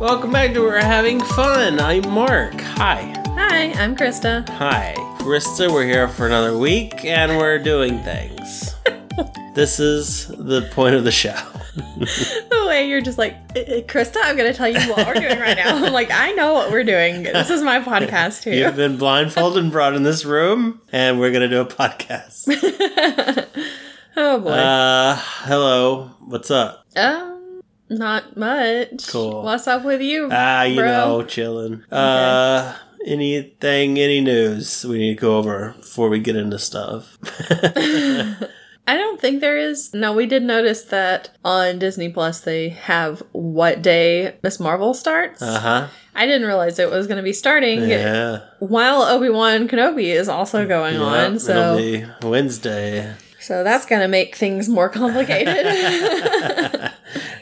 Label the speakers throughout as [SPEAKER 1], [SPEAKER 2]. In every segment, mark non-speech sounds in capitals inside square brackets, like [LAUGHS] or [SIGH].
[SPEAKER 1] welcome back to We're Having Fun. I'm Mark. Hi.
[SPEAKER 2] Hi, I'm Krista.
[SPEAKER 1] Hi. Krista, we're here for another week and we're doing [LAUGHS] things. this is the point of the show.
[SPEAKER 2] The way you're just like, "Uh, uh, Krista, I'm going to tell you what we're doing right now. I'm like, I know what we're doing. This is my podcast
[SPEAKER 1] You've
[SPEAKER 2] too.
[SPEAKER 1] been blindfolded and brought in this room and we're going to do a [LAUGHS] podcast.
[SPEAKER 2] [LAUGHS] Oh boy.
[SPEAKER 1] Uh, hello. What's up?
[SPEAKER 2] um, not much.
[SPEAKER 1] Cool.
[SPEAKER 2] What's up with you?
[SPEAKER 1] Ah, you
[SPEAKER 2] bro?
[SPEAKER 1] know, chilling. Uh, anything, any news we need to go over before we get into stuff? [LAUGHS]
[SPEAKER 2] I don't think there is. No, we did notice that on Disney Plus they have what day Miss Marvel starts.
[SPEAKER 1] Uh huh.
[SPEAKER 2] I didn't realize it was going to be starting
[SPEAKER 1] Yeah.
[SPEAKER 2] while Obi Wan Kenobi is also going
[SPEAKER 1] Yeah,
[SPEAKER 2] on.
[SPEAKER 1] it'll
[SPEAKER 2] So,
[SPEAKER 1] be Wednesday.
[SPEAKER 2] so that's going to make things more complicated. [LAUGHS]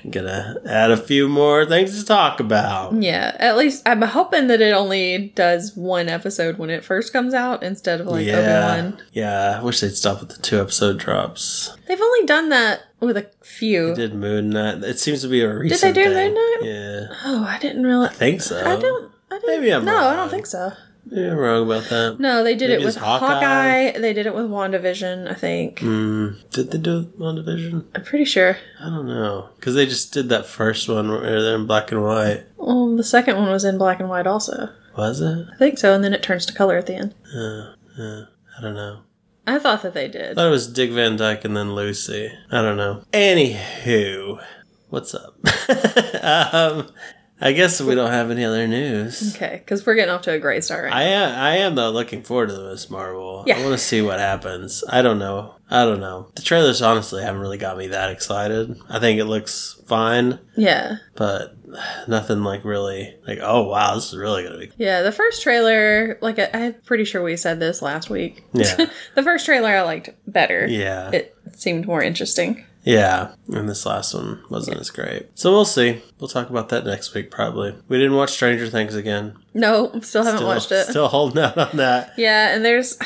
[SPEAKER 1] I'm gonna add a few more things to talk about.
[SPEAKER 2] Yeah, at least I'm hoping that it only does one episode when it first comes out instead of like
[SPEAKER 1] yeah,
[SPEAKER 2] Obi-Wan.
[SPEAKER 1] yeah. I wish they'd stop with the two episode drops.
[SPEAKER 2] They've only done that with a few.
[SPEAKER 1] They did Moon Knight? It seems to be a recent.
[SPEAKER 2] do
[SPEAKER 1] thing.
[SPEAKER 2] Moon Knight?
[SPEAKER 1] Yeah,
[SPEAKER 2] Oh, I didn't
[SPEAKER 1] I
[SPEAKER 2] realize.
[SPEAKER 1] think so.
[SPEAKER 2] I don't. I didn't,
[SPEAKER 1] Maybe I'm
[SPEAKER 2] no, I
[SPEAKER 1] wrong.
[SPEAKER 2] don't think so.
[SPEAKER 1] Maybe I'm wrong about that.
[SPEAKER 2] No, they did
[SPEAKER 1] Maybe
[SPEAKER 2] it with
[SPEAKER 1] it's Hawkeye.
[SPEAKER 2] Hawkeye. They did it with WandaVision, I think.
[SPEAKER 1] Hmm. did they do it on Division?
[SPEAKER 2] I'm pretty sure.
[SPEAKER 1] I don't know because they just did that first one where they're in black and white.
[SPEAKER 2] Well, the second one was in black and white also.
[SPEAKER 1] Was it?
[SPEAKER 2] I think so, and then it turns to color at the end.
[SPEAKER 1] Uh, uh, I don't know.
[SPEAKER 2] I thought that they did.
[SPEAKER 1] thought it was Dick Van Dyke and then Lucy. I don't know. Anywho, what's up? [LAUGHS] um, I guess we don't have any other news.
[SPEAKER 2] Okay, because we're getting off to a great start right
[SPEAKER 1] I am, I am though looking forward to the Miss Marvel.
[SPEAKER 2] Yeah.
[SPEAKER 1] I want to see what happens. I don't know. I don't know. The trailers honestly haven't really got me that excited. I think it looks fine,
[SPEAKER 2] now. Yeah.
[SPEAKER 1] but [SIGHS] nothing like really like oh wow this is really gonna be
[SPEAKER 2] Yeah, the first trailer, like I, I'm pretty sure we said this last week.
[SPEAKER 1] Yeah.
[SPEAKER 2] [LAUGHS] the first trailer I liked better.
[SPEAKER 1] yeah
[SPEAKER 2] It seemed more interesting.
[SPEAKER 1] Yeah, and this last one wasn't as great. So we'll see. We'll talk about that next week probably. We didn't watch Stranger Things again.
[SPEAKER 2] No, still haven't
[SPEAKER 1] Still,
[SPEAKER 2] watched it.
[SPEAKER 1] Still holding out on that.
[SPEAKER 2] Yeah, and there's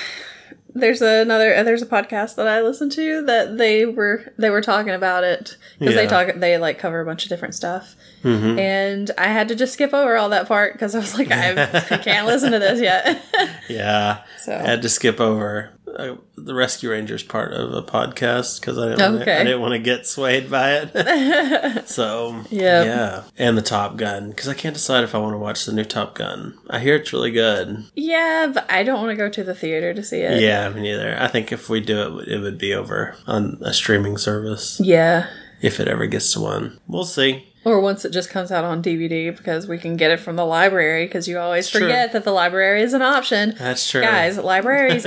[SPEAKER 2] there's another uh, there's a podcast that I listen to that they were they were talking about it because they
[SPEAKER 1] Yeah.
[SPEAKER 2] talk they like cover a bunch of different stuff. Mm-hmm.
[SPEAKER 1] Mhm.
[SPEAKER 2] And I had to just skip over all that part because I was like I, I can't listen to this yet. [LAUGHS]
[SPEAKER 1] Yeah,
[SPEAKER 2] so
[SPEAKER 1] I had to skip over uh, the Rescue Rangers part of a podcast because I, didn't wanna-
[SPEAKER 2] Okay.
[SPEAKER 1] I didn't want to get swayed by it.
[SPEAKER 2] [LAUGHS]
[SPEAKER 1] so
[SPEAKER 2] Yep.
[SPEAKER 1] yeah, and the Top Gun because I can't decide if I want to watch the new Top Gun. I hear it's really good.
[SPEAKER 2] yeah, but I don't want to go to the theater to see
[SPEAKER 1] [LAUGHS]
[SPEAKER 2] it.
[SPEAKER 1] Yeah, me neither. I think if we do it, it would be over on a streaming service
[SPEAKER 2] Yeah.
[SPEAKER 1] if it ever gets to one. We'll see.
[SPEAKER 2] Or once it just comes out on DVD because we can get it from the library because you always
[SPEAKER 1] true.
[SPEAKER 2] forget that the library is an option.
[SPEAKER 1] That's true.
[SPEAKER 2] Guys, libraries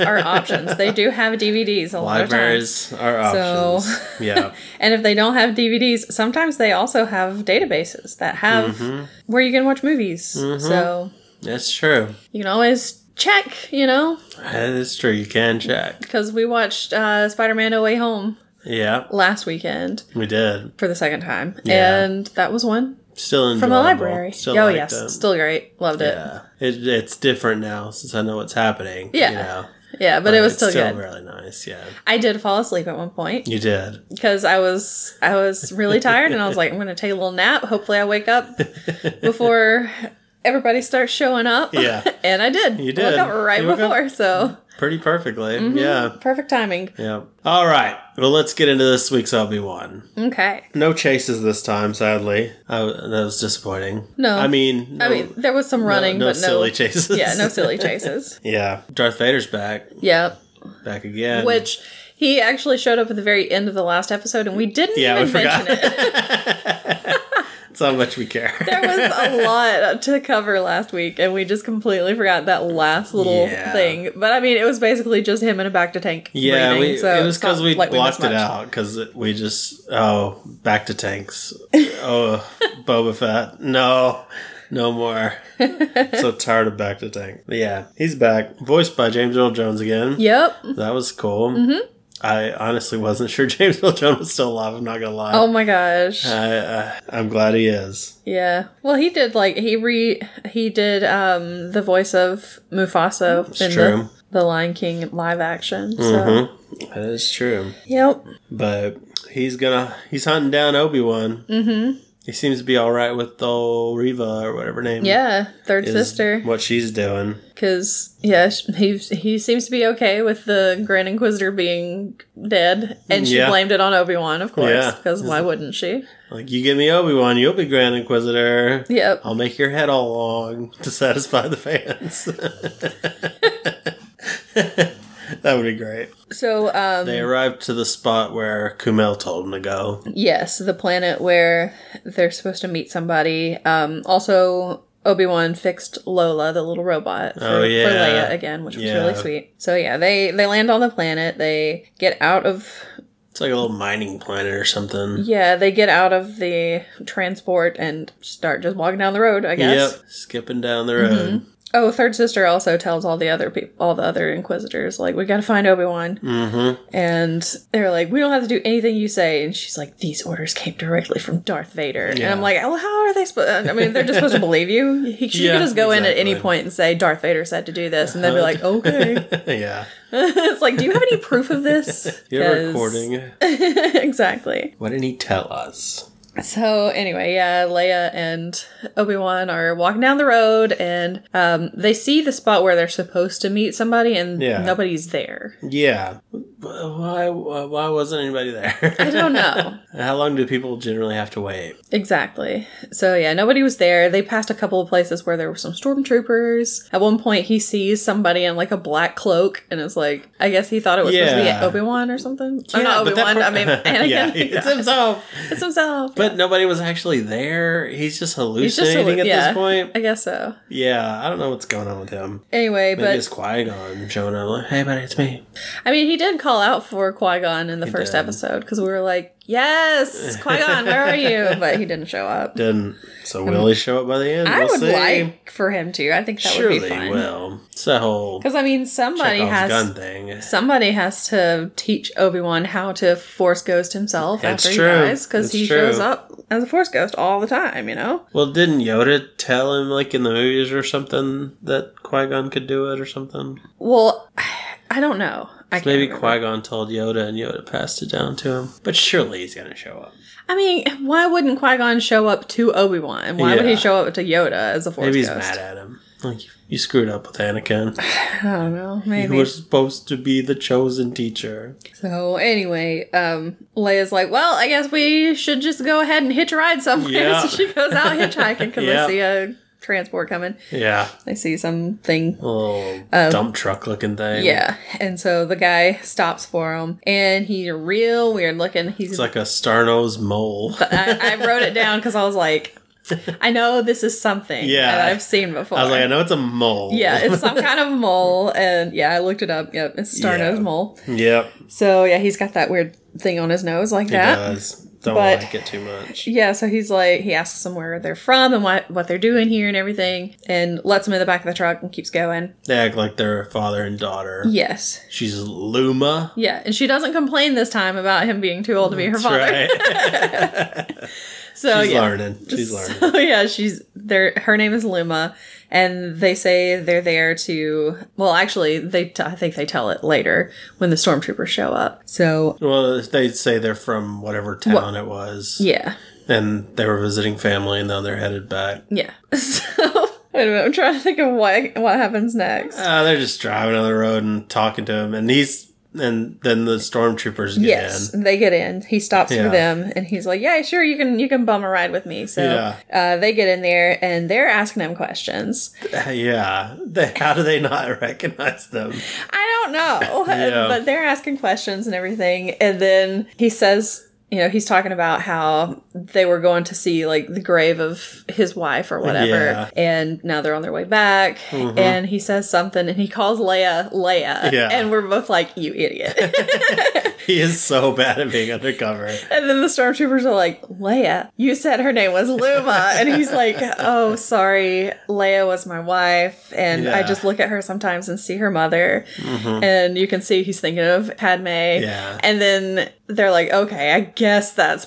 [SPEAKER 1] [LAUGHS]
[SPEAKER 2] are options. They do have DVDs a lot of times.
[SPEAKER 1] libraries are
[SPEAKER 2] So-
[SPEAKER 1] options.
[SPEAKER 2] [LAUGHS]
[SPEAKER 1] yeah.
[SPEAKER 2] And if they don't have DVDs, sometimes they also have databases that have
[SPEAKER 1] Mm-hmm.
[SPEAKER 2] where you can watch movies. So
[SPEAKER 1] That's true.
[SPEAKER 2] you can always check, you know,
[SPEAKER 1] That is true. You can check.
[SPEAKER 2] because we watched uh, Spider Man No Way Home
[SPEAKER 1] Yeah,
[SPEAKER 2] last weekend
[SPEAKER 1] we did.
[SPEAKER 2] for the second time.
[SPEAKER 1] Yeah.
[SPEAKER 2] And that was one
[SPEAKER 1] Still enjoyable.
[SPEAKER 2] from the library.
[SPEAKER 1] Still
[SPEAKER 2] oh,
[SPEAKER 1] liked
[SPEAKER 2] yes.
[SPEAKER 1] it.
[SPEAKER 2] Still great. Loved it.
[SPEAKER 1] yeah. It, it's different now since I know what's happening.
[SPEAKER 2] Yeah.
[SPEAKER 1] You know,
[SPEAKER 2] Yeah, but it was
[SPEAKER 1] it's
[SPEAKER 2] still, good.
[SPEAKER 1] really nice. Yeah.
[SPEAKER 2] I did fall asleep at one point
[SPEAKER 1] You did.
[SPEAKER 2] because I was I was really
[SPEAKER 1] [LAUGHS]
[SPEAKER 2] tired and I was like, I'm gonna take a little nap. Hopefully I wake up before everybody starts showing up.
[SPEAKER 1] Yeah.
[SPEAKER 2] [LAUGHS] and I did.
[SPEAKER 1] You
[SPEAKER 2] I woke
[SPEAKER 1] did.
[SPEAKER 2] up right
[SPEAKER 1] You woke up-
[SPEAKER 2] before, so
[SPEAKER 1] Pretty perfectly.
[SPEAKER 2] Mm-hmm.
[SPEAKER 1] Yeah.
[SPEAKER 2] perfect timing.
[SPEAKER 1] Yeah. All right. Well, let's get into this week's Obi Wan.
[SPEAKER 2] Okay.
[SPEAKER 1] No chases this time, sadly. I, that was disappointing.
[SPEAKER 2] No.
[SPEAKER 1] I mean, no,
[SPEAKER 2] I mean there was some running
[SPEAKER 1] no, no
[SPEAKER 2] but no
[SPEAKER 1] silly [LAUGHS] chases.
[SPEAKER 2] Yeah,
[SPEAKER 1] [LAUGHS]
[SPEAKER 2] no silly chases.
[SPEAKER 1] yeah. Darth Vader's back.
[SPEAKER 2] yeah.
[SPEAKER 1] Back again.
[SPEAKER 2] Which he actually showed up at the very end of the last episode and we didn't
[SPEAKER 1] Yeah, we
[SPEAKER 2] even mention
[SPEAKER 1] forgot.
[SPEAKER 2] it.
[SPEAKER 1] That's how much we
[SPEAKER 2] [LAUGHS]
[SPEAKER 1] care.
[SPEAKER 2] There was
[SPEAKER 1] [LAUGHS]
[SPEAKER 2] a lot to cover last week, and we just completely forgot that last little
[SPEAKER 1] Yeah.
[SPEAKER 2] thing. But I mean, it was basically just him in a back to tank.
[SPEAKER 1] yeah,
[SPEAKER 2] reading,
[SPEAKER 1] we,
[SPEAKER 2] so
[SPEAKER 1] it was
[SPEAKER 2] it's not
[SPEAKER 1] because we
[SPEAKER 2] like
[SPEAKER 1] blocked
[SPEAKER 2] missed
[SPEAKER 1] it
[SPEAKER 2] much.
[SPEAKER 1] out because we just oh back to
[SPEAKER 2] [LAUGHS]
[SPEAKER 1] tanks. Oh, Boba Fett, no, no more.
[SPEAKER 2] [LAUGHS]
[SPEAKER 1] so tired of back to tank. But yeah, he's back, voiced by James Earl Jones again.
[SPEAKER 2] Yep.
[SPEAKER 1] That was cool. Mm-hmm. I honestly wasn't sure [LAUGHS] James Earl Jones was still alive. I'm not gonna lie.
[SPEAKER 2] Oh my gosh.
[SPEAKER 1] I, I I'm glad he is.
[SPEAKER 2] yeah. Well, he did like he re he did um the voice of Mufasa in
[SPEAKER 1] true. Mm-hmm.
[SPEAKER 2] the the Lion King live action. So
[SPEAKER 1] That is true.
[SPEAKER 2] yep.
[SPEAKER 1] but he's gonna he's hunting down Obi Wan. Mm-hmm. He seems to be all right with old Reva or whatever her name.
[SPEAKER 2] Yeah, third
[SPEAKER 1] is
[SPEAKER 2] sister.
[SPEAKER 1] What she's doing.
[SPEAKER 2] Because yeah, sh- he he seems to be okay with the Grand Inquisitor being dead, and she
[SPEAKER 1] Yeah.
[SPEAKER 2] blamed it on Obi Wan, of course.
[SPEAKER 1] Yeah.
[SPEAKER 2] Because why wouldn't she?
[SPEAKER 1] Like, you give me Obi Wan, you'll be Grand Inquisitor.
[SPEAKER 2] Yep.
[SPEAKER 1] I'll make your head all long to satisfy the fans. [LAUGHS] that would be great.
[SPEAKER 2] So um,
[SPEAKER 1] They arrived to the spot where Kumail told them to go.
[SPEAKER 2] Yes, the planet where they're supposed to meet somebody. Um, also, Obi Wan fixed Lola, the little robot, for,
[SPEAKER 1] Oh, yeah.
[SPEAKER 2] for Leia again, which was
[SPEAKER 1] Yeah.
[SPEAKER 2] really sweet. So yeah, they they land on the planet. They get out of
[SPEAKER 1] It's like a little mining planet or something.
[SPEAKER 2] yeah, they get out of the transport and start just walking down the road. I guess.
[SPEAKER 1] Yep, skipping down the road.
[SPEAKER 2] Oh, third sister also tells all the other people, all the other inquisitors, like we got to find Obi Wan,
[SPEAKER 1] Mm-hmm.
[SPEAKER 2] and they're like, we don't have to do anything you say. And she's like, these orders came directly from Darth Vader, and
[SPEAKER 1] Yeah.
[SPEAKER 2] I'm like, well, how are they supposed? I mean, they're just supposed to believe you. He she
[SPEAKER 1] Yeah,
[SPEAKER 2] could just go in at any
[SPEAKER 1] exactly. Uh-huh.
[SPEAKER 2] point and say Darth Vader said to do this, and they'd be like, okay.
[SPEAKER 1] [LAUGHS]
[SPEAKER 2] [LAUGHS]
[SPEAKER 1] yeah.
[SPEAKER 2] it's like, do you have any proof of this?
[SPEAKER 1] [LAUGHS] You're
[SPEAKER 2] 'Cause-
[SPEAKER 1] recording.
[SPEAKER 2] [LAUGHS] exactly.
[SPEAKER 1] Why didn't he tell us?
[SPEAKER 2] So anyway, yeah, Leia and Obi Wan are walking down the road, and um, they see the spot where they're supposed to meet somebody, and
[SPEAKER 1] Yeah.
[SPEAKER 2] nobody's there.
[SPEAKER 1] Yeah. Why, why why wasn't anybody there?
[SPEAKER 2] I don't know
[SPEAKER 1] [LAUGHS] How long do people generally have to wait?
[SPEAKER 2] exactly. So yeah, nobody was there. They passed a couple of places where there were some stormtroopers. At one point, he sees somebody in like a black cloak, and is like, I guess he thought it was supposed
[SPEAKER 1] Yeah.
[SPEAKER 2] to be Obi Wan or something.
[SPEAKER 1] Yeah,
[SPEAKER 2] or not
[SPEAKER 1] but
[SPEAKER 2] Obi
[SPEAKER 1] that
[SPEAKER 2] Wan.
[SPEAKER 1] per-
[SPEAKER 2] Oh, I mean,
[SPEAKER 1] [LAUGHS]
[SPEAKER 2] Anakin. [LAUGHS]
[SPEAKER 1] yeah, it's himself.
[SPEAKER 2] It's himself.
[SPEAKER 1] But nobody was actually there. He's just
[SPEAKER 2] He's just a-
[SPEAKER 1] hallucinating at
[SPEAKER 2] yeah,
[SPEAKER 1] this point.
[SPEAKER 2] I guess so.
[SPEAKER 1] Yeah, I don't know what's going on with him.
[SPEAKER 2] Anyway,
[SPEAKER 1] Maybe
[SPEAKER 2] but
[SPEAKER 1] it's Qui Gon showing up. Like, hey, buddy, it's me.
[SPEAKER 2] I mean, he did call out for Qui Gon in the first
[SPEAKER 1] did.
[SPEAKER 2] episode because we were like, "Yes, Qui Gon, where are
[SPEAKER 1] [LAUGHS]
[SPEAKER 2] you?" But he didn't show up.
[SPEAKER 1] Didn't. So will he show up by the end?
[SPEAKER 2] I
[SPEAKER 1] We'll
[SPEAKER 2] would
[SPEAKER 1] see.
[SPEAKER 2] like for him to. I think that
[SPEAKER 1] Surely
[SPEAKER 2] would be
[SPEAKER 1] he
[SPEAKER 2] fun.
[SPEAKER 1] will. It's that whole
[SPEAKER 2] Because I mean, somebody
[SPEAKER 1] Chekhov's
[SPEAKER 2] has
[SPEAKER 1] gun thing.
[SPEAKER 2] somebody has to teach Obi Wan how to Force Ghost himself
[SPEAKER 1] That's
[SPEAKER 2] after
[SPEAKER 1] true.
[SPEAKER 2] he dies because
[SPEAKER 1] That's
[SPEAKER 2] he
[SPEAKER 1] true.
[SPEAKER 2] shows up as a Force Ghost all the time. You know?
[SPEAKER 1] Well, didn't Yoda tell him like in the movies or something that Qui Gon could do it or something?
[SPEAKER 2] Well, [SIGHS] I don't know. I can't
[SPEAKER 1] Maybe
[SPEAKER 2] remember.
[SPEAKER 1] Qui Gon told Yoda, and Yoda passed it down to him. But surely he's gonna show up.
[SPEAKER 2] I mean, why wouldn't Qui Gon show up to Obi Wan? Why would
[SPEAKER 1] Yeah.
[SPEAKER 2] he show up to Yoda as a Force
[SPEAKER 1] Maybe he's
[SPEAKER 2] Ghost?
[SPEAKER 1] mad at him. Like you screwed up with Anakin.
[SPEAKER 2] I don't know.
[SPEAKER 1] You
[SPEAKER 2] Maybe
[SPEAKER 1] were supposed to be the chosen teacher.
[SPEAKER 2] So anyway, um, Leia's like, "Well, I guess we should just go ahead and hitch a ride somewhere." [LAUGHS]
[SPEAKER 1] Yeah.
[SPEAKER 2] So she goes out
[SPEAKER 1] [LAUGHS]
[SPEAKER 2] hitchhiking because
[SPEAKER 1] Yeah.
[SPEAKER 2] they see a transport coming.
[SPEAKER 1] Yeah,
[SPEAKER 2] They see something.
[SPEAKER 1] a little dump truck looking thing.
[SPEAKER 2] Um, Yeah, and so the guy stops for him, and he's real weird looking. He's
[SPEAKER 1] it's like a Starnose mole.
[SPEAKER 2] [LAUGHS] I, I wrote it down because I
[SPEAKER 1] [LAUGHS]
[SPEAKER 2] was like, I know this is something
[SPEAKER 1] Yeah.
[SPEAKER 2] that I've seen before.
[SPEAKER 1] I was like, I know it's a mole.
[SPEAKER 2] [LAUGHS] yeah, it's some kind of mole, and yeah, I looked it up. Yep, it's Starno's
[SPEAKER 1] Yeah.
[SPEAKER 2] mole.
[SPEAKER 1] [LAUGHS] yep,
[SPEAKER 2] So yeah, he's got that weird thing on his nose like
[SPEAKER 1] he
[SPEAKER 2] that.
[SPEAKER 1] does. Don't
[SPEAKER 2] But-
[SPEAKER 1] like it too much.
[SPEAKER 2] Yeah, so he's like, he asks them where they're from and what, what they're doing here and everything, and lets them in the back of the truck and keeps going.
[SPEAKER 1] They act like they're father and daughter.
[SPEAKER 2] Yes.
[SPEAKER 1] She's Luma.
[SPEAKER 2] Yeah, and she doesn't complain this time about him being too old to be her
[SPEAKER 1] That's
[SPEAKER 2] father.
[SPEAKER 1] right.
[SPEAKER 2] [LAUGHS] So
[SPEAKER 1] She's
[SPEAKER 2] yeah.
[SPEAKER 1] learning. She's learning.
[SPEAKER 2] [LAUGHS] So yeah, she's there. Her name is Luma, and they say they're there to. Well, actually, they t- I think they tell it later when the stormtroopers show up. So
[SPEAKER 1] Well, they say they're from whatever town it was,
[SPEAKER 2] yeah,
[SPEAKER 1] and they were visiting family, and now they're headed back.
[SPEAKER 2] yeah. [LAUGHS] So wait a minute, I'm trying to think of what what happens next.
[SPEAKER 1] Uh, they're just driving on the road and talking to him, and he's and then the stormtroopers get
[SPEAKER 2] Yes,
[SPEAKER 1] in.
[SPEAKER 2] they get in. He stops
[SPEAKER 1] Yeah.
[SPEAKER 2] for them, and he's like, "Yeah, sure, you can you can bum a ride with me." So
[SPEAKER 1] Yeah.
[SPEAKER 2] uh, they get in there, and they're asking him questions.
[SPEAKER 1] [LAUGHS] Yeah, they, how do they not [LAUGHS] recognize them?
[SPEAKER 2] I don't know, [LAUGHS]
[SPEAKER 1] [LAUGHS] Yeah.
[SPEAKER 2] but they're asking questions and everything. And then he says, "You know, he's talking about how they were going to see like the grave of his wife or whatever,
[SPEAKER 1] Yeah. Mm-hmm.
[SPEAKER 2] and now they're on their way back." And he says something, and he calls Leia Leia,
[SPEAKER 1] Yeah.
[SPEAKER 2] and we're both like, "You idiot." [LAUGHS]
[SPEAKER 1] He is so bad at being undercover.
[SPEAKER 2] And then the stormtroopers are like, Leia, you said her name
[SPEAKER 1] [LAUGHS]
[SPEAKER 2] was Luma. And he's like, oh, sorry. Leia was my wife. And I
[SPEAKER 1] Yeah. Mm-hmm.
[SPEAKER 2] just look at her sometimes and see her mother. And you can see he's thinking of Padme.
[SPEAKER 1] Yeah.
[SPEAKER 2] And then they're like, okay, I guess that's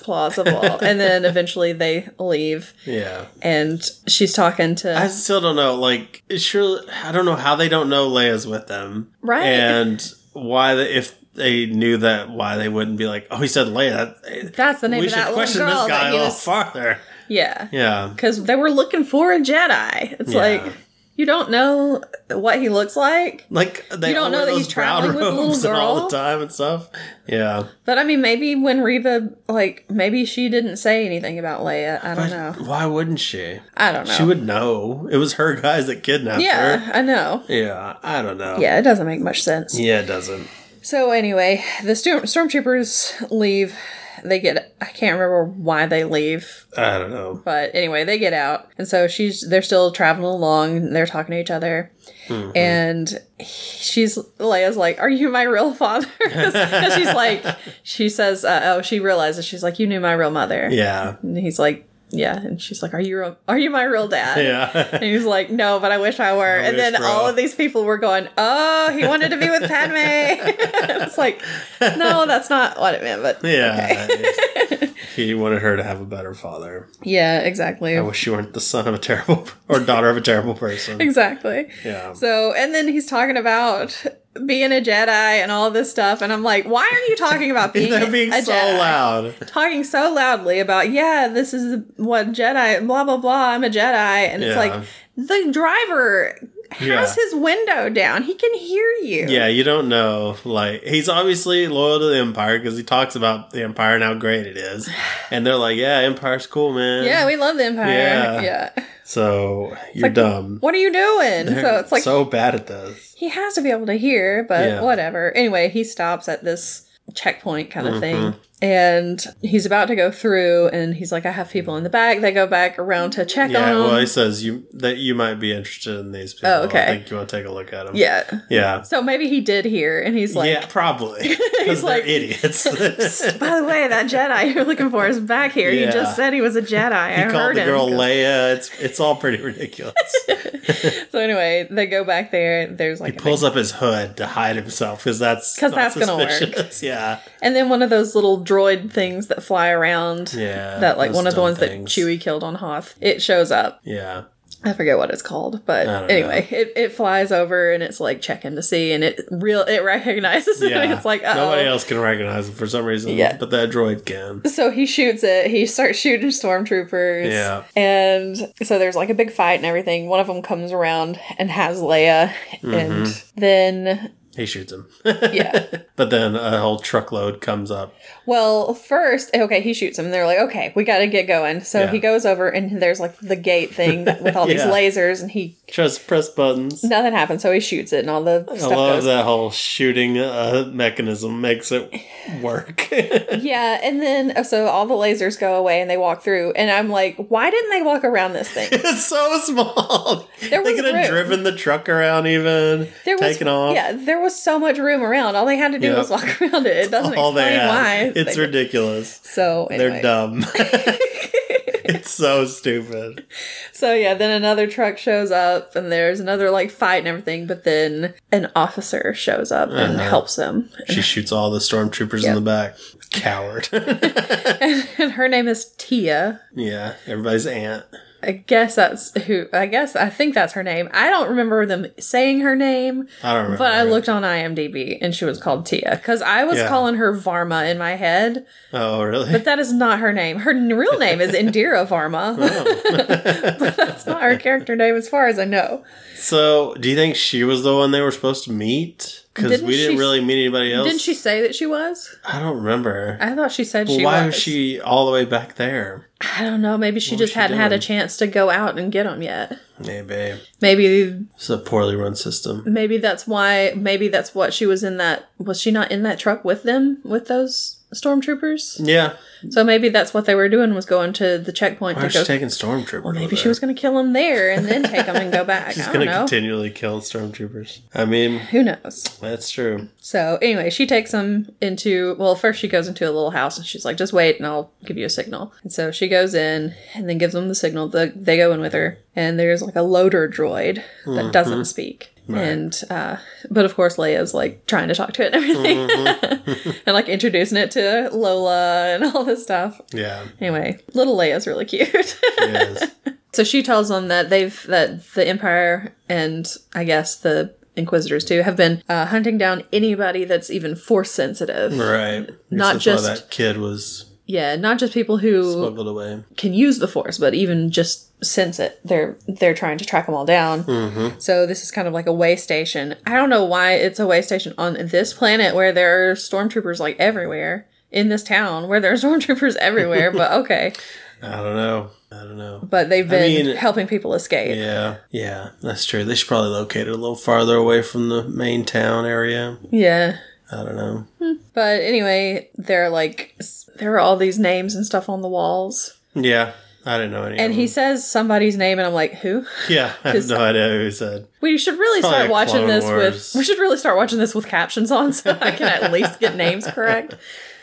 [SPEAKER 1] [LAUGHS]
[SPEAKER 2] plausible. and then eventually they leave.
[SPEAKER 1] Yeah,
[SPEAKER 2] And she's talking to.
[SPEAKER 1] I still don't know. Like, sure, I don't know how they don't know Leia's with them,
[SPEAKER 2] Right.
[SPEAKER 1] And why the, if they knew that, why they wouldn't be like, oh, he said Leia. That,
[SPEAKER 2] that's the name
[SPEAKER 1] we
[SPEAKER 2] of
[SPEAKER 1] should
[SPEAKER 2] that little
[SPEAKER 1] question
[SPEAKER 2] girl
[SPEAKER 1] this guy Oh,
[SPEAKER 2] that
[SPEAKER 1] a
[SPEAKER 2] he
[SPEAKER 1] little
[SPEAKER 2] was.
[SPEAKER 1] farther.
[SPEAKER 2] Yeah.
[SPEAKER 1] Yeah.
[SPEAKER 2] Because they were looking for a Jedi. It's
[SPEAKER 1] Yeah.
[SPEAKER 2] like, you don't know what he looks like.
[SPEAKER 1] Like they
[SPEAKER 2] You don't
[SPEAKER 1] all
[SPEAKER 2] know
[SPEAKER 1] wear
[SPEAKER 2] that
[SPEAKER 1] those
[SPEAKER 2] he's
[SPEAKER 1] brown
[SPEAKER 2] traveling with a little
[SPEAKER 1] robes all
[SPEAKER 2] girl?
[SPEAKER 1] the time and stuff. Yeah,
[SPEAKER 2] But I mean, maybe when Reva, like, maybe she didn't say anything about Leia. I don't
[SPEAKER 1] But
[SPEAKER 2] know.
[SPEAKER 1] Why wouldn't she?
[SPEAKER 2] I don't know.
[SPEAKER 1] She would know. It was her guys that kidnapped her.
[SPEAKER 2] yeah, I know.
[SPEAKER 1] Yeah, I don't know.
[SPEAKER 2] Yeah, it doesn't make much sense.
[SPEAKER 1] yeah, it doesn't.
[SPEAKER 2] So anyway, the storm- stormtroopers leave. They get I can't remember why they leave,
[SPEAKER 1] I don't know.
[SPEAKER 2] but anyway, they get out. And so she's they're still traveling along, and they're talking to each other.
[SPEAKER 1] Mm-hmm.
[SPEAKER 2] And she's Leia's like, "Are you my real father?" [LAUGHS] 'Cause she's
[SPEAKER 1] [LAUGHS]
[SPEAKER 2] like she says uh, oh, she realizes she's like, "You knew my real mother." [LAUGHS]
[SPEAKER 1] Yeah,
[SPEAKER 2] And he's like, "Yeah." And she's like, "Are you real- are you my real dad?"
[SPEAKER 1] yeah.
[SPEAKER 2] And he was like, no, but I wish I were.
[SPEAKER 1] wish,
[SPEAKER 2] and then
[SPEAKER 1] bro.
[SPEAKER 2] all of these people were going, oh, he wanted to be
[SPEAKER 1] [LAUGHS]
[SPEAKER 2] with Padme. [LAUGHS] it's like, no, that's not what it meant. But
[SPEAKER 1] Yeah, [LAUGHS]
[SPEAKER 2] [LAUGHS]
[SPEAKER 1] he wanted her to have a better father.
[SPEAKER 2] yeah, exactly.
[SPEAKER 1] I wish you weren't the son of a terrible [LAUGHS] or daughter of a terrible person.
[SPEAKER 2] [LAUGHS] [LAUGHS] Exactly.
[SPEAKER 1] Yeah,
[SPEAKER 2] So, and then he's talking about being a Jedi and all this stuff. And I'm like, why are you
[SPEAKER 1] [LAUGHS]
[SPEAKER 2] talking about being,
[SPEAKER 1] they're being
[SPEAKER 2] a
[SPEAKER 1] so
[SPEAKER 2] Jedi?
[SPEAKER 1] loud.
[SPEAKER 2] Talking so loudly about, yeah, this is what Jedi, blah, blah, blah, I'm a Jedi. And it's
[SPEAKER 1] Yeah.
[SPEAKER 2] like, the driver has
[SPEAKER 1] Yeah.
[SPEAKER 2] his window down. He can hear you.
[SPEAKER 1] Yeah, you don't know. Like, he's obviously loyal to the Empire because he talks about the Empire and how great it
[SPEAKER 2] [SIGHS]
[SPEAKER 1] is. And they're like, yeah, Empire's cool, man.
[SPEAKER 2] Yeah, we love the Empire.
[SPEAKER 1] Yeah.
[SPEAKER 2] Yeah.
[SPEAKER 1] so, you're
[SPEAKER 2] like,
[SPEAKER 1] dumb.
[SPEAKER 2] What are you doing?
[SPEAKER 1] They're
[SPEAKER 2] so it's like
[SPEAKER 1] so bad at this.
[SPEAKER 2] he has to be able to hear, but
[SPEAKER 1] Yeah.
[SPEAKER 2] whatever. Anyway, he stops at this checkpoint kind
[SPEAKER 1] Mm-hmm.
[SPEAKER 2] of thing. And he's about to go through, and he's like, I have people in the back. They go back around to check
[SPEAKER 1] Yeah,
[SPEAKER 2] on
[SPEAKER 1] well,
[SPEAKER 2] him.
[SPEAKER 1] he says you that you might be interested in these people.
[SPEAKER 2] Oh, okay.
[SPEAKER 1] I think you want to take a look at them.
[SPEAKER 2] yeah.
[SPEAKER 1] yeah,
[SPEAKER 2] So maybe he did hear, and he's like,
[SPEAKER 1] yeah, probably.
[SPEAKER 2] [LAUGHS]
[SPEAKER 1] [LAUGHS] Because they're
[SPEAKER 2] like- [LAUGHS]
[SPEAKER 1] idiots. [LAUGHS] he
[SPEAKER 2] By the way, that Jedi you're looking for is back here.
[SPEAKER 1] Yeah.
[SPEAKER 2] You just said he was a Jedi. I
[SPEAKER 1] called
[SPEAKER 2] heard
[SPEAKER 1] the
[SPEAKER 2] him.
[SPEAKER 1] girl Leia. It's it's all pretty
[SPEAKER 2] [LAUGHS]
[SPEAKER 1] ridiculous.
[SPEAKER 2] So anyway, they go back there. There's like
[SPEAKER 1] he
[SPEAKER 2] a big
[SPEAKER 1] pulls up his hood to hide himself because that's
[SPEAKER 2] 'Cause
[SPEAKER 1] not
[SPEAKER 2] that's gonna work.
[SPEAKER 1] suspicious. [LAUGHS] Yeah,
[SPEAKER 2] And then one of those little droid things that fly around.
[SPEAKER 1] Yeah,
[SPEAKER 2] That like
[SPEAKER 1] those
[SPEAKER 2] one of the
[SPEAKER 1] dumb
[SPEAKER 2] ones
[SPEAKER 1] things.
[SPEAKER 2] that Chewie killed on Hoth. It shows up.
[SPEAKER 1] yeah.
[SPEAKER 2] I forget what it's called, but
[SPEAKER 1] I don't
[SPEAKER 2] anyway, it, it flies over and it's like checking to see, and it real it recognizes [LAUGHS] it. And
[SPEAKER 1] Yeah.
[SPEAKER 2] [LAUGHS] it's like
[SPEAKER 1] nobody
[SPEAKER 2] oh.
[SPEAKER 1] else can recognize him for some reason.
[SPEAKER 2] Yeah.
[SPEAKER 1] but that droid can.
[SPEAKER 2] So he shoots it. He starts shooting stormtroopers.
[SPEAKER 1] Yeah.
[SPEAKER 2] And so there's like a big fight and everything. One of them comes around and has Leia, and
[SPEAKER 1] Mm-hmm. [LAUGHS]
[SPEAKER 2] then
[SPEAKER 1] He shoots him.
[SPEAKER 2] yeah.
[SPEAKER 1] but then a whole truckload comes up.
[SPEAKER 2] Well, first, okay, he shoots him. And they're like, okay, we got to get going. So
[SPEAKER 1] Yeah.
[SPEAKER 2] he goes over, and there's like the
[SPEAKER 1] [LAUGHS]
[SPEAKER 2] gate thing that- with all
[SPEAKER 1] Yeah.
[SPEAKER 2] these lasers, and he
[SPEAKER 1] Just press buttons.
[SPEAKER 2] nothing happens. So he shoots it, and all the
[SPEAKER 1] I
[SPEAKER 2] stuff
[SPEAKER 1] love
[SPEAKER 2] goes.
[SPEAKER 1] that whole shooting uh, mechanism makes it work. [LAUGHS]
[SPEAKER 2] Yeah, and then uh, so all the lasers go away, and they walk through. And I'm like, why didn't they walk around this thing?
[SPEAKER 1] it's so small.
[SPEAKER 2] There
[SPEAKER 1] they
[SPEAKER 2] was
[SPEAKER 1] could have
[SPEAKER 2] room.
[SPEAKER 1] driven the truck around even.
[SPEAKER 2] There was
[SPEAKER 1] taken off.
[SPEAKER 2] Yeah, there was so much room around. All they had to do
[SPEAKER 1] Yep.
[SPEAKER 2] was walk [LAUGHS] around it. It doesn't
[SPEAKER 1] All they
[SPEAKER 2] explain
[SPEAKER 1] had.
[SPEAKER 2] why.
[SPEAKER 1] It's
[SPEAKER 2] they,
[SPEAKER 1] ridiculous.
[SPEAKER 2] so anyway.
[SPEAKER 1] They're
[SPEAKER 2] [LAUGHS]
[SPEAKER 1] dumb. [LAUGHS] it's so stupid.
[SPEAKER 2] So yeah, then another truck shows up and there's another like fight and everything, but then an officer shows up and
[SPEAKER 1] Uh-huh.
[SPEAKER 2] helps them.
[SPEAKER 1] She shoots all the stormtroopers in
[SPEAKER 2] Yep.
[SPEAKER 1] the back. Coward. [LAUGHS]
[SPEAKER 2] And her name is Tia.
[SPEAKER 1] yeah, everybody's aunt.
[SPEAKER 2] I guess that's who I guess I think that's her name. I don't remember them saying her name,
[SPEAKER 1] I don't remember.
[SPEAKER 2] but I looked on IMDb and she was called Tia cuz I was
[SPEAKER 1] Yeah.
[SPEAKER 2] calling her Varma in my head,
[SPEAKER 1] Oh, really?
[SPEAKER 2] but that is not her name. Her n- real name is Indira
[SPEAKER 1] [LAUGHS]
[SPEAKER 2] Varma.
[SPEAKER 1] Oh.
[SPEAKER 2] [LAUGHS] but that's not her character name as far as I know.
[SPEAKER 1] So, do you think she was the one they were supposed to meet? Because
[SPEAKER 2] Didn't
[SPEAKER 1] we didn't
[SPEAKER 2] she-
[SPEAKER 1] really meet anybody else.
[SPEAKER 2] Didn't she say that she was?
[SPEAKER 1] I don't remember.
[SPEAKER 2] I thought she said
[SPEAKER 1] Well,
[SPEAKER 2] she
[SPEAKER 1] why
[SPEAKER 2] was.
[SPEAKER 1] was she all the way back there?
[SPEAKER 2] I don't know. Maybe she
[SPEAKER 1] What was
[SPEAKER 2] just
[SPEAKER 1] she
[SPEAKER 2] hadn't had a
[SPEAKER 1] doing?
[SPEAKER 2] chance to go out and get them yet.
[SPEAKER 1] Maybe
[SPEAKER 2] Maybe,
[SPEAKER 1] it's a poorly run system.
[SPEAKER 2] maybe that's why. Maybe that's what she was in that. Was she not in that truck with them with those stormtroopers?
[SPEAKER 1] Yeah,
[SPEAKER 2] So maybe that's what they were doing was going to the checkpoint
[SPEAKER 1] why
[SPEAKER 2] to
[SPEAKER 1] is she
[SPEAKER 2] go.
[SPEAKER 1] taking stormtroopers?
[SPEAKER 2] Well, maybe
[SPEAKER 1] over
[SPEAKER 2] she
[SPEAKER 1] there?
[SPEAKER 2] was going to kill them there and then take them and go
[SPEAKER 1] [LAUGHS]
[SPEAKER 2] back.
[SPEAKER 1] She's
[SPEAKER 2] I don't
[SPEAKER 1] gonna
[SPEAKER 2] know.
[SPEAKER 1] continually kill stormtroopers. I mean,
[SPEAKER 2] Who knows?
[SPEAKER 1] that's true.
[SPEAKER 2] So anyway, she takes them into. Well, first she goes into a little house and she's like, "Just wait, and I'll give you a signal." And so she goes in and then gives them the signal. The, they go in with her, and there's like a loader droid that doesn't speak. And uh, but of course Leia's like trying to talk to it and everything, [LAUGHS] and like introducing it to Lola and all this stuff.
[SPEAKER 1] Yeah,
[SPEAKER 2] Anyway, little Leia's really cute. [LAUGHS]
[SPEAKER 1] it is.
[SPEAKER 2] So she tells them that they've that the Empire and I guess the Inquisitors too have been uh, hunting down anybody that's even force sensitive.
[SPEAKER 1] right.
[SPEAKER 2] Not
[SPEAKER 1] Except for
[SPEAKER 2] just-
[SPEAKER 1] that kid was
[SPEAKER 2] yeah, not just people who
[SPEAKER 1] smuggled away.
[SPEAKER 2] can use the force, but even just sense it. They're they're trying to track them all down. Mm-hmm. So this is kind of like a way station. I don't know why it's a way station on this planet where there are stormtroopers like everywhere in this town where there are [LAUGHS] stormtroopers everywhere. but okay,
[SPEAKER 1] I don't know. I don't know.
[SPEAKER 2] but they've been
[SPEAKER 1] mean-
[SPEAKER 2] helping people escape. Yeah.
[SPEAKER 1] Yeah, yeah, that's true. They should probably locate it a little farther away from the main town area. I don't know.
[SPEAKER 2] But anyway, they're like s- there are all these names and stuff on the walls.
[SPEAKER 1] Yeah, I didn't know any.
[SPEAKER 2] And
[SPEAKER 1] of
[SPEAKER 2] he says somebody's name and I'm like, "Who?"
[SPEAKER 1] them. [LAUGHS] yeah, I have no idea who said.
[SPEAKER 2] We should really
[SPEAKER 1] Probably
[SPEAKER 2] start
[SPEAKER 1] a
[SPEAKER 2] watching
[SPEAKER 1] Clone
[SPEAKER 2] this
[SPEAKER 1] Wars.
[SPEAKER 2] with. We should really start watching this with captions on, so I can at least get
[SPEAKER 1] [LAUGHS]
[SPEAKER 2] names correct.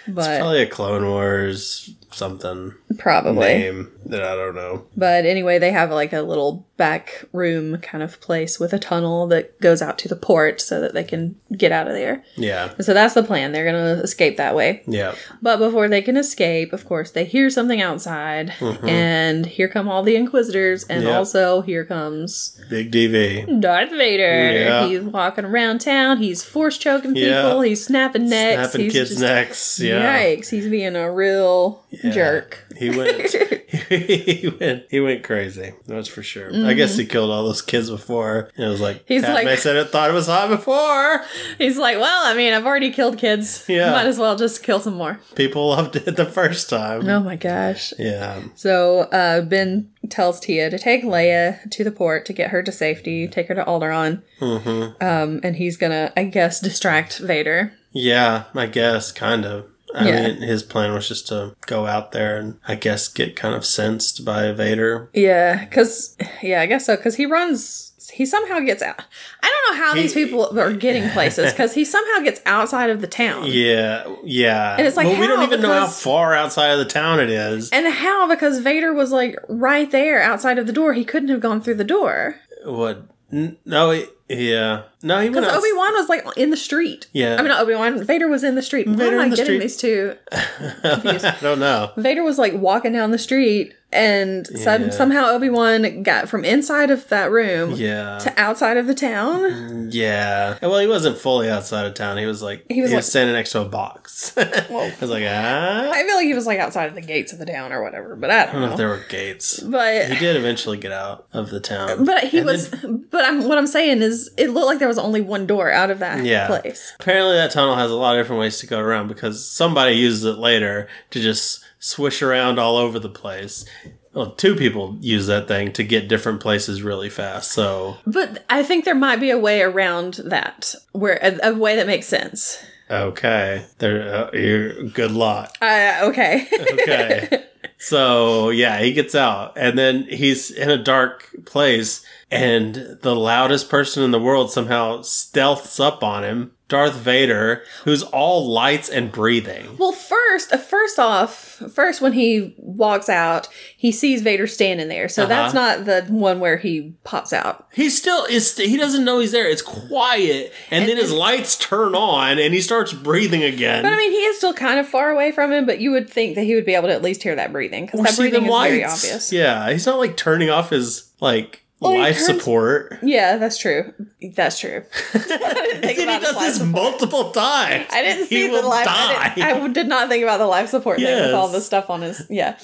[SPEAKER 2] But
[SPEAKER 1] Probably a Clone Wars something
[SPEAKER 2] probably.
[SPEAKER 1] name that I don't know.
[SPEAKER 2] But anyway, they have like a little back room kind of place with a tunnel that goes out to the port, so that they can get out of there.
[SPEAKER 1] Yeah,
[SPEAKER 2] So that's the plan. They're gonna escape that way.
[SPEAKER 1] yeah,
[SPEAKER 2] But before they can escape, of course, they hear something outside,
[SPEAKER 1] Mm-hmm.
[SPEAKER 2] and here come all the Inquisitors, and
[SPEAKER 1] Yeah.
[SPEAKER 2] also here comes
[SPEAKER 1] big DV.
[SPEAKER 2] Darth Vader.
[SPEAKER 1] Yeah.
[SPEAKER 2] He's walking around town. He's force choking people.
[SPEAKER 1] Yeah.
[SPEAKER 2] He's snapping necks.
[SPEAKER 1] Snapping
[SPEAKER 2] he's
[SPEAKER 1] kids'
[SPEAKER 2] just-
[SPEAKER 1] necks. Yeah,
[SPEAKER 2] Yikes! He's being a real
[SPEAKER 1] Yeah.
[SPEAKER 2] jerk. [LAUGHS]
[SPEAKER 1] He went. [LAUGHS] he went. He went crazy. That's for sure. I guess he killed all those kids before. And it was like
[SPEAKER 2] Mm-hmm. He's
[SPEAKER 1] he's
[SPEAKER 2] like-
[SPEAKER 1] like. I said it. Thought it was hot before.
[SPEAKER 2] He's like, well, I mean, I've already killed kids.
[SPEAKER 1] Yeah.
[SPEAKER 2] Might as well just kill some more.
[SPEAKER 1] People [LAUGHS] loved it the first time.
[SPEAKER 2] Oh my gosh.
[SPEAKER 1] Yeah.
[SPEAKER 2] So uh, Ben tells Tia to take Leia to the port to get her to safety, take her to Alderaan,
[SPEAKER 1] hmm
[SPEAKER 2] um, and he's gonna, I guess, distract Vader.
[SPEAKER 1] Yeah. I guess kind of. I
[SPEAKER 2] Yeah.
[SPEAKER 1] mean, his plan was just to go out there and I guess get kind of sensed by Vader.
[SPEAKER 2] Yeah, because yeah, I guess so. Because he runs, he somehow gets out. I don't know how
[SPEAKER 1] He-
[SPEAKER 2] these people are getting places because he somehow gets outside of the town.
[SPEAKER 1] Yeah. Yeah.
[SPEAKER 2] And it's like,
[SPEAKER 1] but we don't
[SPEAKER 2] how?
[SPEAKER 1] even know how
[SPEAKER 2] Because-
[SPEAKER 1] far outside of the town it is.
[SPEAKER 2] And how? Because Vader was like right there outside of the door. He couldn't have gone through the door
[SPEAKER 1] what? N- No. He, yeah. No. He went.
[SPEAKER 2] because
[SPEAKER 1] outs-
[SPEAKER 2] Obi Wan was like in the street.
[SPEAKER 1] Yeah.
[SPEAKER 2] I mean, not Obi Wan. Vader was in the street. Why
[SPEAKER 1] Vader
[SPEAKER 2] am I
[SPEAKER 1] in the
[SPEAKER 2] getting
[SPEAKER 1] street.
[SPEAKER 2] these two?
[SPEAKER 1] [LAUGHS] I don't know.
[SPEAKER 2] Vader was like walking down the street, and some,
[SPEAKER 1] Yeah.
[SPEAKER 2] somehow Obi Wan got from inside of that room
[SPEAKER 1] Yeah. Mm-hmm.
[SPEAKER 2] to outside of the town.
[SPEAKER 1] Yeah. Well, he wasn't fully outside of town. He was like
[SPEAKER 2] He
[SPEAKER 1] he
[SPEAKER 2] was
[SPEAKER 1] was,
[SPEAKER 2] like-
[SPEAKER 1] standing next to a box. [LAUGHS] I was like, ah. I
[SPEAKER 2] I feel like he was like outside of the gates of the town or whatever, but I don't,
[SPEAKER 1] don't know
[SPEAKER 2] know.
[SPEAKER 1] if there were gates.
[SPEAKER 2] but
[SPEAKER 1] He did eventually get out of the town,
[SPEAKER 2] but he
[SPEAKER 1] And
[SPEAKER 2] was.
[SPEAKER 1] then-
[SPEAKER 2] but I'm what I'm saying is, it looked like there was only one door out of that
[SPEAKER 1] Yeah.
[SPEAKER 2] place.
[SPEAKER 1] apparently, that tunnel has a lot of different ways to go around because somebody uses it later to just swish around all over the place. Well, two people use that thing to get different places really fast. So,
[SPEAKER 2] But I think there might be a way around that, where a, a way that makes sense.
[SPEAKER 1] okay, there, uh, you're good luck.
[SPEAKER 2] Uh, okay.
[SPEAKER 1] [LAUGHS] okay. So yeah, he gets out, and then he's in a dark place, and the loudest person in the world somehow stealths up on him, Darth Vader, who's all lights and breathing.
[SPEAKER 2] Well, first, uh, first off, first when he walks out, he sees Vader standing there. So that's
[SPEAKER 1] Uh-huh.
[SPEAKER 2] not the one where he pops out.
[SPEAKER 1] He still is. He doesn't know he's there. It's quiet, and, then his lights turn on, and he starts breathing again.
[SPEAKER 2] But I mean, he is still kind of far away from him. But you would think that he would be able to at least hear that breathing because
[SPEAKER 1] Or
[SPEAKER 2] that
[SPEAKER 1] see the
[SPEAKER 2] breathing is very
[SPEAKER 1] lights.
[SPEAKER 2] obvious.
[SPEAKER 1] Yeah, he's not like turning off his like
[SPEAKER 2] he
[SPEAKER 1] life
[SPEAKER 2] turns- [LAUGHS]
[SPEAKER 1] support. [LAUGHS]
[SPEAKER 2] Yeah, that's true. That's true. [LAUGHS]
[SPEAKER 1] and then he
[SPEAKER 2] about his
[SPEAKER 1] does
[SPEAKER 2] life
[SPEAKER 1] this
[SPEAKER 2] support.
[SPEAKER 1] multiple times.
[SPEAKER 2] I didn't
[SPEAKER 1] [LAUGHS] He
[SPEAKER 2] see the
[SPEAKER 1] will
[SPEAKER 2] life. I,
[SPEAKER 1] die.
[SPEAKER 2] didn't, I did not think about the life support thing with
[SPEAKER 1] Yes.
[SPEAKER 2] all the stuff on his. Yeah,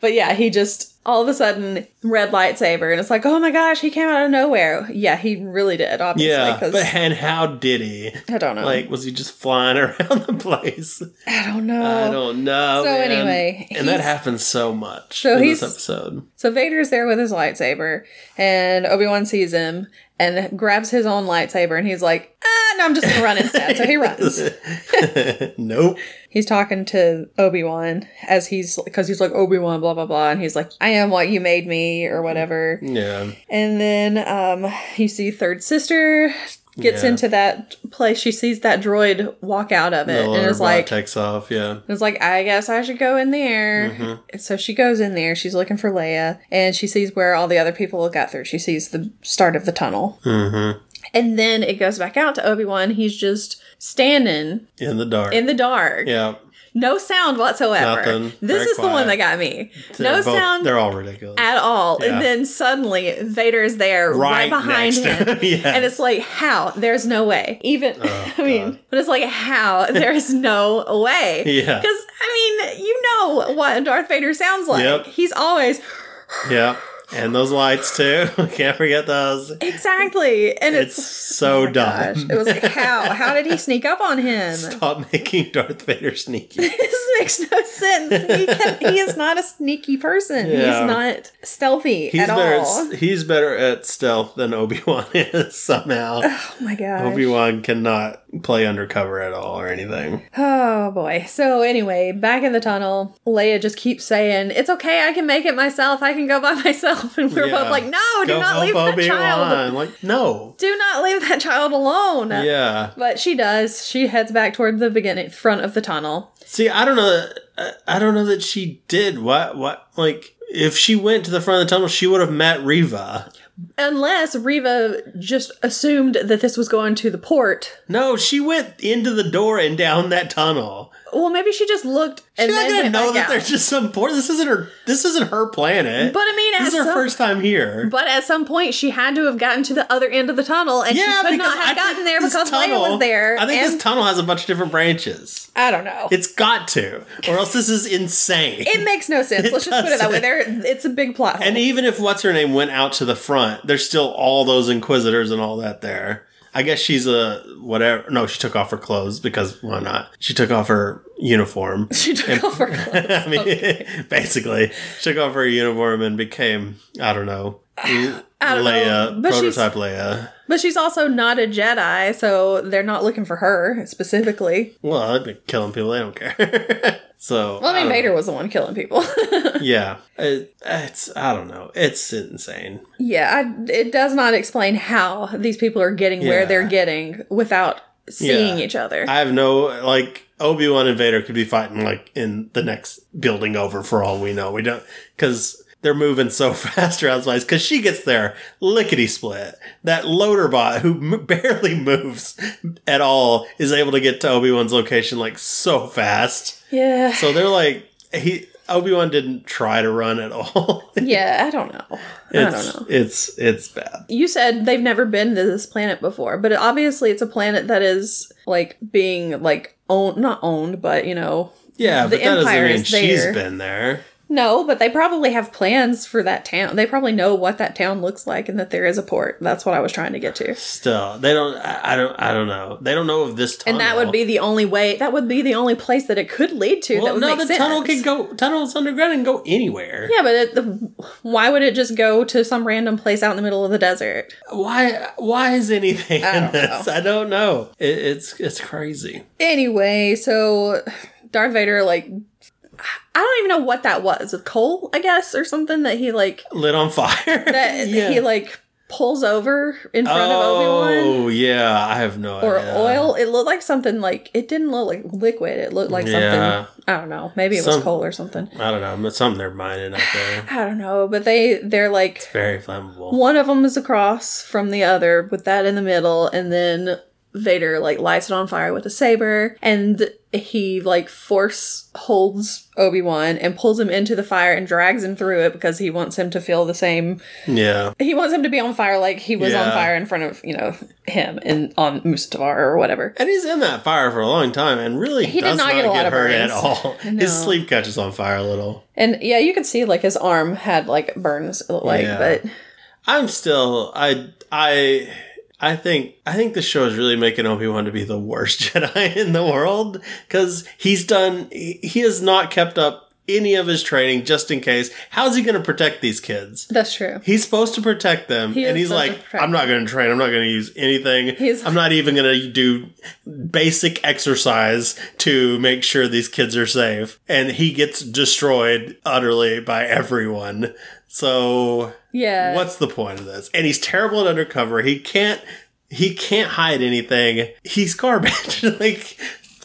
[SPEAKER 2] but yeah, he just all of a sudden red lightsaber, and it's like, oh my gosh, he came out of nowhere. Yeah, he really did. Obviously,
[SPEAKER 1] Yeah,
[SPEAKER 2] 'cause-
[SPEAKER 1] but and how did he?
[SPEAKER 2] I don't know.
[SPEAKER 1] Like, was he just flying [LAUGHS] around the place?
[SPEAKER 2] I don't know.
[SPEAKER 1] I don't know.
[SPEAKER 2] So
[SPEAKER 1] man.
[SPEAKER 2] anyway,
[SPEAKER 1] and that
[SPEAKER 2] he's-
[SPEAKER 1] happens so much
[SPEAKER 2] So
[SPEAKER 1] in
[SPEAKER 2] he's-
[SPEAKER 1] this
[SPEAKER 2] [LAUGHS]
[SPEAKER 1] episode. [LAUGHS]
[SPEAKER 2] So Vader's there with his lightsaber, and Obi Wan sees him and grabs his own lightsaber, and he's like, ah, no, I'm just gonna run instead.
[SPEAKER 1] [LAUGHS]
[SPEAKER 2] So he runs.
[SPEAKER 1] nope.
[SPEAKER 2] He's talking to Obi Wan as he's because he's like Obi Wan, blah blah blah, and he's like, I am what you made me, or whatever.
[SPEAKER 1] Yeah.
[SPEAKER 2] And then um, you see third sister gets
[SPEAKER 1] Yeah.
[SPEAKER 2] into that place. She sees that droid walk out of it,
[SPEAKER 1] The
[SPEAKER 2] and
[SPEAKER 1] little
[SPEAKER 2] is like,
[SPEAKER 1] takes off. Yeah.
[SPEAKER 2] And It's like, I guess I should go in there.
[SPEAKER 1] Mm-hmm.
[SPEAKER 2] So she goes in there. She's looking for Leia, and she sees where all the other people got through. She sees the start of the tunnel,
[SPEAKER 1] [LAUGHS] hmm
[SPEAKER 2] and then it goes back out to Obi Wan. He's just standing
[SPEAKER 1] In the dark.
[SPEAKER 2] in the dark,
[SPEAKER 1] yeah.
[SPEAKER 2] No sound whatsoever.
[SPEAKER 1] Nothing.
[SPEAKER 2] This
[SPEAKER 1] Very
[SPEAKER 2] is the one
[SPEAKER 1] quiet.
[SPEAKER 2] that got me.
[SPEAKER 1] They're
[SPEAKER 2] no
[SPEAKER 1] both-
[SPEAKER 2] sound
[SPEAKER 1] They're all ridiculous.
[SPEAKER 2] at all.
[SPEAKER 1] Yeah.
[SPEAKER 2] And then suddenly Vader is there right, behind
[SPEAKER 1] next to
[SPEAKER 2] him.
[SPEAKER 1] [LAUGHS] yeah.
[SPEAKER 2] And it's like, how? There's no way. Even,
[SPEAKER 1] Oh,
[SPEAKER 2] [LAUGHS] I mean,
[SPEAKER 1] God.
[SPEAKER 2] but it's
[SPEAKER 1] [LAUGHS]
[SPEAKER 2] like, how? There is no way.
[SPEAKER 1] Yeah.
[SPEAKER 2] Because, I mean, you know what Darth Vader sounds like.
[SPEAKER 1] Yep.
[SPEAKER 2] He's always,
[SPEAKER 1] yeah. And those lights too. [LAUGHS] Can't forget those.
[SPEAKER 2] exactly. And
[SPEAKER 1] It's
[SPEAKER 2] it's,
[SPEAKER 1] so
[SPEAKER 2] oh,
[SPEAKER 1] dumb.
[SPEAKER 2] It was like, how? How did he sneak up on
[SPEAKER 1] [LAUGHS]
[SPEAKER 2] him? [LAUGHS]
[SPEAKER 1] Stop making Darth Vader sneaky.
[SPEAKER 2] this makes no sense. He, can, he is not a sneaky person.
[SPEAKER 1] Yeah.
[SPEAKER 2] He's not stealthy
[SPEAKER 1] He's
[SPEAKER 2] at
[SPEAKER 1] better. At,
[SPEAKER 2] all.
[SPEAKER 1] s- he's better at stealth than Obi Wan [LAUGHS] is somehow.
[SPEAKER 2] Oh my gosh.
[SPEAKER 1] Obi Wan cannot play undercover at all or anything.
[SPEAKER 2] Oh boy. So anyway, back in the tunnel, Leia just keeps saying, "It's okay, I can make it myself. I can go by [LAUGHS] myself." And we're
[SPEAKER 1] Yeah.
[SPEAKER 2] both like, "No, do
[SPEAKER 1] Go
[SPEAKER 2] not
[SPEAKER 1] help
[SPEAKER 2] leave that child.
[SPEAKER 1] Obi-Wan. Like no.
[SPEAKER 2] Do not leave that child alone."
[SPEAKER 1] Yeah.
[SPEAKER 2] But she does. She heads back toward the beginning front of the tunnel.
[SPEAKER 1] See, I don't know. That, I- I don't know that she did. What? What? Like, if she went to the front of the tunnel, she would have met Riva.
[SPEAKER 2] Unless Reva just assumed that this was going to the port.
[SPEAKER 1] No, she went into the door and down that tunnel.
[SPEAKER 2] Well, maybe she just looked
[SPEAKER 1] She's
[SPEAKER 2] and
[SPEAKER 1] not
[SPEAKER 2] then
[SPEAKER 1] gonna
[SPEAKER 2] went
[SPEAKER 1] know
[SPEAKER 2] back
[SPEAKER 1] that
[SPEAKER 2] out.
[SPEAKER 1] there's just some port. This isn't her. This isn't her planet.
[SPEAKER 2] But I mean,
[SPEAKER 1] this
[SPEAKER 2] at
[SPEAKER 1] is her
[SPEAKER 2] some,
[SPEAKER 1] first time here.
[SPEAKER 2] but at some point, she had to have gotten to the other end of the tunnel, and she could not have
[SPEAKER 1] I think
[SPEAKER 2] gotten there
[SPEAKER 1] this
[SPEAKER 2] because Leia was there.
[SPEAKER 1] I think
[SPEAKER 2] and
[SPEAKER 1] this tunnel has a bunch of different branches.
[SPEAKER 2] I don't know.
[SPEAKER 1] It's got to, or else this is insane.
[SPEAKER 2] It makes no sense.
[SPEAKER 1] It
[SPEAKER 2] Let's just put it that way.
[SPEAKER 1] doesn't.
[SPEAKER 2] There, it's a big plot hole.
[SPEAKER 1] And even if what's her name went out to the front, there's still all those inquisitors and all that there. I guess she's a whatever. No, she took off her clothes because why not? She took off her uniform.
[SPEAKER 2] [LAUGHS] she took off her clothes.
[SPEAKER 1] [LAUGHS] I mean, basically, took off her uniform and became I don't
[SPEAKER 2] [SIGHS]
[SPEAKER 1] know,
[SPEAKER 2] don't know,
[SPEAKER 1] Leia,
[SPEAKER 2] but she's-
[SPEAKER 1] prototype Leia.
[SPEAKER 2] But she's also not a Jedi, so they're not looking for her specifically.
[SPEAKER 1] Well, I've been killing people. They don't care. [LAUGHS] so
[SPEAKER 2] Well, I mean,
[SPEAKER 1] don't
[SPEAKER 2] Vader was the one killing people. [LAUGHS]
[SPEAKER 1] know. Yeah, It- it's I don't know. It's insane.
[SPEAKER 2] yeah, I, it does not explain how these people are getting where
[SPEAKER 1] Yeah.
[SPEAKER 2] they're getting without seeing
[SPEAKER 1] Yeah.
[SPEAKER 2] each other.
[SPEAKER 1] I have no like Obi Wan and Vader could be fighting like in the next building over for all we know. We don't because they're moving so [LAUGHS] fast around space. Because she gets there lickety split. That loader bot who m- [LAUGHS] barely moves at all is able to get to Obi Wan's location like so fast.
[SPEAKER 2] yeah.
[SPEAKER 1] So they're like he Obi Wan didn't try to run at all.
[SPEAKER 2] [LAUGHS]
[SPEAKER 1] [LAUGHS]
[SPEAKER 2] yeah, I don't know. I
[SPEAKER 1] it's
[SPEAKER 2] don't know.
[SPEAKER 1] it's it's bad.
[SPEAKER 2] You said they've never been to this planet before, but obviously it's a planet that is like being like owned, not owned, but you know,
[SPEAKER 1] Yeah,
[SPEAKER 2] The
[SPEAKER 1] but that doesn't
[SPEAKER 2] Empire
[SPEAKER 1] mean
[SPEAKER 2] is
[SPEAKER 1] she's
[SPEAKER 2] there.
[SPEAKER 1] been there.
[SPEAKER 2] No, but they probably have plans for that town. They probably know what that town looks like and that there is a port. That's what I was trying to get to.
[SPEAKER 1] Still, they don't. I, I don't. I don't know. They don't know of this tunnel.
[SPEAKER 2] And that would be the only way. That would be the only place that it could lead to. that
[SPEAKER 1] Well,
[SPEAKER 2] would
[SPEAKER 1] no,
[SPEAKER 2] make
[SPEAKER 1] the
[SPEAKER 2] sense.
[SPEAKER 1] tunnel can go. Tunnel's underground and go anywhere.
[SPEAKER 2] Yeah, but it, the, why would it just go to some random place out in the middle of the desert?
[SPEAKER 1] Why? Why is anything
[SPEAKER 2] I
[SPEAKER 1] in
[SPEAKER 2] don't
[SPEAKER 1] this? I don't know. It, it's it's crazy.
[SPEAKER 2] Anyway, so Darth Vader like. I don't even know what that was. Coal, I guess, or something that he like
[SPEAKER 1] Lit on fire. [LAUGHS]
[SPEAKER 2] that
[SPEAKER 1] Yeah.
[SPEAKER 2] he like pulls over in front
[SPEAKER 1] oh,
[SPEAKER 2] of Obi Wan.
[SPEAKER 1] yeah. I have no
[SPEAKER 2] or
[SPEAKER 1] idea.
[SPEAKER 2] oil. It looked like something like it didn't look like liquid. It looked like
[SPEAKER 1] Yeah.
[SPEAKER 2] something. I don't know. Maybe it
[SPEAKER 1] Some-
[SPEAKER 2] was coal or something.
[SPEAKER 1] I don't know. It's something they're mining out
[SPEAKER 2] [SIGHS]
[SPEAKER 1] there.
[SPEAKER 2] I don't know. But they they're like
[SPEAKER 1] Very flammable.
[SPEAKER 2] one of them is across from the other with that in the middle, and then Vader like lights it on fire with a saber, and he like force holds Obi Wan and pulls him into the fire and drags him through it because he wants him to feel the same.
[SPEAKER 1] Yeah.
[SPEAKER 2] He wants him to be on fire like he was on
[SPEAKER 1] Yeah.
[SPEAKER 2] fire in front of you know him and on Mustafar or whatever.
[SPEAKER 1] And he's in that fire for a long time, and really
[SPEAKER 2] He did
[SPEAKER 1] does
[SPEAKER 2] not get a lot of
[SPEAKER 1] hurt at
[SPEAKER 2] burns. [LAUGHS]
[SPEAKER 1] all. His
[SPEAKER 2] No.
[SPEAKER 1] sleeve catches on fire a little.
[SPEAKER 2] And yeah, you could see like his arm had like burns, it looked like
[SPEAKER 1] Yeah.
[SPEAKER 2] but
[SPEAKER 1] I'm still I I I think I think the show is really making Obi Wan to be the worst [LAUGHS] Jedi in the world because he's done he, he has not kept up any of his training just in case. How's he going to protect these kids?
[SPEAKER 2] that's true.
[SPEAKER 1] He's supposed to protect them,
[SPEAKER 2] He is
[SPEAKER 1] and he's
[SPEAKER 2] supposed
[SPEAKER 1] like,
[SPEAKER 2] to protect
[SPEAKER 1] "I'm not going to train. I'm not going to use anything.
[SPEAKER 2] He's-
[SPEAKER 1] I'm not even going to do basic exercise to make sure these kids are safe." And he gets destroyed utterly by everyone. So
[SPEAKER 2] Yeah.
[SPEAKER 1] What's the point of this? And he's terrible at undercover. He can't he can't hide anything. He's garbage. [LAUGHS] like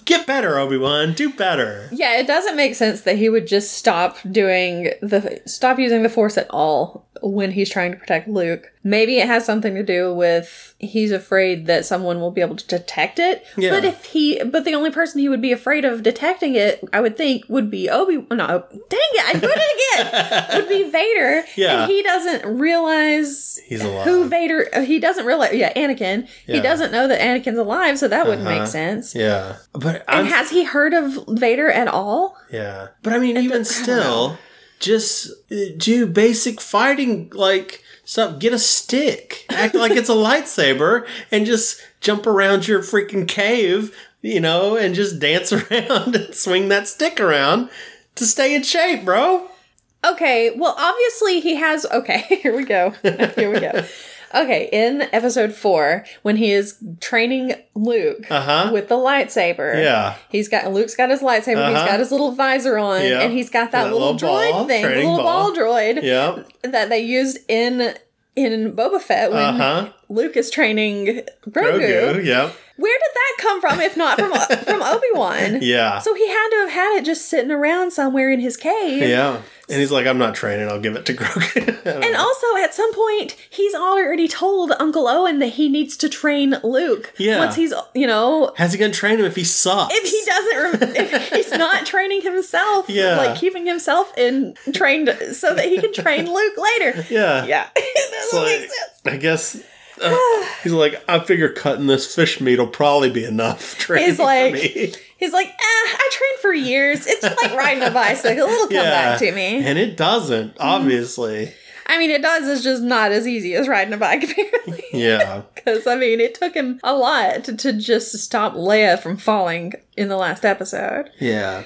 [SPEAKER 1] Get better, Obi Wan. Do better.
[SPEAKER 2] Yeah, it doesn't make sense that he would just stop doing the stop using the force at all when he's trying to protect Luke. Maybe it has something to do with he's afraid that someone will be able to detect it.
[SPEAKER 1] Yeah.
[SPEAKER 2] But if he but the only person he would be afraid of detecting it, I would think, would be Obi oh, no Ob- dang it, I did it
[SPEAKER 1] [LAUGHS]
[SPEAKER 2] again. would be Vader.
[SPEAKER 1] Yeah.
[SPEAKER 2] And he doesn't realize
[SPEAKER 1] He's alive.
[SPEAKER 2] who Vader uh, he doesn't realize yeah, Anakin.
[SPEAKER 1] Yeah.
[SPEAKER 2] He doesn't know that Anakin's alive, so that wouldn't
[SPEAKER 1] Uh-huh.
[SPEAKER 2] make sense.
[SPEAKER 1] Yeah, but I'm,
[SPEAKER 2] And has he heard of Vader at all?
[SPEAKER 1] yeah, but I mean, even
[SPEAKER 2] the- I don't
[SPEAKER 1] still, just uh, do basic fighting. Like, stop. Get a stick. Act like [LAUGHS] it's a lightsaber, and just jump around your freaking cave. You know, and just dance [LAUGHS] around and swing that stick around to stay in shape, bro.
[SPEAKER 2] Okay, well, obviously he has. Okay, [LAUGHS] here we go. Here we go. Okay, in episode four, when he is training Luke
[SPEAKER 1] Uh-huh.
[SPEAKER 2] with the lightsaber,
[SPEAKER 1] Yeah.
[SPEAKER 2] he's got Luke's got his lightsaber,
[SPEAKER 1] Uh-huh.
[SPEAKER 2] he's got his little visor on,
[SPEAKER 1] Yeah.
[SPEAKER 2] and he's got that,
[SPEAKER 1] That
[SPEAKER 2] little,
[SPEAKER 1] little
[SPEAKER 2] droid
[SPEAKER 1] ball,
[SPEAKER 2] thing, the
[SPEAKER 1] training
[SPEAKER 2] little
[SPEAKER 1] ball.
[SPEAKER 2] ball, droid
[SPEAKER 1] Yeah.
[SPEAKER 2] that they used in in Boba Fett when
[SPEAKER 1] Uh huh.
[SPEAKER 2] Luke is training Grogu.
[SPEAKER 1] Grogu. Yeah.
[SPEAKER 2] Where did that come from, if not from
[SPEAKER 1] [LAUGHS]
[SPEAKER 2] uh, from Obi Wan?
[SPEAKER 1] Yeah.
[SPEAKER 2] So he had to have had it just sitting around somewhere in his cave.
[SPEAKER 1] Yeah. And he's like, I'm not training. I'll give it to Grogu. [LAUGHS]
[SPEAKER 2] And also, at some point, he's already told Uncle Owen that he needs to train Luke.
[SPEAKER 1] Yeah.
[SPEAKER 2] Once he's, you know,
[SPEAKER 1] How's he gonna train him if he sucks?
[SPEAKER 2] if he doesn't, rem-
[SPEAKER 1] [LAUGHS]
[SPEAKER 2] if he's not training himself,
[SPEAKER 1] Yeah.
[SPEAKER 2] like keeping himself in trained so that he can train Luke
[SPEAKER 1] [LAUGHS]
[SPEAKER 2] later.
[SPEAKER 1] Yeah.
[SPEAKER 2] Yeah. [LAUGHS] it doesn't
[SPEAKER 1] It's
[SPEAKER 2] make
[SPEAKER 1] like,
[SPEAKER 2] sense.
[SPEAKER 1] I guess uh, he's like, I figure cutting this fish meat will probably be enough [LAUGHS] training
[SPEAKER 2] He's like-
[SPEAKER 1] for [LAUGHS] me.
[SPEAKER 2] He's like, eh, I trained for years. It's like riding a bicycle. It'll
[SPEAKER 1] [LAUGHS]
[SPEAKER 2] come back to me. Mm-hmm.
[SPEAKER 1] And it doesn't, obviously.
[SPEAKER 2] I mean, it does. It's just not as easy as riding a bike, [LAUGHS] apparently.
[SPEAKER 1] Yeah.
[SPEAKER 2] Because, I mean, it took him a lot to, to just stop Leia from falling in the last
[SPEAKER 1] [LAUGHS]
[SPEAKER 2] episode. [LAUGHS]
[SPEAKER 1] Yeah.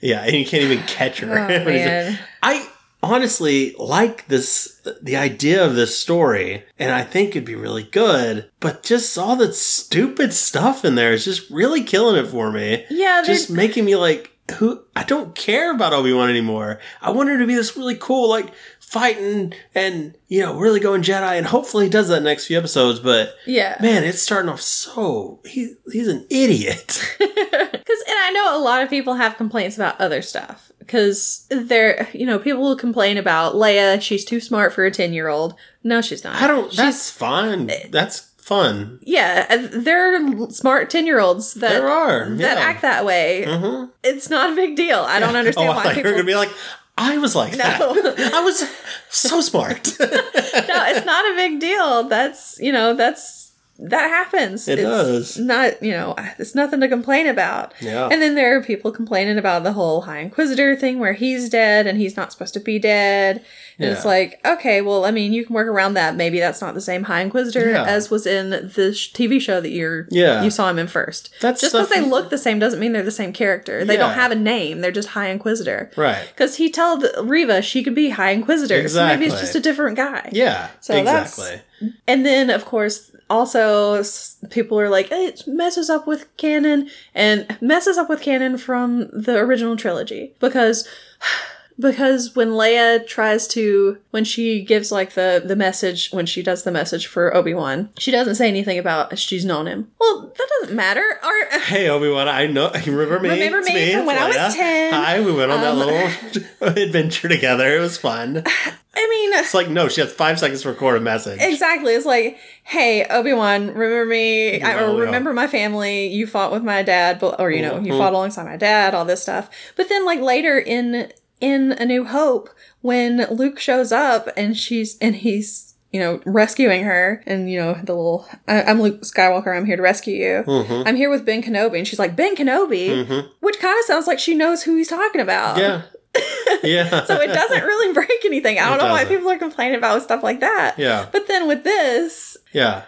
[SPEAKER 1] yeah, and you can't even catch her. [LAUGHS]
[SPEAKER 2] Oh,
[SPEAKER 1] When he's like-
[SPEAKER 2] man.
[SPEAKER 1] I honestly like this the idea of this story and I think it'd be really good, but just all the stupid stuff in there is just really killing it for me.
[SPEAKER 2] Yeah, they're-
[SPEAKER 1] just making me like who I don't care about Obi Wan anymore. I want her to be this really cool, like fighting and you know really going Jedi, and hopefully he does that next few episodes. But
[SPEAKER 2] yeah.
[SPEAKER 1] man, it's starting off so he he's an idiot.
[SPEAKER 2] Because, and I know a lot of people have complaints about other stuff. Because they're, you know, people will complain about Leia, she's too smart for a 10 year old. No, she's not.
[SPEAKER 1] I don't.
[SPEAKER 2] She's,
[SPEAKER 1] That's fine. That's fun.
[SPEAKER 2] yeah, uh, there are smart 10 year olds that,
[SPEAKER 1] there are
[SPEAKER 2] that
[SPEAKER 1] yeah.
[SPEAKER 2] act that way.
[SPEAKER 1] Mhm.
[SPEAKER 2] It's not a big deal. I don't
[SPEAKER 1] [LAUGHS]
[SPEAKER 2] understand
[SPEAKER 1] oh, I
[SPEAKER 2] why
[SPEAKER 1] thought you
[SPEAKER 2] people.
[SPEAKER 1] were gonna be like. I was like that. I was so
[SPEAKER 2] [LAUGHS]
[SPEAKER 1] smart.
[SPEAKER 2] no, it's not a big deal. That's you know, that's that happens.
[SPEAKER 1] It
[SPEAKER 2] it's
[SPEAKER 1] does.
[SPEAKER 2] Not you know, it's nothing to complain about.
[SPEAKER 1] Yeah.
[SPEAKER 2] And then there are people complaining about the whole High Inquisitor thing, where he's dead and he's not supposed to be dead. And it's
[SPEAKER 1] Yeah.
[SPEAKER 2] like, okay, well, I mean, you can work around that. Maybe that's not the same High Inquisitor
[SPEAKER 1] Yeah.
[SPEAKER 2] as was in the sh- TV show that you're
[SPEAKER 1] Yeah.
[SPEAKER 2] you saw him in first.
[SPEAKER 1] That's
[SPEAKER 2] just because
[SPEAKER 1] stuff-
[SPEAKER 2] they look the same doesn't mean they're the same character. They don't
[SPEAKER 1] Yeah.
[SPEAKER 2] have a name. They're just High Inquisitor.
[SPEAKER 1] right.
[SPEAKER 2] Because he told Reva she could be High Inquisitor. So maybe
[SPEAKER 1] Exactly.
[SPEAKER 2] it's just a different guy.
[SPEAKER 1] Yeah.
[SPEAKER 2] So that's-
[SPEAKER 1] exactly.
[SPEAKER 2] And then, of course, also s- people are like, "Eh, it messes up with canon and messes up with canon from the original trilogy because. [SIGHS] Because when Leia tries to, when she gives like the the message, when she does the message for Obi Wan, she doesn't say anything about she's known him. Well, that doesn't matter. Our,
[SPEAKER 1] Hey Obi Wan, I know. [LAUGHS] you Remember me?
[SPEAKER 2] Remember
[SPEAKER 1] It's
[SPEAKER 2] me from
[SPEAKER 1] it's
[SPEAKER 2] when I was Um,
[SPEAKER 1] Leia.
[SPEAKER 2] 10.
[SPEAKER 1] Hi, we went on that little [LAUGHS] adventure together. It was fun.
[SPEAKER 2] [SIGHS] I mean,
[SPEAKER 1] It's like no, she has five seconds to record a message.
[SPEAKER 2] Exactly. It's like, hey, Obi Wan, remember me? I,
[SPEAKER 1] No,
[SPEAKER 2] or
[SPEAKER 1] no.
[SPEAKER 2] remember my family? You fought with my dad, but- or you know, you
[SPEAKER 1] Mm-hmm.
[SPEAKER 2] fought alongside my dad. All this stuff. But then, like later in in A New Hope, when Luke shows up and she's and he's you know rescuing her, and you know the little I, I'm Luke Skywalker. I'm here to rescue you.
[SPEAKER 1] Mhm.
[SPEAKER 2] I'm here with Ben Kenobi, and she's like Ben Kenobi, which kind of sounds like she knows who he's talking about.
[SPEAKER 1] Mm-hmm.
[SPEAKER 2] [LAUGHS]
[SPEAKER 1] Yeah, yeah,
[SPEAKER 2] So it doesn't really break anything. I
[SPEAKER 1] [LAUGHS]
[SPEAKER 2] don't
[SPEAKER 1] It
[SPEAKER 2] know why
[SPEAKER 1] doesn't.
[SPEAKER 2] people are complaining about stuff like that.
[SPEAKER 1] [LAUGHS] yeah,
[SPEAKER 2] But then with this,
[SPEAKER 1] yeah.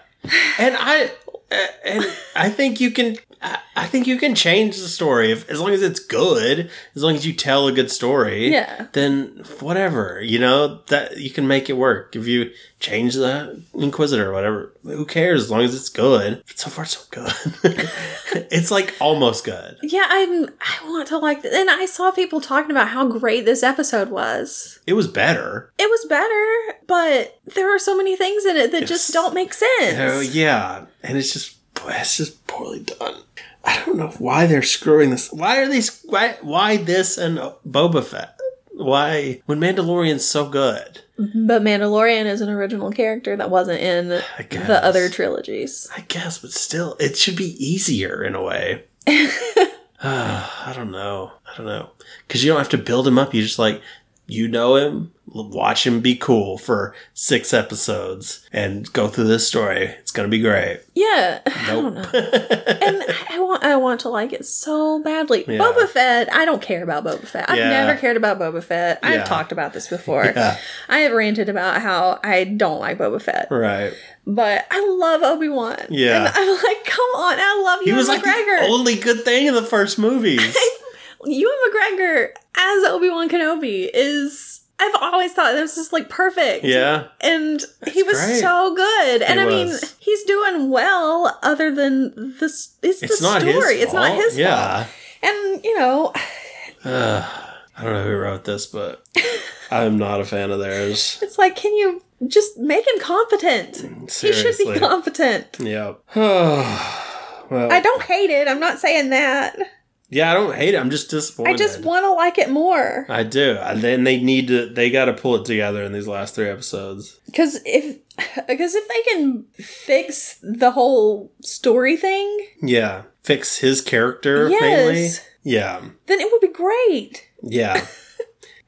[SPEAKER 1] And I and I think you can. I- I think you can change the story if, as long as it's good. As long as you tell a good story.
[SPEAKER 2] Yeah.
[SPEAKER 1] Then whatever you know that you can make it work. If you change the Inquisitor, or whatever, who cares? As long as it's good. But so far, so good. [LAUGHS] it's like almost good.
[SPEAKER 2] yeah, I'm I want to like and I saw people talking about how great this episode was.
[SPEAKER 1] It was better.
[SPEAKER 2] It was better, but there are so many things in it that
[SPEAKER 1] It's-
[SPEAKER 2] just don't make sense.
[SPEAKER 1] Oh yeah, and it's just it's just poorly done. I don't know why they're screwing this. Why are these? Why? Why this and Boba Fett? Why when Mandalorian's so good?
[SPEAKER 2] But Mandalorian is an original character that wasn't in
[SPEAKER 1] I guess.
[SPEAKER 2] the other trilogies.
[SPEAKER 1] I guess, but still, it should be easier in a
[SPEAKER 2] [LAUGHS]
[SPEAKER 1] way. [SIGHS] I don't know. I don't know. Because you don't have to build him up. You just like, you know him, l- watch him be cool for six episodes and go through this story. It's going to be great.
[SPEAKER 2] Yeah, I
[SPEAKER 1] Nope.
[SPEAKER 2] don't know. and I want I want to like it so badly.
[SPEAKER 1] Yeah.
[SPEAKER 2] Boba Fett, I don't care about Boba Fett. I've
[SPEAKER 1] Yeah.
[SPEAKER 2] never cared about Boba Fett.
[SPEAKER 1] Yeah.
[SPEAKER 2] I've talked about this
[SPEAKER 1] [LAUGHS]
[SPEAKER 2] before.
[SPEAKER 1] yeah,
[SPEAKER 2] I have ranted about how I don't like Boba Fett,
[SPEAKER 1] [LAUGHS] right.
[SPEAKER 2] but I love Obi Wan.
[SPEAKER 1] Yeah.
[SPEAKER 2] and I'm like, come on, I love
[SPEAKER 1] He
[SPEAKER 2] you,
[SPEAKER 1] was like
[SPEAKER 2] McGregor.
[SPEAKER 1] the only good thing in the first
[SPEAKER 2] [LAUGHS]
[SPEAKER 1] movies.
[SPEAKER 2] Ewan McGregor as Obi Wan Kenobi is. I've always thought this is like perfect.
[SPEAKER 1] yeah.
[SPEAKER 2] and he was
[SPEAKER 1] great.
[SPEAKER 2] so good. And
[SPEAKER 1] He
[SPEAKER 2] I mean,
[SPEAKER 1] was.
[SPEAKER 2] he's doing well. Other than this, it's,
[SPEAKER 1] It's
[SPEAKER 2] the
[SPEAKER 1] not
[SPEAKER 2] story.
[SPEAKER 1] his fault.
[SPEAKER 2] It's not his fault.
[SPEAKER 1] yeah.
[SPEAKER 2] And you know,
[SPEAKER 1] Ugh. I don't know who wrote this,
[SPEAKER 2] [LAUGHS]
[SPEAKER 1] but I'm not a fan of theirs.
[SPEAKER 2] it's like, can you just make him competent? He should
[SPEAKER 1] Seriously.
[SPEAKER 2] be competent.
[SPEAKER 1] Yeah. [SIGHS] well,
[SPEAKER 2] I don't hate it. I'm not saying that.
[SPEAKER 1] Yeah, I don't hate it. I'm just disappointed.
[SPEAKER 2] I just want to like it more.
[SPEAKER 1] I do. And then they need to. They got to pull it together in these last three episodes.
[SPEAKER 2] Because if [SIGHS] because if they can fix the whole story thing,
[SPEAKER 1] Yeah, fix his character mainly.
[SPEAKER 2] yes,
[SPEAKER 1] Yeah,
[SPEAKER 2] then it would be great.
[SPEAKER 1] yeah,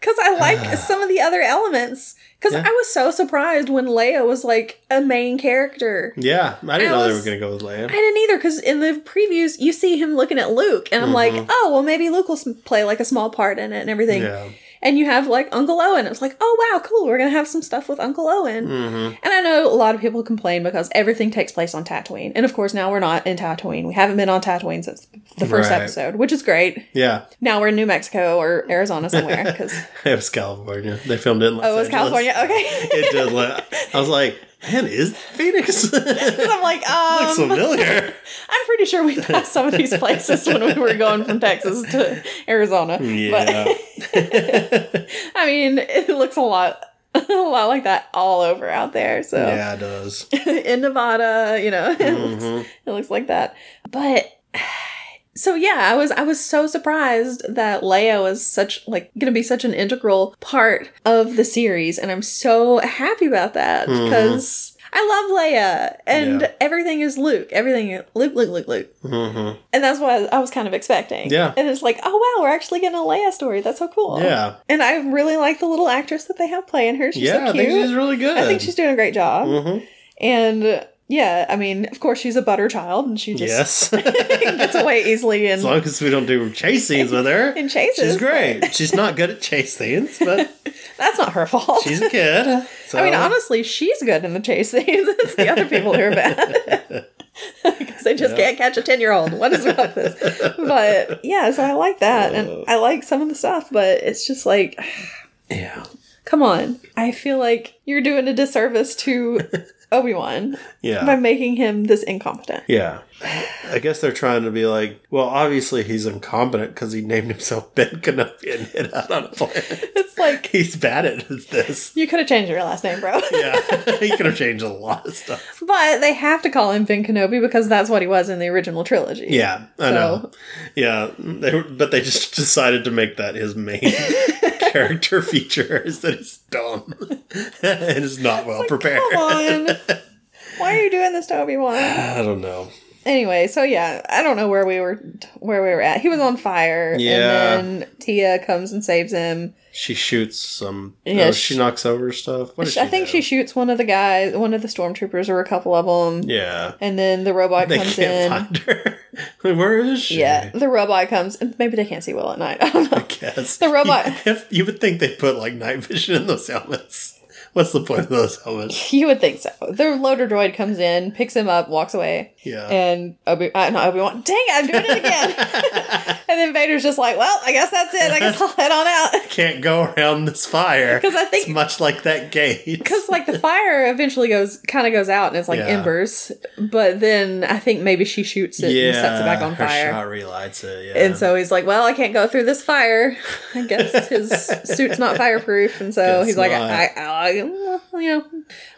[SPEAKER 2] Because I
[SPEAKER 1] [SIGHS]
[SPEAKER 2] like some of the other elements. Because
[SPEAKER 1] Yeah.
[SPEAKER 2] I was so surprised when Leia was like a main character.
[SPEAKER 1] yeah. I didn't
[SPEAKER 2] I
[SPEAKER 1] know they were
[SPEAKER 2] was-
[SPEAKER 1] gonna go with
[SPEAKER 2] I
[SPEAKER 1] Leia.
[SPEAKER 2] didn't either. Because in the previews, you see him looking at Luke, and I'm
[SPEAKER 1] Mhm.
[SPEAKER 2] like, oh, well, maybe Luke will s- play like a small part in it and everything.
[SPEAKER 1] Yeah.
[SPEAKER 2] And you have like Uncle Owen. It's like, oh, wow, cool. We're going to have some stuff with Uncle Owen.
[SPEAKER 1] Mm-hmm.
[SPEAKER 2] And I know a lot of people complain because everything takes place on Tatooine. And of course, now we're not in Tatooine. We haven't been on Tatooine since the first
[SPEAKER 1] Right.
[SPEAKER 2] episode, which is great.
[SPEAKER 1] Yeah.
[SPEAKER 2] Now we're in New Mexico or Arizona somewhere.
[SPEAKER 1] [LAUGHS]
[SPEAKER 2] Because,
[SPEAKER 1] It was California. They filmed it in Los
[SPEAKER 2] oh, it was
[SPEAKER 1] Angeles.
[SPEAKER 2] California. Okay.
[SPEAKER 1] It did. Look, I was like, man, is Phoenix? [LAUGHS]
[SPEAKER 2] Because
[SPEAKER 1] Looks
[SPEAKER 2] I'm like, um,
[SPEAKER 1] familiar.
[SPEAKER 2] [LAUGHS] I'm pretty sure we passed some of these places when we were going from Texas to Arizona.
[SPEAKER 1] Yeah.
[SPEAKER 2] But I mean, it looks a lot, [LAUGHS] a lot like that all over out there. [LAUGHS] So
[SPEAKER 1] yeah, it does.
[SPEAKER 2] [LAUGHS] in Nevada, you know, [LAUGHS] it, looks,
[SPEAKER 1] Mhm.
[SPEAKER 2] it looks like that. But [SIGHS] so yeah, I was I was so surprised that Leia was such like going to be such an integral part of the series, and I'm so happy about that
[SPEAKER 1] Mhm.
[SPEAKER 2] because. I love Leia, and
[SPEAKER 1] Yeah.
[SPEAKER 2] everything is Luke. Everything Luke, Luke, Luke, Luke.
[SPEAKER 1] Mhm.
[SPEAKER 2] And that's what I was kind of expecting.
[SPEAKER 1] Yeah.
[SPEAKER 2] And it's like, oh wow, we're actually getting a Leia story. That's so cool.
[SPEAKER 1] Yeah.
[SPEAKER 2] And I really like the little actress that they have playing her. [LAUGHS] She's
[SPEAKER 1] yeah,
[SPEAKER 2] so
[SPEAKER 1] I
[SPEAKER 2] cute.
[SPEAKER 1] think she's really good.
[SPEAKER 2] I think she's doing a great job.
[SPEAKER 1] Mhm.
[SPEAKER 2] And uh, yeah, I mean, of course she's a butter child and she just [LAUGHS]
[SPEAKER 1] Yes.
[SPEAKER 2] gets away easily
[SPEAKER 1] As
[SPEAKER 2] and,
[SPEAKER 1] long as we don't do chase scenes with
[SPEAKER 2] [LAUGHS]
[SPEAKER 1] her,
[SPEAKER 2] and chases.
[SPEAKER 1] she's great. She's not good at chase scenes, but
[SPEAKER 2] That's not her fault.
[SPEAKER 1] she's a kid. So.
[SPEAKER 2] [LAUGHS] I mean, honestly, she's good in the chase scenes. [LAUGHS] It's the other people who are bad. [LAUGHS] Because they just
[SPEAKER 1] Yeah.
[SPEAKER 2] can't catch a 10 year old. What is about this? But yeah, so I like that.
[SPEAKER 1] Uh.
[SPEAKER 2] And I like some of the stuff, but it's just like, [SIGHS]
[SPEAKER 1] yeah,
[SPEAKER 2] come on. I feel like you're doing a disservice
[SPEAKER 1] [LAUGHS]
[SPEAKER 2] to Obi Wan by
[SPEAKER 1] yeah,
[SPEAKER 2] making him this incompetent. [LAUGHS]
[SPEAKER 1] yeah. I guess they're trying to be like, well, obviously he's incompetent because he named himself [LAUGHS] Ben Kenobi and hit out on a
[SPEAKER 2] [LAUGHS]
[SPEAKER 1] planet.
[SPEAKER 2] It's like,
[SPEAKER 1] He's bad at this.
[SPEAKER 2] you could have changed your last name, bro. [LAUGHS]
[SPEAKER 1] Yeah, he could have changed a lot of stuff.
[SPEAKER 2] But they have to call him Ben Kenobi because that's what he was in the original trilogy.
[SPEAKER 1] Yeah, I
[SPEAKER 2] So-
[SPEAKER 1] know. Yeah, they were, but they just decided to make that his main
[SPEAKER 2] [LAUGHS]
[SPEAKER 1] character feature is that he's dumb [LAUGHS] and is not well prepared.
[SPEAKER 2] Come on. Why are you doing this to Obi
[SPEAKER 1] [SIGHS]
[SPEAKER 2] Wan?
[SPEAKER 1] I don't know.
[SPEAKER 2] Anyway, so yeah, I don't know where we were where we were at. He was on fire,
[SPEAKER 1] Yeah.
[SPEAKER 2] and then Tia comes and saves him.
[SPEAKER 1] She shoots some.
[SPEAKER 2] Yeah,
[SPEAKER 1] oh, she,
[SPEAKER 2] she-
[SPEAKER 1] knocks over stuff. What did
[SPEAKER 2] I think
[SPEAKER 1] do?
[SPEAKER 2] she shoots one of the guys, one of the stormtroopers, or a couple of them,
[SPEAKER 1] Yeah,
[SPEAKER 2] and then the robot
[SPEAKER 1] they
[SPEAKER 2] comes
[SPEAKER 1] can't
[SPEAKER 2] in.
[SPEAKER 1] find her. [LAUGHS] Like, Where is she?
[SPEAKER 2] yeah, the robot comes, and maybe they can't see well at night. [LAUGHS] I don't
[SPEAKER 1] I
[SPEAKER 2] know.
[SPEAKER 1] guess
[SPEAKER 2] The robot-
[SPEAKER 1] You, [LAUGHS] if- you would think they put like night vision in those helmets. What's the point of those helmets?
[SPEAKER 2] You would think so. The loader droid comes in, picks him up, walks away,
[SPEAKER 1] Yeah.
[SPEAKER 2] and Obi, uh, not
[SPEAKER 1] [LAUGHS]
[SPEAKER 2] Obi Wan. Dang it, I'm doing it again. And then Vader's just like, well, I guess that's it. I guess I'll head on out.
[SPEAKER 1] [LAUGHS] can't go around this fire.
[SPEAKER 2] 'Cause I think-
[SPEAKER 1] it's much like that gate.
[SPEAKER 2] Because like the fire eventually goes, kind of goes out, and it's like
[SPEAKER 1] Yeah.
[SPEAKER 2] embers. But then I think maybe she shoots it and sets it back on
[SPEAKER 1] her
[SPEAKER 2] fire.
[SPEAKER 1] shot relights it. Yeah,
[SPEAKER 2] And so he's like, "Well, I can't go through this fire. [LAUGHS] I guess his suit's not fireproof." And so
[SPEAKER 1] Guess
[SPEAKER 2] he's like,
[SPEAKER 1] not.
[SPEAKER 2] I, I, I- well, "You know,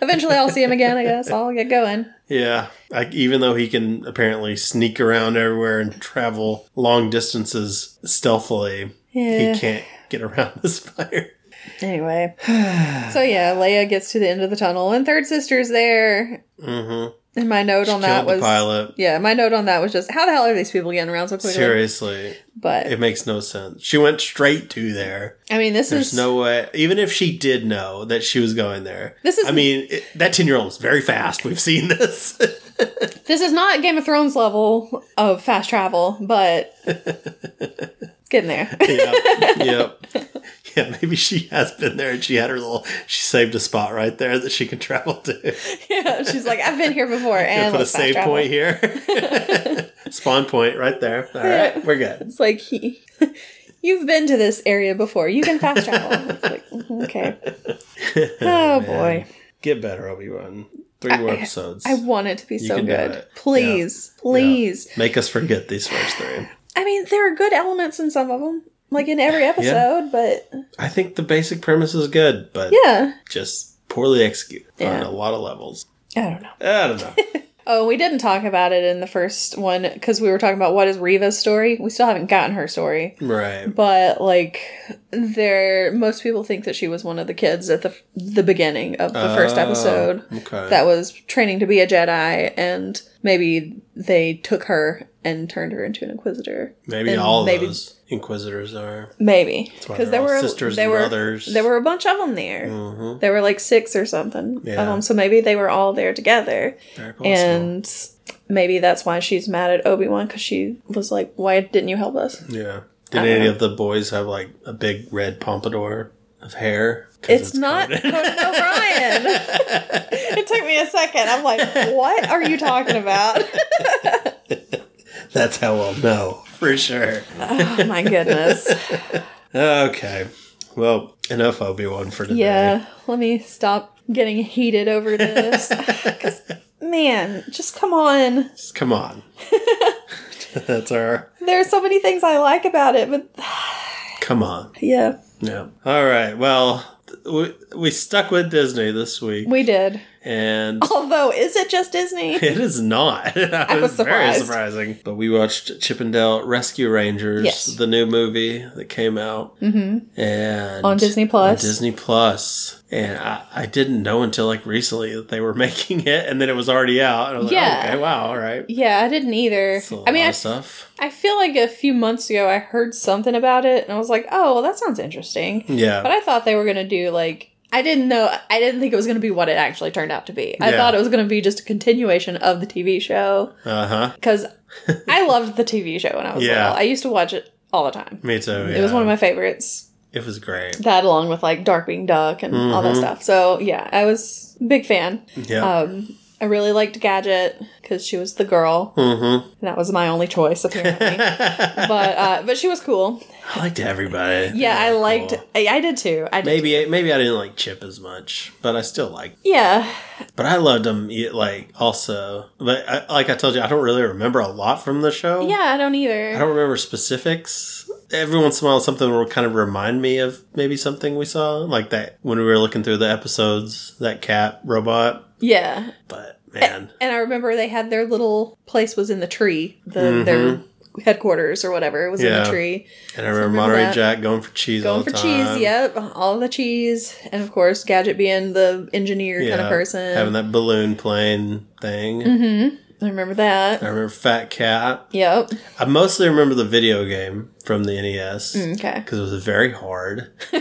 [SPEAKER 2] eventually I'll see him again. I guess I'll get going."
[SPEAKER 1] yeah, like even though he can apparently sneak around everywhere and travel long distances stealthily,
[SPEAKER 2] Yeah.
[SPEAKER 1] he can't get around [LAUGHS] this fire.
[SPEAKER 2] Anyway, so yeah, Leia gets to the end of the tunnel, and third sister's there.
[SPEAKER 1] Mm-hmm.
[SPEAKER 2] And my note on that
[SPEAKER 1] Killed
[SPEAKER 2] was,
[SPEAKER 1] the pilot.
[SPEAKER 2] yeah, my note on that was just, how the hell are these people getting around so quickly?
[SPEAKER 1] Seriously,
[SPEAKER 2] But
[SPEAKER 1] it makes no sense. She went straight to there.
[SPEAKER 2] I mean, this
[SPEAKER 1] There's
[SPEAKER 2] is
[SPEAKER 1] no way. Even if she did know that she was going there,
[SPEAKER 2] This is-
[SPEAKER 1] I mean, it, that ten year old is very fast. We've seen this. [LAUGHS]
[SPEAKER 2] This is not Game of Thrones level of fast travel,
[SPEAKER 1] [LAUGHS]
[SPEAKER 2] but it's getting there. [LAUGHS]
[SPEAKER 1] yep. Yep. Yeah, maybe she has been there and she had her little, she saved a spot right there that she can travel to.
[SPEAKER 2] yeah, she's like, I've been here before, and
[SPEAKER 1] Put a
[SPEAKER 2] let's fast
[SPEAKER 1] save
[SPEAKER 2] travel."
[SPEAKER 1] point here. [LAUGHS] Spawn point right there. All right, we're good.
[SPEAKER 2] It's like he, [LAUGHS] you've been to this area before. You can fast
[SPEAKER 1] [LAUGHS]
[SPEAKER 2] travel. It's like, mm, okay. Oh boy,
[SPEAKER 1] Get better, Obi Wan. Three more episodes.
[SPEAKER 2] I want it to be so
[SPEAKER 1] can do
[SPEAKER 2] good.
[SPEAKER 1] it.
[SPEAKER 2] Please,
[SPEAKER 1] Yeah.
[SPEAKER 2] please.
[SPEAKER 1] Make us forget these first three.
[SPEAKER 2] I mean, there are good elements in some of them, like in every episode, but
[SPEAKER 1] I think the basic premise is good, but
[SPEAKER 2] yeah,
[SPEAKER 1] just poorly executed on
[SPEAKER 2] Yeah.
[SPEAKER 1] a lot of levels.
[SPEAKER 2] I don't know.
[SPEAKER 1] I don't know. [LAUGHS]
[SPEAKER 2] Oh, we didn't talk about it in the first one because we were talking about what is Riva's story. We still haven't gotten her story.
[SPEAKER 1] right.
[SPEAKER 2] but like there most people think that she was one of the kids at the the beginning of the first
[SPEAKER 1] Oh,
[SPEAKER 2] episode
[SPEAKER 1] Okay.
[SPEAKER 2] that was training to be a jedi and maybe they took her and turned her into an inquisitor
[SPEAKER 1] maybe
[SPEAKER 2] and
[SPEAKER 1] all
[SPEAKER 2] maybe-
[SPEAKER 1] those Inquisitors are.
[SPEAKER 2] maybe
[SPEAKER 1] why
[SPEAKER 2] because
[SPEAKER 1] they're
[SPEAKER 2] there
[SPEAKER 1] all
[SPEAKER 2] were
[SPEAKER 1] sisters
[SPEAKER 2] there
[SPEAKER 1] and
[SPEAKER 2] were
[SPEAKER 1] brothers.
[SPEAKER 2] there were a bunch of them there
[SPEAKER 1] Mhm.
[SPEAKER 2] there were like six or something
[SPEAKER 1] Yeah.
[SPEAKER 2] of them so maybe they were all there together
[SPEAKER 1] Very possible.
[SPEAKER 2] and maybe that's why she's mad at obi-wan because she was like why didn't you help us
[SPEAKER 1] Yeah.
[SPEAKER 2] I
[SPEAKER 1] Did
[SPEAKER 2] don't
[SPEAKER 1] any
[SPEAKER 2] know.
[SPEAKER 1] of the boys have like a big red pompadour of hair? 'Cause
[SPEAKER 2] It's, not
[SPEAKER 1] Conan.
[SPEAKER 2] Conan O'Brien. [LAUGHS] it took me a second. I'm like, what are you talking about?
[SPEAKER 1] [LAUGHS] That's how I'll know for sure.
[SPEAKER 2] [LAUGHS] oh my goodness.
[SPEAKER 1] Okay. Well, enough Obi Wan for today.
[SPEAKER 2] [LAUGHS] Yeah, let me stop getting heated over [LAUGHS] this. 'Cause, man, just come on.
[SPEAKER 1] Just Come
[SPEAKER 2] [LAUGHS]
[SPEAKER 1] on. [LAUGHS] That's our.
[SPEAKER 2] There are so many things I like about it, but
[SPEAKER 1] Come on.
[SPEAKER 2] yeah,
[SPEAKER 1] Yeah. All right. Well, th- we, we stuck with Disney this week,
[SPEAKER 2] we did.
[SPEAKER 1] and
[SPEAKER 2] Although, is it just Disney? [LAUGHS]
[SPEAKER 1] it is not. [LAUGHS] I
[SPEAKER 2] was
[SPEAKER 1] very
[SPEAKER 2] surprised.
[SPEAKER 1] surprising. But we watched Chippendale Rescue Rangers,
[SPEAKER 2] Yes.
[SPEAKER 1] the new movie that came out.
[SPEAKER 2] hmm
[SPEAKER 1] and
[SPEAKER 2] On Disney Plus.
[SPEAKER 1] on Disney Plus. and I, I didn't know until like recently that they were [LAUGHS] making it, and then it was already out. And I was
[SPEAKER 2] Yeah.
[SPEAKER 1] like, okay, wow, all right.
[SPEAKER 2] Yeah, I didn't either.
[SPEAKER 1] It's a lot
[SPEAKER 2] I mean, I
[SPEAKER 1] of stuff.
[SPEAKER 2] I feel like a few months ago I heard something about it and I was like, oh, well, that sounds interesting.
[SPEAKER 1] Yeah,
[SPEAKER 2] But I thought they were going to do like I didn't know I didn't think it was going to be what it actually turned out to be. I
[SPEAKER 1] Yeah.
[SPEAKER 2] thought it was going to be just a continuation of the TV show
[SPEAKER 1] uh huh. [LAUGHS]
[SPEAKER 2] cuz I loved the TV show when I was
[SPEAKER 1] Yeah.
[SPEAKER 2] little. I used to watch it all the time.
[SPEAKER 1] Me too.
[SPEAKER 2] It was one of my favorites.
[SPEAKER 1] It was great.
[SPEAKER 2] That along with like Darkwing Duck and all that
[SPEAKER 1] Mhm.
[SPEAKER 2] stuff. So, yeah, I was big fan.
[SPEAKER 1] Yeah.
[SPEAKER 2] Um I really liked Gadget cuz she was the girl
[SPEAKER 1] mm-hmm.
[SPEAKER 2] and that was my only
[SPEAKER 1] [LAUGHS]
[SPEAKER 2] choice apparently. but uh but she was cool.
[SPEAKER 1] I liked everybody. They
[SPEAKER 2] Yeah, I
[SPEAKER 1] were
[SPEAKER 2] liked
[SPEAKER 1] cool.
[SPEAKER 2] I, I did too. I did.
[SPEAKER 1] Maybe maybe I didn't like Chip as much, but I still liked.
[SPEAKER 2] Yeah.
[SPEAKER 1] But I loved him yeah, like also. But I, like I told you, I don't really remember a lot from the show.
[SPEAKER 2] Yeah, I don't either.
[SPEAKER 1] I don't remember specifics. Every once in a while, something will kind of remind me of maybe something we saw, like that when we were looking through the episodes, that cat robot.
[SPEAKER 2] yeah.
[SPEAKER 1] But man,
[SPEAKER 2] And I remember they had their little place was in the tree, the their headquarters or whatever was in
[SPEAKER 1] Mm-hmm. Yeah.
[SPEAKER 2] the tree.
[SPEAKER 1] and I remember
[SPEAKER 2] remember
[SPEAKER 1] Monterey
[SPEAKER 2] that.
[SPEAKER 1] Jack going for cheese all
[SPEAKER 2] Going
[SPEAKER 1] the
[SPEAKER 2] for
[SPEAKER 1] time.
[SPEAKER 2] cheese, yep, all the cheese, and of course Gadget being the engineer kind of person. Mm-hmm.
[SPEAKER 1] having that balloon plane thing.
[SPEAKER 2] I remember that.
[SPEAKER 1] I remember Fat Cat.
[SPEAKER 2] Yep.
[SPEAKER 1] I mostly remember the video game from the NES because
[SPEAKER 2] Okay.
[SPEAKER 1] it was very
[SPEAKER 2] [LAUGHS]
[SPEAKER 1] hard, [LAUGHS] and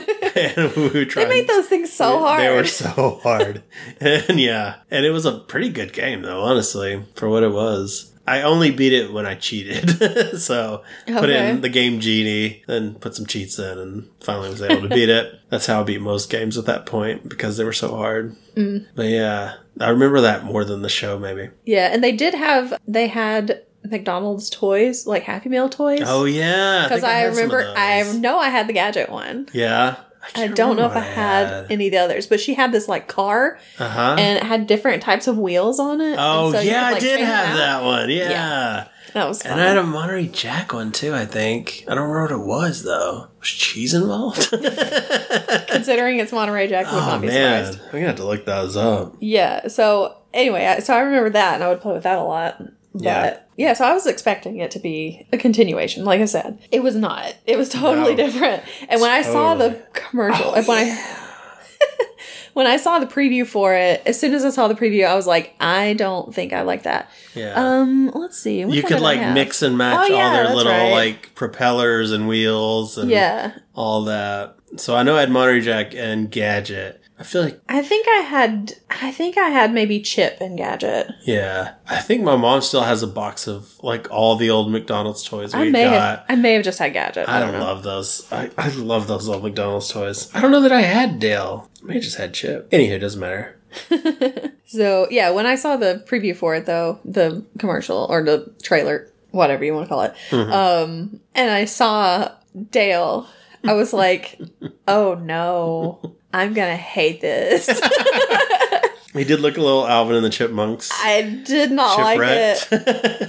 [SPEAKER 1] we were
[SPEAKER 2] Mm. They
[SPEAKER 1] trying.
[SPEAKER 2] made those things so hard.
[SPEAKER 1] They were
[SPEAKER 2] [LAUGHS]
[SPEAKER 1] so hard. and yeah, and it was a pretty good game though, honestly, for what it was. I only beat it when I cheated. [LAUGHS] so put
[SPEAKER 2] Okay.
[SPEAKER 1] in the game genie, then put some cheats in and finally was able to beat
[SPEAKER 2] [LAUGHS]
[SPEAKER 1] it. That's how I beat most games at that point because they were so hard.
[SPEAKER 2] Mm.
[SPEAKER 1] But yeah, I remember that more than the show maybe.
[SPEAKER 2] yeah, and they did have they had McDonald's toys, like Happy Meal toys.
[SPEAKER 1] Oh yeah,
[SPEAKER 2] because
[SPEAKER 1] think
[SPEAKER 2] I,
[SPEAKER 1] had some of
[SPEAKER 2] remember, I
[SPEAKER 1] those.
[SPEAKER 2] know I had the gadget one.
[SPEAKER 1] yeah.
[SPEAKER 2] I
[SPEAKER 1] can't
[SPEAKER 2] don't know if
[SPEAKER 1] remember
[SPEAKER 2] I
[SPEAKER 1] what
[SPEAKER 2] had, any of the others, but she had this like car
[SPEAKER 1] Uh huh.
[SPEAKER 2] and it had different types of wheels on it. and
[SPEAKER 1] Oh
[SPEAKER 2] so you
[SPEAKER 1] yeah,
[SPEAKER 2] could,
[SPEAKER 1] I
[SPEAKER 2] like,
[SPEAKER 1] did
[SPEAKER 2] change them
[SPEAKER 1] have
[SPEAKER 2] out.
[SPEAKER 1] that one. Yeah.
[SPEAKER 2] That was fun.
[SPEAKER 1] and I had a Monterey Jack one too. I think I don't remember what it was though. Was cheese involved? [LAUGHS]
[SPEAKER 2] Considering it's Monterey Jack, I would
[SPEAKER 1] oh
[SPEAKER 2] not be
[SPEAKER 1] man,
[SPEAKER 2] surprised.
[SPEAKER 1] I'm gonna have to look those up.
[SPEAKER 2] Yeah. So anyway, I- so I remember that, and I would play with that a lot. But
[SPEAKER 1] Yeah.
[SPEAKER 2] yeah. so I was expecting it to be a continuation. Like I said, it was not. It was totally
[SPEAKER 1] No.
[SPEAKER 2] different. And when I saw
[SPEAKER 1] Totally. Oh,
[SPEAKER 2] the commercial, and when I [LAUGHS] when I saw the preview for it, as soon as I saw the preview, I was like, I don't think I like that.
[SPEAKER 1] Yeah.
[SPEAKER 2] Um, let's see. which
[SPEAKER 1] you
[SPEAKER 2] one
[SPEAKER 1] could
[SPEAKER 2] did I
[SPEAKER 1] like
[SPEAKER 2] have?
[SPEAKER 1] mix and match
[SPEAKER 2] Oh,
[SPEAKER 1] all
[SPEAKER 2] yeah,
[SPEAKER 1] their
[SPEAKER 2] that's
[SPEAKER 1] little
[SPEAKER 2] right.
[SPEAKER 1] like propellers and wheels and
[SPEAKER 2] Yeah,
[SPEAKER 1] all that. So I know I had Monterey Jack and Gadget. I feel like
[SPEAKER 2] I think I had. I think I had maybe Chip and Gadget.
[SPEAKER 1] yeah. I think my mom still has a box of like all the old McDonald's toys we
[SPEAKER 2] I may
[SPEAKER 1] got.
[SPEAKER 2] have. I may have just had Gadget.
[SPEAKER 1] I
[SPEAKER 2] I
[SPEAKER 1] don't love those. I, I love those old McDonald's toys. I don't know that I had Dale. I may have just had Chip. Anywho, it doesn't matter.
[SPEAKER 2] So yeah, when I saw the preview for it though, the commercial or the trailer, whatever you want to call it,
[SPEAKER 1] Mm-hmm.
[SPEAKER 2] um, and I saw Dale, I
[SPEAKER 1] [LAUGHS]
[SPEAKER 2] was like, oh no, I'm gonna hate this.
[SPEAKER 1] [LAUGHS] He did look a little Alvin and the Chipmunks.
[SPEAKER 2] I did not like it.
[SPEAKER 1] [LAUGHS]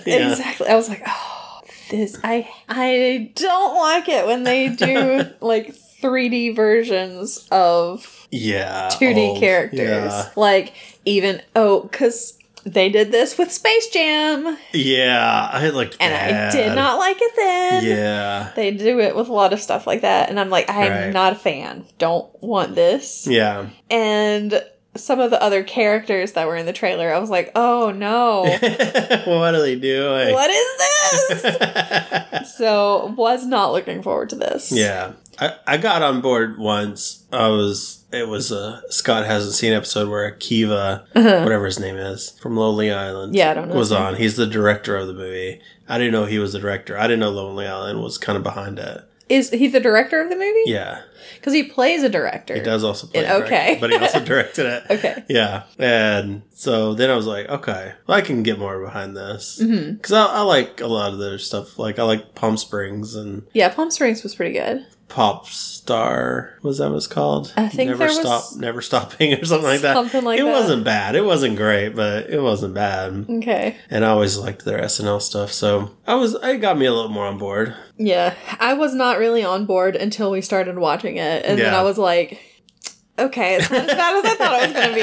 [SPEAKER 1] yeah.
[SPEAKER 2] Exactly. I was like, oh, this. I I don't like it when they
[SPEAKER 1] [LAUGHS]
[SPEAKER 2] do like 3D versions of
[SPEAKER 1] Yeah.
[SPEAKER 2] 2D
[SPEAKER 1] old.
[SPEAKER 2] characters.
[SPEAKER 1] Yeah.
[SPEAKER 2] Like, even, oh, because they did this with Space Jam,
[SPEAKER 1] Yeah. I looked
[SPEAKER 2] and
[SPEAKER 1] bad.
[SPEAKER 2] I did not like it then.
[SPEAKER 1] Yeah.
[SPEAKER 2] They do it with a lot of stuff like that, and I'm like, I'm
[SPEAKER 1] Right.
[SPEAKER 2] not a fan. Don't want this.
[SPEAKER 1] Yeah. [LAUGHS]
[SPEAKER 2] And some of the other characters that were in the trailer, I was like, oh
[SPEAKER 1] [LAUGHS]
[SPEAKER 2] no,
[SPEAKER 1] what are they doing?
[SPEAKER 2] what is this? [LAUGHS] so, was not looking forward to
[SPEAKER 1] [LAUGHS]
[SPEAKER 2] this. [LAUGHS]
[SPEAKER 1] yeah. I, I got on board once. I was it was a Scott hasn't seen episode where Akiva, whatever his name is, from Lonely Island,
[SPEAKER 2] Yeah, I don't know
[SPEAKER 1] was
[SPEAKER 2] his name.
[SPEAKER 1] on. He's the director of the movie. I didn't know he was the director. I didn't know Lonely Island was kind of behind it.
[SPEAKER 2] Is he the director of the movie?
[SPEAKER 1] Yeah,
[SPEAKER 2] Because he plays a director.
[SPEAKER 1] he does also play.
[SPEAKER 2] It-
[SPEAKER 1] a director,
[SPEAKER 2] okay.
[SPEAKER 1] but he
[SPEAKER 2] [LAUGHS]
[SPEAKER 1] also directed it.
[SPEAKER 2] Okay.
[SPEAKER 1] Yeah, and so then I was like, okay, well, I can get more behind this
[SPEAKER 2] Mm.
[SPEAKER 1] because
[SPEAKER 2] Mm-hmm.
[SPEAKER 1] I, I like a lot of their stuff. Like I like Palm Springs and
[SPEAKER 2] Yeah, Palm Springs was pretty good.
[SPEAKER 1] pop star was that what it's called
[SPEAKER 2] I think
[SPEAKER 1] never
[SPEAKER 2] there was-
[SPEAKER 1] stop never stopping or something like that
[SPEAKER 2] Something like
[SPEAKER 1] it
[SPEAKER 2] that.
[SPEAKER 1] wasn't bad it wasn't great but it wasn't bad
[SPEAKER 2] Okay.
[SPEAKER 1] and i always liked their snl stuff so i was it got me a little more on board
[SPEAKER 2] Yeah, I was not really on board until we started watching it, and then
[SPEAKER 1] Yeah.
[SPEAKER 2] I was like, "Okay, it's not as bad as I thought it was going to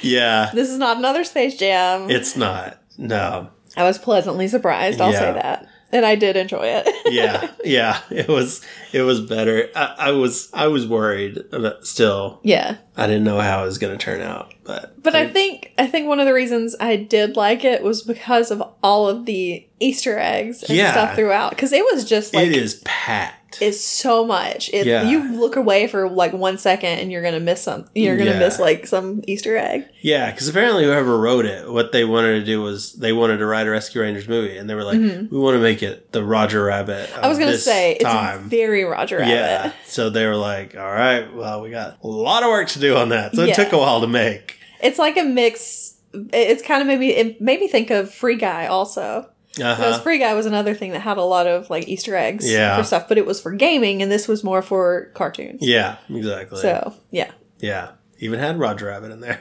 [SPEAKER 2] be. [LAUGHS]
[SPEAKER 1] yeah
[SPEAKER 2] this is not another Space Jam."
[SPEAKER 1] it's not no
[SPEAKER 2] I was pleasantly surprised. I'll
[SPEAKER 1] Yeah.
[SPEAKER 2] say that, and I did enjoy it.
[SPEAKER 1] yeah yeah it was it was better i, I was i was worried about, still
[SPEAKER 2] [LAUGHS] yeah,
[SPEAKER 1] i didn't know how it was going to turn out but
[SPEAKER 2] but I think I think one of the reasons I did like it was because of all of the Easter eggs and
[SPEAKER 1] Yeah.
[SPEAKER 2] stuff throughout, because it was just like
[SPEAKER 1] it is packed
[SPEAKER 2] is so much. It,
[SPEAKER 1] Yeah.
[SPEAKER 2] You look away for like one second, and you're gonna miss some. You're gonna
[SPEAKER 1] Yeah.
[SPEAKER 2] miss like some Easter egg.
[SPEAKER 1] Yeah, because apparently whoever wrote it, what they wanted to do was they wanted to write a Rescue Rangers movie, and they were like, "We want to make it the Roger Rabbit."
[SPEAKER 2] Mm-hmm. I was
[SPEAKER 1] going
[SPEAKER 2] gonna
[SPEAKER 1] to
[SPEAKER 2] say
[SPEAKER 1] time.
[SPEAKER 2] it's very Roger Rabbit.
[SPEAKER 1] Yeah, so they were like, "All right, well, we got a lot of work to do on that." So it
[SPEAKER 2] Yeah.
[SPEAKER 1] took a while to make.
[SPEAKER 2] It's like a mix. it- It's kind of made me it made me think of Free Guy also.
[SPEAKER 1] Uh
[SPEAKER 2] Because
[SPEAKER 1] huh.
[SPEAKER 2] Free Guy was another thing that had a lot of like Easter eggs
[SPEAKER 1] Yeah.
[SPEAKER 2] for stuff, but it was for gaming, and this was more for cartoons.
[SPEAKER 1] Yeah, exactly.
[SPEAKER 2] So yeah,
[SPEAKER 1] Yeah, even had Roger Rabbit in
[SPEAKER 2] [LAUGHS]
[SPEAKER 1] there.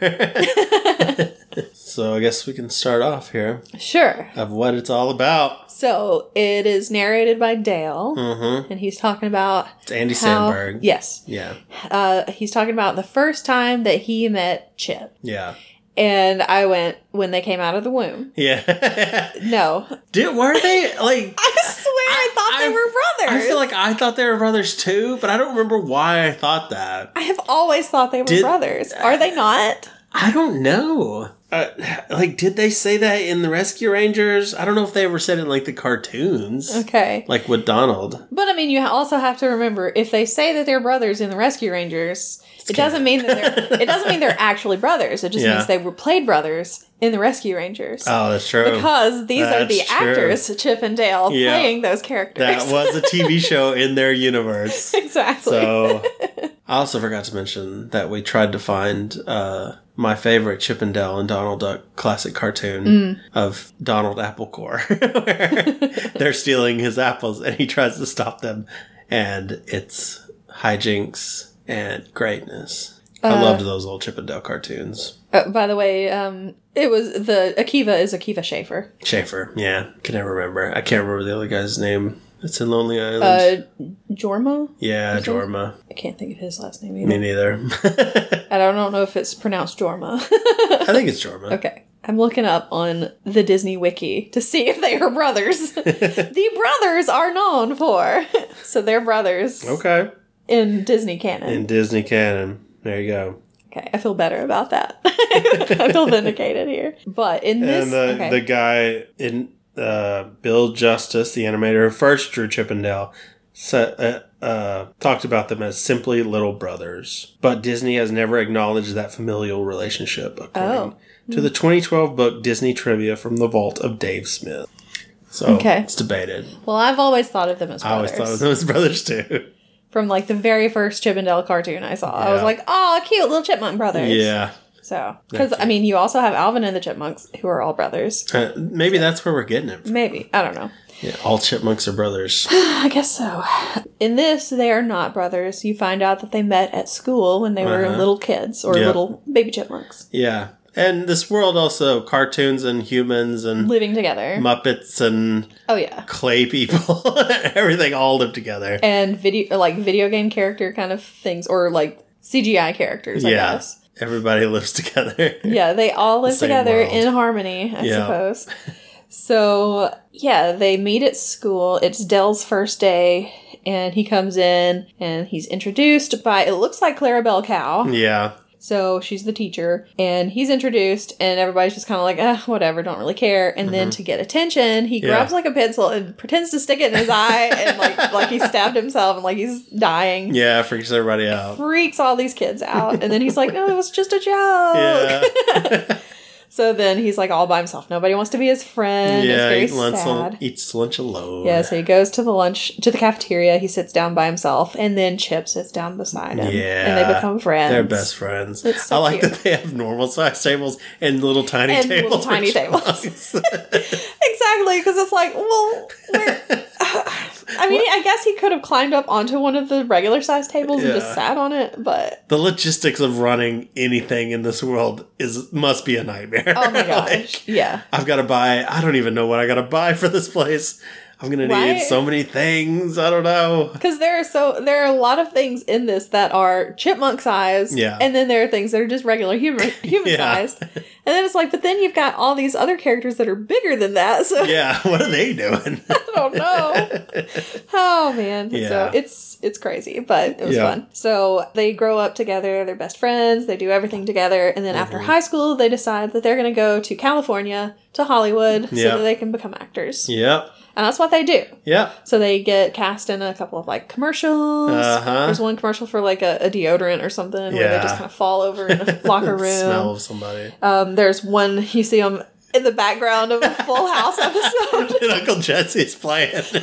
[SPEAKER 1] so I guess we can start off here
[SPEAKER 2] sure.
[SPEAKER 1] of what it's all about.
[SPEAKER 2] So it is narrated by Dale,
[SPEAKER 1] Mm-hmm.
[SPEAKER 2] and he's talking about
[SPEAKER 1] It's Andy
[SPEAKER 2] how
[SPEAKER 1] Sandberg.
[SPEAKER 2] yes,
[SPEAKER 1] Yeah.
[SPEAKER 2] uh, he's talking about the first time that he met Chip,
[SPEAKER 1] Yeah.
[SPEAKER 2] and I went when they came out of the womb.
[SPEAKER 1] Yeah. [LAUGHS]
[SPEAKER 2] No, [LAUGHS]
[SPEAKER 1] Did were they like?
[SPEAKER 2] I swear I, thought
[SPEAKER 1] I-
[SPEAKER 2] they were
[SPEAKER 1] I
[SPEAKER 2] brothers.
[SPEAKER 1] feel like I thought they were brothers too, but I don't remember why I thought that.
[SPEAKER 2] I have always thought they were
[SPEAKER 1] Did-
[SPEAKER 2] brothers. Are they not?
[SPEAKER 1] I don't know. Uh, like, did they say that in the Rescue Rangers? I don't know if they ever said it in like the cartoons,
[SPEAKER 2] Okay.
[SPEAKER 1] like with Donald.
[SPEAKER 2] But I mean, you also have to remember if they say that they're brothers in the Rescue Rangers, it doesn't mean that they're it doesn't mean they're actually brothers. It just
[SPEAKER 1] Yeah.
[SPEAKER 2] means they were played brothers in the Rescue Rangers.
[SPEAKER 1] Oh, that's true.
[SPEAKER 2] because these are the
[SPEAKER 1] that's true.
[SPEAKER 2] actors, Chip and Dale,
[SPEAKER 1] Yeah.
[SPEAKER 2] playing those characters.
[SPEAKER 1] that was a TV show in their universe.
[SPEAKER 2] [LAUGHS] [LAUGHS] exactly.
[SPEAKER 1] So I also forgot to mention that we tried to find uh, my favorite Chippendale and Donald Duck classic cartoon
[SPEAKER 2] Mm.
[SPEAKER 1] of Donald Applecore, [LAUGHS] where they're stealing his apples and he tries to stop them, and it's hijinks and greatness. I loved those old Chippendale cartoons.
[SPEAKER 2] Uh, by the way, um, it was the Akiva is Akiva Schaefer.
[SPEAKER 1] Schaefer, yeah, can never remember. I can't remember the other guy's name. It's in Lonely Island.
[SPEAKER 2] Uh, Jorma?
[SPEAKER 1] yeah, Jorma.
[SPEAKER 2] I can't think of his last name
[SPEAKER 1] Me
[SPEAKER 2] either.
[SPEAKER 1] neither. [LAUGHS] I
[SPEAKER 2] I don't know if it's pronounced Jorma. [LAUGHS]
[SPEAKER 1] think it's Jorma.
[SPEAKER 2] okay. I'm looking up on the Disney Wiki to see if they
[SPEAKER 1] [LAUGHS]
[SPEAKER 2] are brothers. the brothers are known for. [LAUGHS] so they're brothers
[SPEAKER 1] Okay.
[SPEAKER 2] in Disney canon.
[SPEAKER 1] In Disney canon. There you go.
[SPEAKER 2] okay, I feel better about that. [LAUGHS] I feel vindicated here. But in this.
[SPEAKER 1] and the,
[SPEAKER 2] okay.
[SPEAKER 1] the guy in uh, Bill Justice, the animator who first drew Chippendale, sa uh, uh, talked about them as simply little brothers. But Disney has never acknowledged that familial relationship,
[SPEAKER 2] Oh.
[SPEAKER 1] according to the 2012 book Disney Trivia from the Vault of Dave Smith. So
[SPEAKER 2] Okay.
[SPEAKER 1] it's debated.
[SPEAKER 2] well, I've always thought of them as
[SPEAKER 1] I
[SPEAKER 2] brothers.
[SPEAKER 1] always thought of them as brothers too.
[SPEAKER 2] From like the very first Chip and Dale cartoon I saw. I was
[SPEAKER 1] Yeah.
[SPEAKER 2] like, oh, cute little chipmunk brothers.
[SPEAKER 1] yeah.
[SPEAKER 2] So, because
[SPEAKER 1] Thank
[SPEAKER 2] I mean, you also have Alvin and the Chipmunks, who are all brothers.
[SPEAKER 1] Uh, maybe that's where we're getting it from.
[SPEAKER 2] Maybe I don't know.
[SPEAKER 1] Yeah, all chipmunks are brothers.
[SPEAKER 2] I guess so. In this, they are not brothers. You find out that they met at school when they were
[SPEAKER 1] Uh-huh.
[SPEAKER 2] little kids or
[SPEAKER 1] Yeah.
[SPEAKER 2] little baby chipmunks
[SPEAKER 1] Yeah. And this world also cartoons and humans and
[SPEAKER 2] living together.
[SPEAKER 1] Muppets and
[SPEAKER 2] oh yeah,
[SPEAKER 1] clay people, [LAUGHS] everything all live together.
[SPEAKER 2] and video or, like video game character kind of things or like CGI characters. I
[SPEAKER 1] Yeah.
[SPEAKER 2] guess.
[SPEAKER 1] Everybody lives together. [LAUGHS]
[SPEAKER 2] yeah, they all live
[SPEAKER 1] same
[SPEAKER 2] together
[SPEAKER 1] world.
[SPEAKER 2] in harmony, I
[SPEAKER 1] Yeah. [LAUGHS]
[SPEAKER 2] suppose. So, yeah, they meet at school. It's Dell's first day, and he comes in and he's introduced by, it looks like Clarabelle Cow.
[SPEAKER 1] Yeah.
[SPEAKER 2] So she's the teacher, and he's introduced, and everybody's just kind of like, ah, whatever, don't really care. And then to get attention, he
[SPEAKER 1] Mm-hmm. Yeah.
[SPEAKER 2] grabs like a pencil and pretends to stick it in his eye,
[SPEAKER 1] [LAUGHS]
[SPEAKER 2] and like like he stabbed himself, and like he's dying.
[SPEAKER 1] Yeah, freaks everybody out.
[SPEAKER 2] Freaks all these kids out, and then he's like, "No, it
[SPEAKER 1] [LAUGHS]
[SPEAKER 2] was just a joke." [LAUGHS]
[SPEAKER 1] Yeah.
[SPEAKER 2] So then he's like all by himself. Nobody wants to be his friend.
[SPEAKER 1] yeah,
[SPEAKER 2] it's
[SPEAKER 1] eats
[SPEAKER 2] very
[SPEAKER 1] lunch,
[SPEAKER 2] sad.
[SPEAKER 1] al- eats lunch alone.
[SPEAKER 2] yeah, so he goes to the lunch to the cafeteria. He sits down by himself, and then Chip sits down beside him, and
[SPEAKER 1] Yeah.
[SPEAKER 2] they become friends.
[SPEAKER 1] They're best friends.
[SPEAKER 2] It's so
[SPEAKER 1] I like
[SPEAKER 2] cute.
[SPEAKER 1] that they have normal size tables and little tiny
[SPEAKER 2] And little
[SPEAKER 1] tables. for
[SPEAKER 2] tiny tables. [LAUGHS] Exactly, because it's like, well,
[SPEAKER 1] [LAUGHS]
[SPEAKER 2] where- I mean, I guess he could have climbed up onto one of the regular size tables and just
[SPEAKER 1] Yeah.
[SPEAKER 2] sat on it, but
[SPEAKER 1] [LAUGHS] the logistics of running anything in this world is must be a nightmare. [LAUGHS]
[SPEAKER 2] oh my
[SPEAKER 1] Like,
[SPEAKER 2] gosh, yeah.
[SPEAKER 1] I've got to buy. I don't even know what I got to buy for this place. I'm gonna
[SPEAKER 2] Right?
[SPEAKER 1] need so many things. I don't know.
[SPEAKER 2] Because there are so there are a lot of things in this that are chipmunk sized,
[SPEAKER 1] Yeah.
[SPEAKER 2] and then there are things that are just regular
[SPEAKER 1] [LAUGHS]
[SPEAKER 2] human human sized, and then it's like, but then you've got all these other characters that are bigger than that, [LAUGHS] so
[SPEAKER 1] Yeah, [LAUGHS] what are they doing? [LAUGHS]
[SPEAKER 2] I don't know. Oh man.
[SPEAKER 1] Yeah.
[SPEAKER 2] So it's it's crazy, but it was
[SPEAKER 1] Yeah.
[SPEAKER 2] fun. So they grow up together, they're best friends, they do everything together, and then after
[SPEAKER 1] Mm-hmm.
[SPEAKER 2] high school they decide that they're gonna go to California to Hollywood
[SPEAKER 1] Yeah.
[SPEAKER 2] so that they can become actors.
[SPEAKER 1] yep,
[SPEAKER 2] And that's what they do.
[SPEAKER 1] yep.
[SPEAKER 2] So they get cast in a couple of like commercials.
[SPEAKER 1] Uh-huh.
[SPEAKER 2] There's one commercial for like a, a deodorant or something where
[SPEAKER 1] Yeah.
[SPEAKER 2] they just kind of fall over
[SPEAKER 1] [LAUGHS]
[SPEAKER 2] in a locker room.
[SPEAKER 1] Smell of somebody. [LAUGHS]
[SPEAKER 2] Um, there's one you see them in the background of a Full
[SPEAKER 1] [LAUGHS]
[SPEAKER 2] House episode.
[SPEAKER 1] and Uncle Jesse's playing [LAUGHS]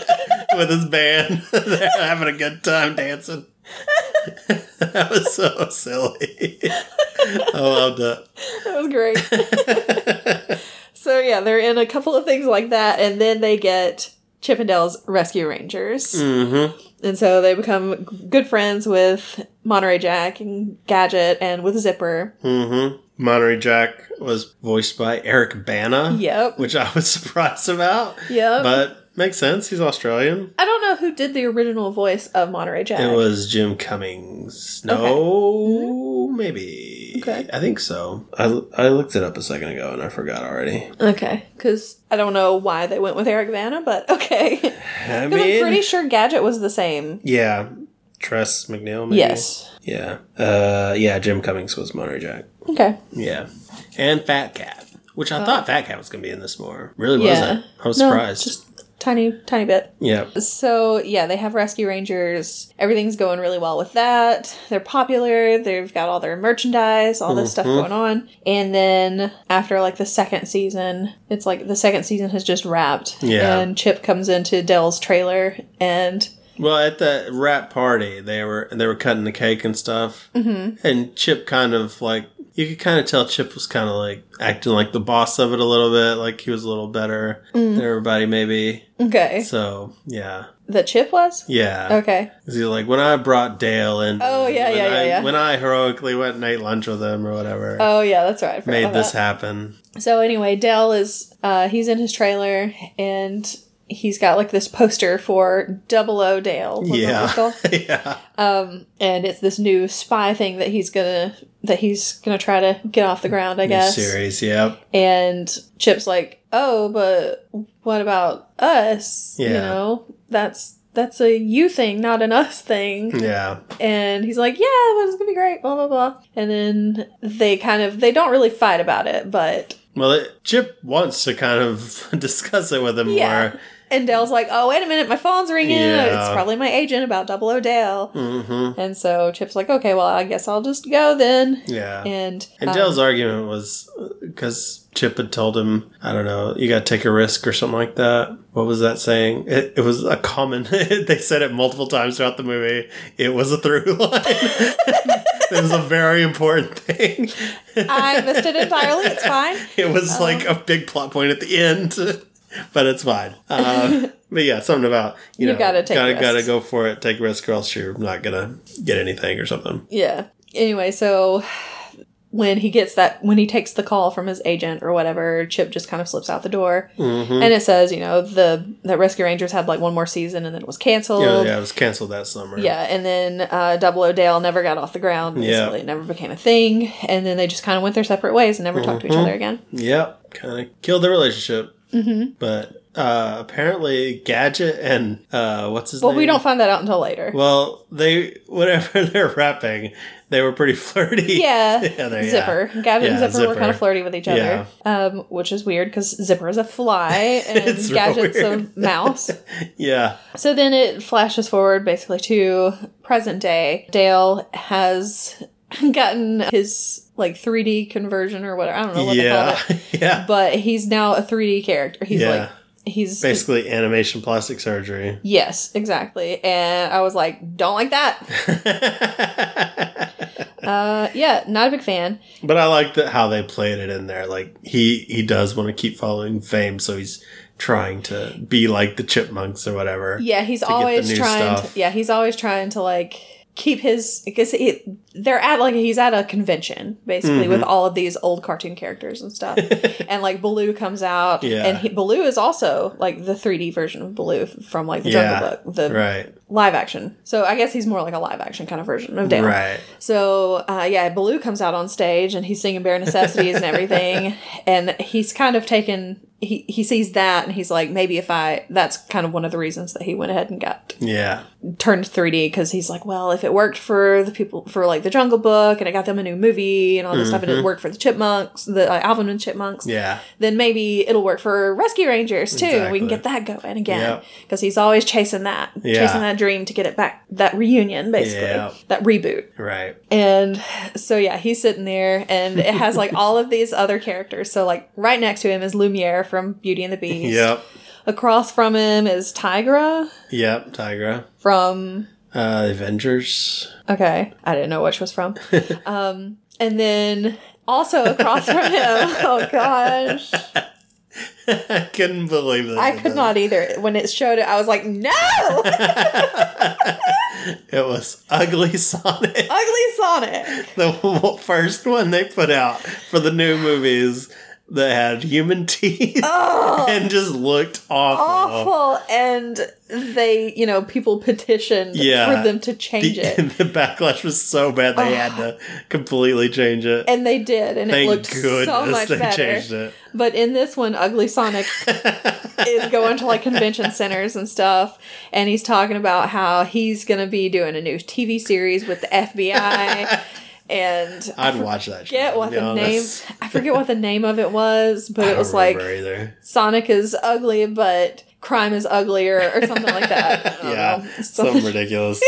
[SPEAKER 1] with his band. [LAUGHS] They're having a good time dancing. [LAUGHS] that was so silly. [LAUGHS] I loved it.
[SPEAKER 2] That was great. so yeah, they're in a couple of things like that, and then they get Chippendale's Rescue Rangers,
[SPEAKER 1] Mm-hmm.
[SPEAKER 2] and so they become g- good friends with Monterey Jack and Gadget and with Zipper.
[SPEAKER 1] Mm-hmm. Monterey Jack was voiced by Eric Bana.
[SPEAKER 2] Yep.
[SPEAKER 1] Which I was [LAUGHS] surprised about.
[SPEAKER 2] Yep.
[SPEAKER 1] Uh-huh. But makes sense. He's Australian.
[SPEAKER 2] I don't know who did the original voice of Monterey Jack.
[SPEAKER 1] It was Jim Cummings. No, maybe.
[SPEAKER 2] Mm-hmm. Okay.
[SPEAKER 1] I think so. I, I looked it up a second ago and I forgot already.
[SPEAKER 2] okay, because I don't know why they went with Eric Vanna, but okay. [LAUGHS] Because
[SPEAKER 1] I
[SPEAKER 2] I'm
[SPEAKER 1] mean,
[SPEAKER 2] pretty sure Gadget was the same.
[SPEAKER 1] yeah. Tress McNeil, maybe?
[SPEAKER 2] Yes.
[SPEAKER 1] Yeah. Uh, yeah, Jim Cummings was Monterey Jack.
[SPEAKER 2] Okay.
[SPEAKER 1] Yeah. And Fat Cat, which I thought Fat Cat was going to be in this more. Really
[SPEAKER 2] Uh, Yeah.
[SPEAKER 1] wasn't. I was
[SPEAKER 2] No,
[SPEAKER 1] surprised.
[SPEAKER 2] just tiny, tiny bit.
[SPEAKER 1] yeah.
[SPEAKER 2] So yeah, they have Rescue Rangers. Everything's going really well with that. They're popular. They've got all their merchandise, all this
[SPEAKER 1] Mm-hmm.
[SPEAKER 2] stuff going on. And then after like the second season, it's like the second season has just wrapped.
[SPEAKER 1] Yeah.
[SPEAKER 2] And Chip comes into Dell's trailer and
[SPEAKER 1] Well, at that rap party, they were they were cutting the cake and stuff, mm-hmm. and Chip kind of like you could kind of tell Chip was kind of like acting like the boss of it a little bit, like he was a little better than everybody maybe.
[SPEAKER 2] Mm. Okay.
[SPEAKER 1] So yeah,
[SPEAKER 2] The chip was?
[SPEAKER 1] yeah.
[SPEAKER 2] Okay.
[SPEAKER 1] Is he like when I brought Dale in?
[SPEAKER 2] Oh, yeah,
[SPEAKER 1] when
[SPEAKER 2] yeah,
[SPEAKER 1] I,
[SPEAKER 2] yeah, yeah.
[SPEAKER 1] When I heroically went and ate lunch with him or whatever,
[SPEAKER 2] Oh, yeah, that's right. I forgot
[SPEAKER 1] made
[SPEAKER 2] about
[SPEAKER 1] this
[SPEAKER 2] that.
[SPEAKER 1] happen. [LAUGHS]
[SPEAKER 2] So anyway, Dell is uh, he's in his trailer and he's got like this poster for Double O Dale. Wasn't that what
[SPEAKER 1] yeah,
[SPEAKER 2] it's called?
[SPEAKER 1] yeah,
[SPEAKER 2] Um, and it's this new spy thing that he's gonna that he's gonna try to get off the ground, I
[SPEAKER 1] New
[SPEAKER 2] guess.
[SPEAKER 1] series. Yep.
[SPEAKER 2] And Chip's like, "Oh, but what about us? You
[SPEAKER 1] Yeah.
[SPEAKER 2] know, that's that's a you thing, not an us thing."
[SPEAKER 1] Yeah.
[SPEAKER 2] and he's like, "Yeah, but it's gonna be great." Blah blah blah. And then they kind of they don't really fight about it, but
[SPEAKER 1] Well, it, Chip wants to kind of [LAUGHS] discuss it with him
[SPEAKER 2] Yeah.
[SPEAKER 1] more.
[SPEAKER 2] And Dale's like, oh, wait a minute, my phone's ringing.
[SPEAKER 1] Yeah.
[SPEAKER 2] It's probably my agent about Double O Dale.
[SPEAKER 1] Mm-hmm.
[SPEAKER 2] And so Chip's like, okay, well, I guess I'll just go then.
[SPEAKER 1] Yeah.
[SPEAKER 2] And,
[SPEAKER 1] And
[SPEAKER 2] um,
[SPEAKER 1] Dale's argument was because Chip had told him, I don't know, you got to take a risk or something like that. What was that saying? It, it was a common, [LAUGHS] they said it multiple times throughout the movie. It was a through [LAUGHS] line. it was a very important thing.
[SPEAKER 2] I missed it entirely. It's
[SPEAKER 1] [LAUGHS]
[SPEAKER 2] fine.
[SPEAKER 1] It was
[SPEAKER 2] Uh-huh.
[SPEAKER 1] like a big plot point at the end, [LAUGHS] but it's fine.
[SPEAKER 2] [LAUGHS]
[SPEAKER 1] Uh, but yeah, something about, you,
[SPEAKER 2] You
[SPEAKER 1] know,
[SPEAKER 2] gotta take
[SPEAKER 1] gotta, gotta
[SPEAKER 2] risks.
[SPEAKER 1] go for it, take a risk, or else you're not going to get anything or something.
[SPEAKER 2] Yeah. Anyway, so when he gets that, when he takes the call from his agent or whatever, Chip just kind of slips out the door.
[SPEAKER 1] Mm-hmm.
[SPEAKER 2] And it says, you know, the that Rescue Rangers had like one more season and then it was canceled.
[SPEAKER 1] Yeah, yeah, it was canceled that summer.
[SPEAKER 2] Yeah, and then uh, Double O'Dale never got off the ground.
[SPEAKER 1] Yeah.
[SPEAKER 2] Basically, it never became a thing. And then they just kind of went their separate ways and never talked
[SPEAKER 1] Mm-hmm.
[SPEAKER 2] to each other again.
[SPEAKER 1] Yep, kind of killed the relationship. Mm-hmm. But uh, apparently, Gadget and uh, what's his
[SPEAKER 2] Well,
[SPEAKER 1] name?
[SPEAKER 2] we don't find that out until later.
[SPEAKER 1] Well, [LAUGHS] they whatever [LAUGHS] they're rapping, they were pretty flirty.
[SPEAKER 2] yeah.
[SPEAKER 1] they-
[SPEAKER 2] Zipper. Gavin and
[SPEAKER 1] Yeah,
[SPEAKER 2] Zipper, were
[SPEAKER 1] Zipper.
[SPEAKER 2] kind of flirty with each other, um, which is weird because Zipper is a
[SPEAKER 1] [LAUGHS]
[SPEAKER 2] fly and
[SPEAKER 1] It's real
[SPEAKER 2] Gadget's a
[SPEAKER 1] weird. [LAUGHS]
[SPEAKER 2] mouse.
[SPEAKER 1] [LAUGHS] Yeah,
[SPEAKER 2] So then it flashes forward basically to present day. Dale has [LAUGHS] gotten his like 3D conversion or whatever. I don't know what they
[SPEAKER 1] yeah,
[SPEAKER 2] call it.
[SPEAKER 1] [LAUGHS] yeah.
[SPEAKER 2] But he's now a 3D character. He's
[SPEAKER 1] Yeah.
[SPEAKER 2] like, he's
[SPEAKER 1] Basically, animation plastic surgery. [LAUGHS]
[SPEAKER 2] Yes, exactly. And I was like, don't like that. Uh, yeah, not a big fan.
[SPEAKER 1] But I like that how they played it in there. Like he he does want to keep following fame, so he's trying to be like the chipmunks or whatever.
[SPEAKER 2] Yeah, he's
[SPEAKER 1] the
[SPEAKER 2] always
[SPEAKER 1] new
[SPEAKER 2] trying.
[SPEAKER 1] stuff.
[SPEAKER 2] To, yeah, he's always trying to like keep his because he, they're at like he's at a convention basically with
[SPEAKER 1] Mm-hmm.
[SPEAKER 2] all of these old cartoon characters and
[SPEAKER 1] [LAUGHS]
[SPEAKER 2] stuff. and like Baloo comes out,
[SPEAKER 1] Yeah.
[SPEAKER 2] and he, Baloo is also like the 3D version of Baloo from like the
[SPEAKER 1] Yeah,
[SPEAKER 2] Jungle Book, the
[SPEAKER 1] Right.
[SPEAKER 2] live action. So I guess he's more like a live action kind of version of Dale.
[SPEAKER 1] Right.
[SPEAKER 2] So uh, yeah, Baloo comes out on stage and he's singing "Bare Necessities"
[SPEAKER 1] [LAUGHS]
[SPEAKER 2] and everything, and he's kind of taken. He he sees that and he's like, maybe if I, that's kind of one of the reasons that he went ahead and got
[SPEAKER 1] Yeah.
[SPEAKER 2] turned 3D because he's like, well, if it worked for the people for like the Jungle Book and it got them a new movie and all this stuff, and it worked for the Chipmunks, the uh, Alvin and Chipmunks,
[SPEAKER 1] Mm-hmm. Yeah.
[SPEAKER 2] then maybe it'll work for Rescue Rangers too. We
[SPEAKER 1] Exactly.
[SPEAKER 2] can get that going again
[SPEAKER 1] Yeah.
[SPEAKER 2] because he's always chasing that,
[SPEAKER 1] Yeah.
[SPEAKER 2] chasing that dream to get it back, that reunion basically,
[SPEAKER 1] Yeah.
[SPEAKER 2] that reboot.
[SPEAKER 1] Right.
[SPEAKER 2] And so yeah, he's sitting there and it has like all of these other characters. So like right next to him is Lumiere from Beauty and the Beast.
[SPEAKER 1] Yep.
[SPEAKER 2] Across from him is Tigra
[SPEAKER 1] Yep. Tigra.
[SPEAKER 2] from
[SPEAKER 1] Uh, Avengers.
[SPEAKER 2] Okay. I didn't know which
[SPEAKER 1] [LAUGHS]
[SPEAKER 2] was from. um and then also across from him. [LAUGHS] Oh gosh.
[SPEAKER 1] I couldn't believe that.
[SPEAKER 2] I could not either. When it showed it, I was like,
[SPEAKER 1] [LAUGHS]
[SPEAKER 2] "No!
[SPEAKER 1] It was Ugly [LAUGHS] Sonic.
[SPEAKER 2] Ugly Sonic."
[SPEAKER 1] The w- first one they put out for the new movies that had human [LAUGHS] teeth
[SPEAKER 2] Oh,
[SPEAKER 1] and just looked awful.
[SPEAKER 2] awful. And they, you know, people petitioned
[SPEAKER 1] Yeah.
[SPEAKER 2] for them to change
[SPEAKER 1] The, [LAUGHS]
[SPEAKER 2] it.
[SPEAKER 1] and the backlash was so bad they had to completely change it.
[SPEAKER 2] And they did, and it
[SPEAKER 1] Thank
[SPEAKER 2] looked
[SPEAKER 1] goodness
[SPEAKER 2] so much
[SPEAKER 1] they
[SPEAKER 2] better.
[SPEAKER 1] changed it.
[SPEAKER 2] But in this one,
[SPEAKER 1] [LAUGHS]
[SPEAKER 2] Ugly Sonic is going to like convention centers and stuff, and he's talking about how he's going to be doing a new TV series with the
[SPEAKER 1] [LAUGHS]
[SPEAKER 2] FBI, and I
[SPEAKER 1] I'd watch that.
[SPEAKER 2] forget what the name I forget what the name of it was, but it was like
[SPEAKER 1] either.
[SPEAKER 2] Sonic is ugly, but crime is uglier, or something
[SPEAKER 1] [LAUGHS]
[SPEAKER 2] like that. I don't
[SPEAKER 1] Yeah,
[SPEAKER 2] know. [LAUGHS]
[SPEAKER 1] something
[SPEAKER 2] So,
[SPEAKER 1] ridiculous.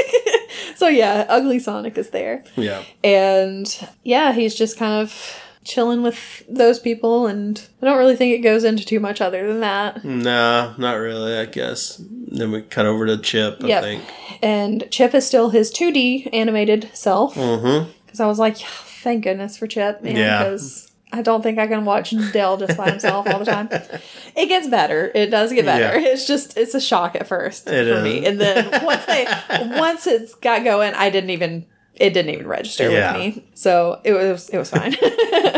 [SPEAKER 2] so yeah, Ugly Sonic is there.
[SPEAKER 1] yeah.
[SPEAKER 2] And yeah, he's just kind of chilling with those people, and I don't really think it goes into too much other than that.
[SPEAKER 1] Nah, not really, I guess. Then we cut over to Chip, I
[SPEAKER 2] Yep.
[SPEAKER 1] think.
[SPEAKER 2] And Chip is still his 2D animated self.
[SPEAKER 1] Mm-hmm.
[SPEAKER 2] Because I was like, thank goodness for Chip, man.
[SPEAKER 1] Yeah.
[SPEAKER 2] Because I don't think I can watch Dell just by himself all
[SPEAKER 1] [LAUGHS]
[SPEAKER 2] the time. It gets better. It does get better. It's just it's a shock at first
[SPEAKER 1] It
[SPEAKER 2] for
[SPEAKER 1] is.
[SPEAKER 2] me,
[SPEAKER 1] [LAUGHS]
[SPEAKER 2] and then once they once it's got going, I didn't even it didn't even register
[SPEAKER 1] Yeah.
[SPEAKER 2] with me. So it was it was fine.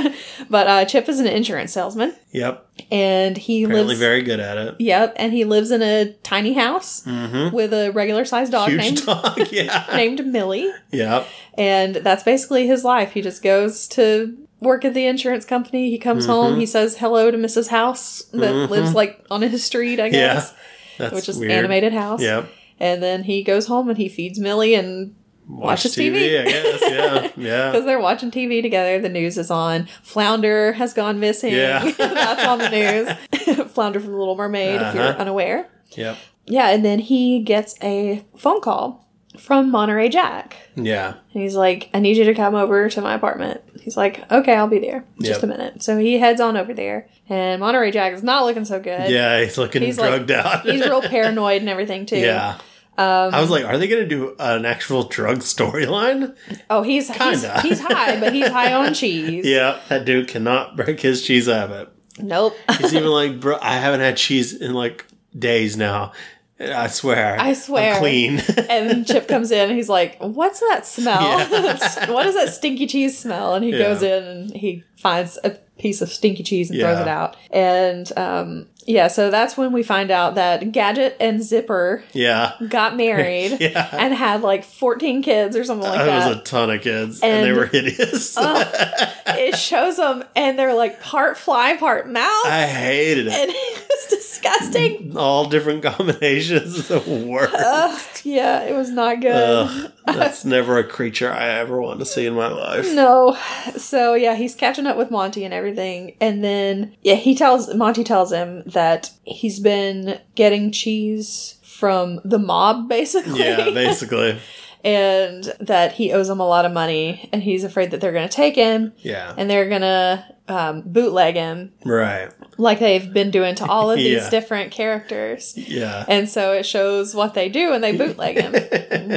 [SPEAKER 2] [LAUGHS] but uh, Chip is an insurance salesman,
[SPEAKER 1] Yep.
[SPEAKER 2] and he
[SPEAKER 1] Apparently
[SPEAKER 2] lives.
[SPEAKER 1] very good at it.
[SPEAKER 2] Yep, and he lives in a tiny house
[SPEAKER 1] Mm-hmm.
[SPEAKER 2] with a regular sized dog
[SPEAKER 1] Huge
[SPEAKER 2] named
[SPEAKER 1] dog. [LAUGHS] Yeah.
[SPEAKER 2] named Millie.
[SPEAKER 1] yep.
[SPEAKER 2] And that's basically his life. He just goes to work at the insurance company. He
[SPEAKER 1] Mm-hmm.
[SPEAKER 2] comes home. He says hello to Mrs. House that
[SPEAKER 1] Mhm.
[SPEAKER 2] lives like on his street, I
[SPEAKER 1] Yeah,
[SPEAKER 2] guess,
[SPEAKER 1] That's
[SPEAKER 2] which is
[SPEAKER 1] weird.
[SPEAKER 2] animated house.
[SPEAKER 1] Yep.
[SPEAKER 2] And then he goes home and he feeds Millie, and Watches TV.
[SPEAKER 1] I guess.
[SPEAKER 2] [LAUGHS]
[SPEAKER 1] Yeah. Yeah.
[SPEAKER 2] because they're watching TV together, the news is on. Flounder has gone missing.
[SPEAKER 1] Yeah.
[SPEAKER 2] [LAUGHS] that's on the news. [LAUGHS] Flounder from The Little Mermaid, if you're
[SPEAKER 1] Uh-huh.
[SPEAKER 2] unaware.
[SPEAKER 1] yep.
[SPEAKER 2] Yeah, and then he gets a phone call from Monterey Jack.
[SPEAKER 1] Yeah.
[SPEAKER 2] And he's like, I need you to come over to my apartment. He's like, okay, I'll be there. in Just
[SPEAKER 1] Yep.
[SPEAKER 2] a minute. So he heads on over there, and Monterey Jack is not looking so good.
[SPEAKER 1] Yeah. He's looking
[SPEAKER 2] He's like-
[SPEAKER 1] drugged out. [LAUGHS]
[SPEAKER 2] He's real paranoid and everything, too.
[SPEAKER 1] yeah.
[SPEAKER 2] Um,
[SPEAKER 1] I was like, are they going to do an actual drug storyline?
[SPEAKER 2] oh, he's, he's
[SPEAKER 1] kinda.
[SPEAKER 2] he's high, but he's high on cheese.
[SPEAKER 1] Yeah. That dude cannot [LAUGHS] break his cheese habit.
[SPEAKER 2] Nope. [LAUGHS]
[SPEAKER 1] He's even like, bro, I haven't had cheese in like days now. I swear.
[SPEAKER 2] I swear.
[SPEAKER 1] I'm clean. [LAUGHS]
[SPEAKER 2] and Chip comes in and he's like, What's that smell?
[SPEAKER 1] Yeah.
[SPEAKER 2] [LAUGHS] what is that stinky cheese smell? And he
[SPEAKER 1] Yeah.
[SPEAKER 2] goes in and he finds a piece of stinky cheese and throws
[SPEAKER 1] Yeah.
[SPEAKER 2] it out. And um, yeah, so that's when we find out that Gadget and Zipper
[SPEAKER 1] yeah. [LAUGHS]
[SPEAKER 2] got married
[SPEAKER 1] Yeah.
[SPEAKER 2] and had like 14 kids or something like
[SPEAKER 1] That was
[SPEAKER 2] that.
[SPEAKER 1] a ton of kids, and, they
[SPEAKER 2] And-
[SPEAKER 1] were [LAUGHS] hideous. [LAUGHS]
[SPEAKER 2] it shows them and they're like part fly, part mouth.
[SPEAKER 1] I hated it.
[SPEAKER 2] and [LAUGHS] it's
[SPEAKER 1] [LAUGHS]
[SPEAKER 2] disgusting.
[SPEAKER 1] All different combinations is the worst.
[SPEAKER 2] Ugh, yeah, it was not good.
[SPEAKER 1] Ugh, that's never a creature I ever want to see in my life.
[SPEAKER 2] No. So yeah, he's catching up with Monty and everything. And then yeah, he tells Monty tells him that he's been getting cheese from the mob [LAUGHS] basically.
[SPEAKER 1] Yeah, basically.
[SPEAKER 2] and that he owes them a lot of money and he's afraid that they're gonna take him
[SPEAKER 1] Yeah,
[SPEAKER 2] and they're gonna um, bootleg him
[SPEAKER 1] right.
[SPEAKER 2] like they've been doing to all
[SPEAKER 1] [LAUGHS]
[SPEAKER 2] of these
[SPEAKER 1] Yeah.
[SPEAKER 2] different characters.
[SPEAKER 1] Yeah,
[SPEAKER 2] And so it shows what they do and they
[SPEAKER 1] [LAUGHS]
[SPEAKER 2] bootleg him.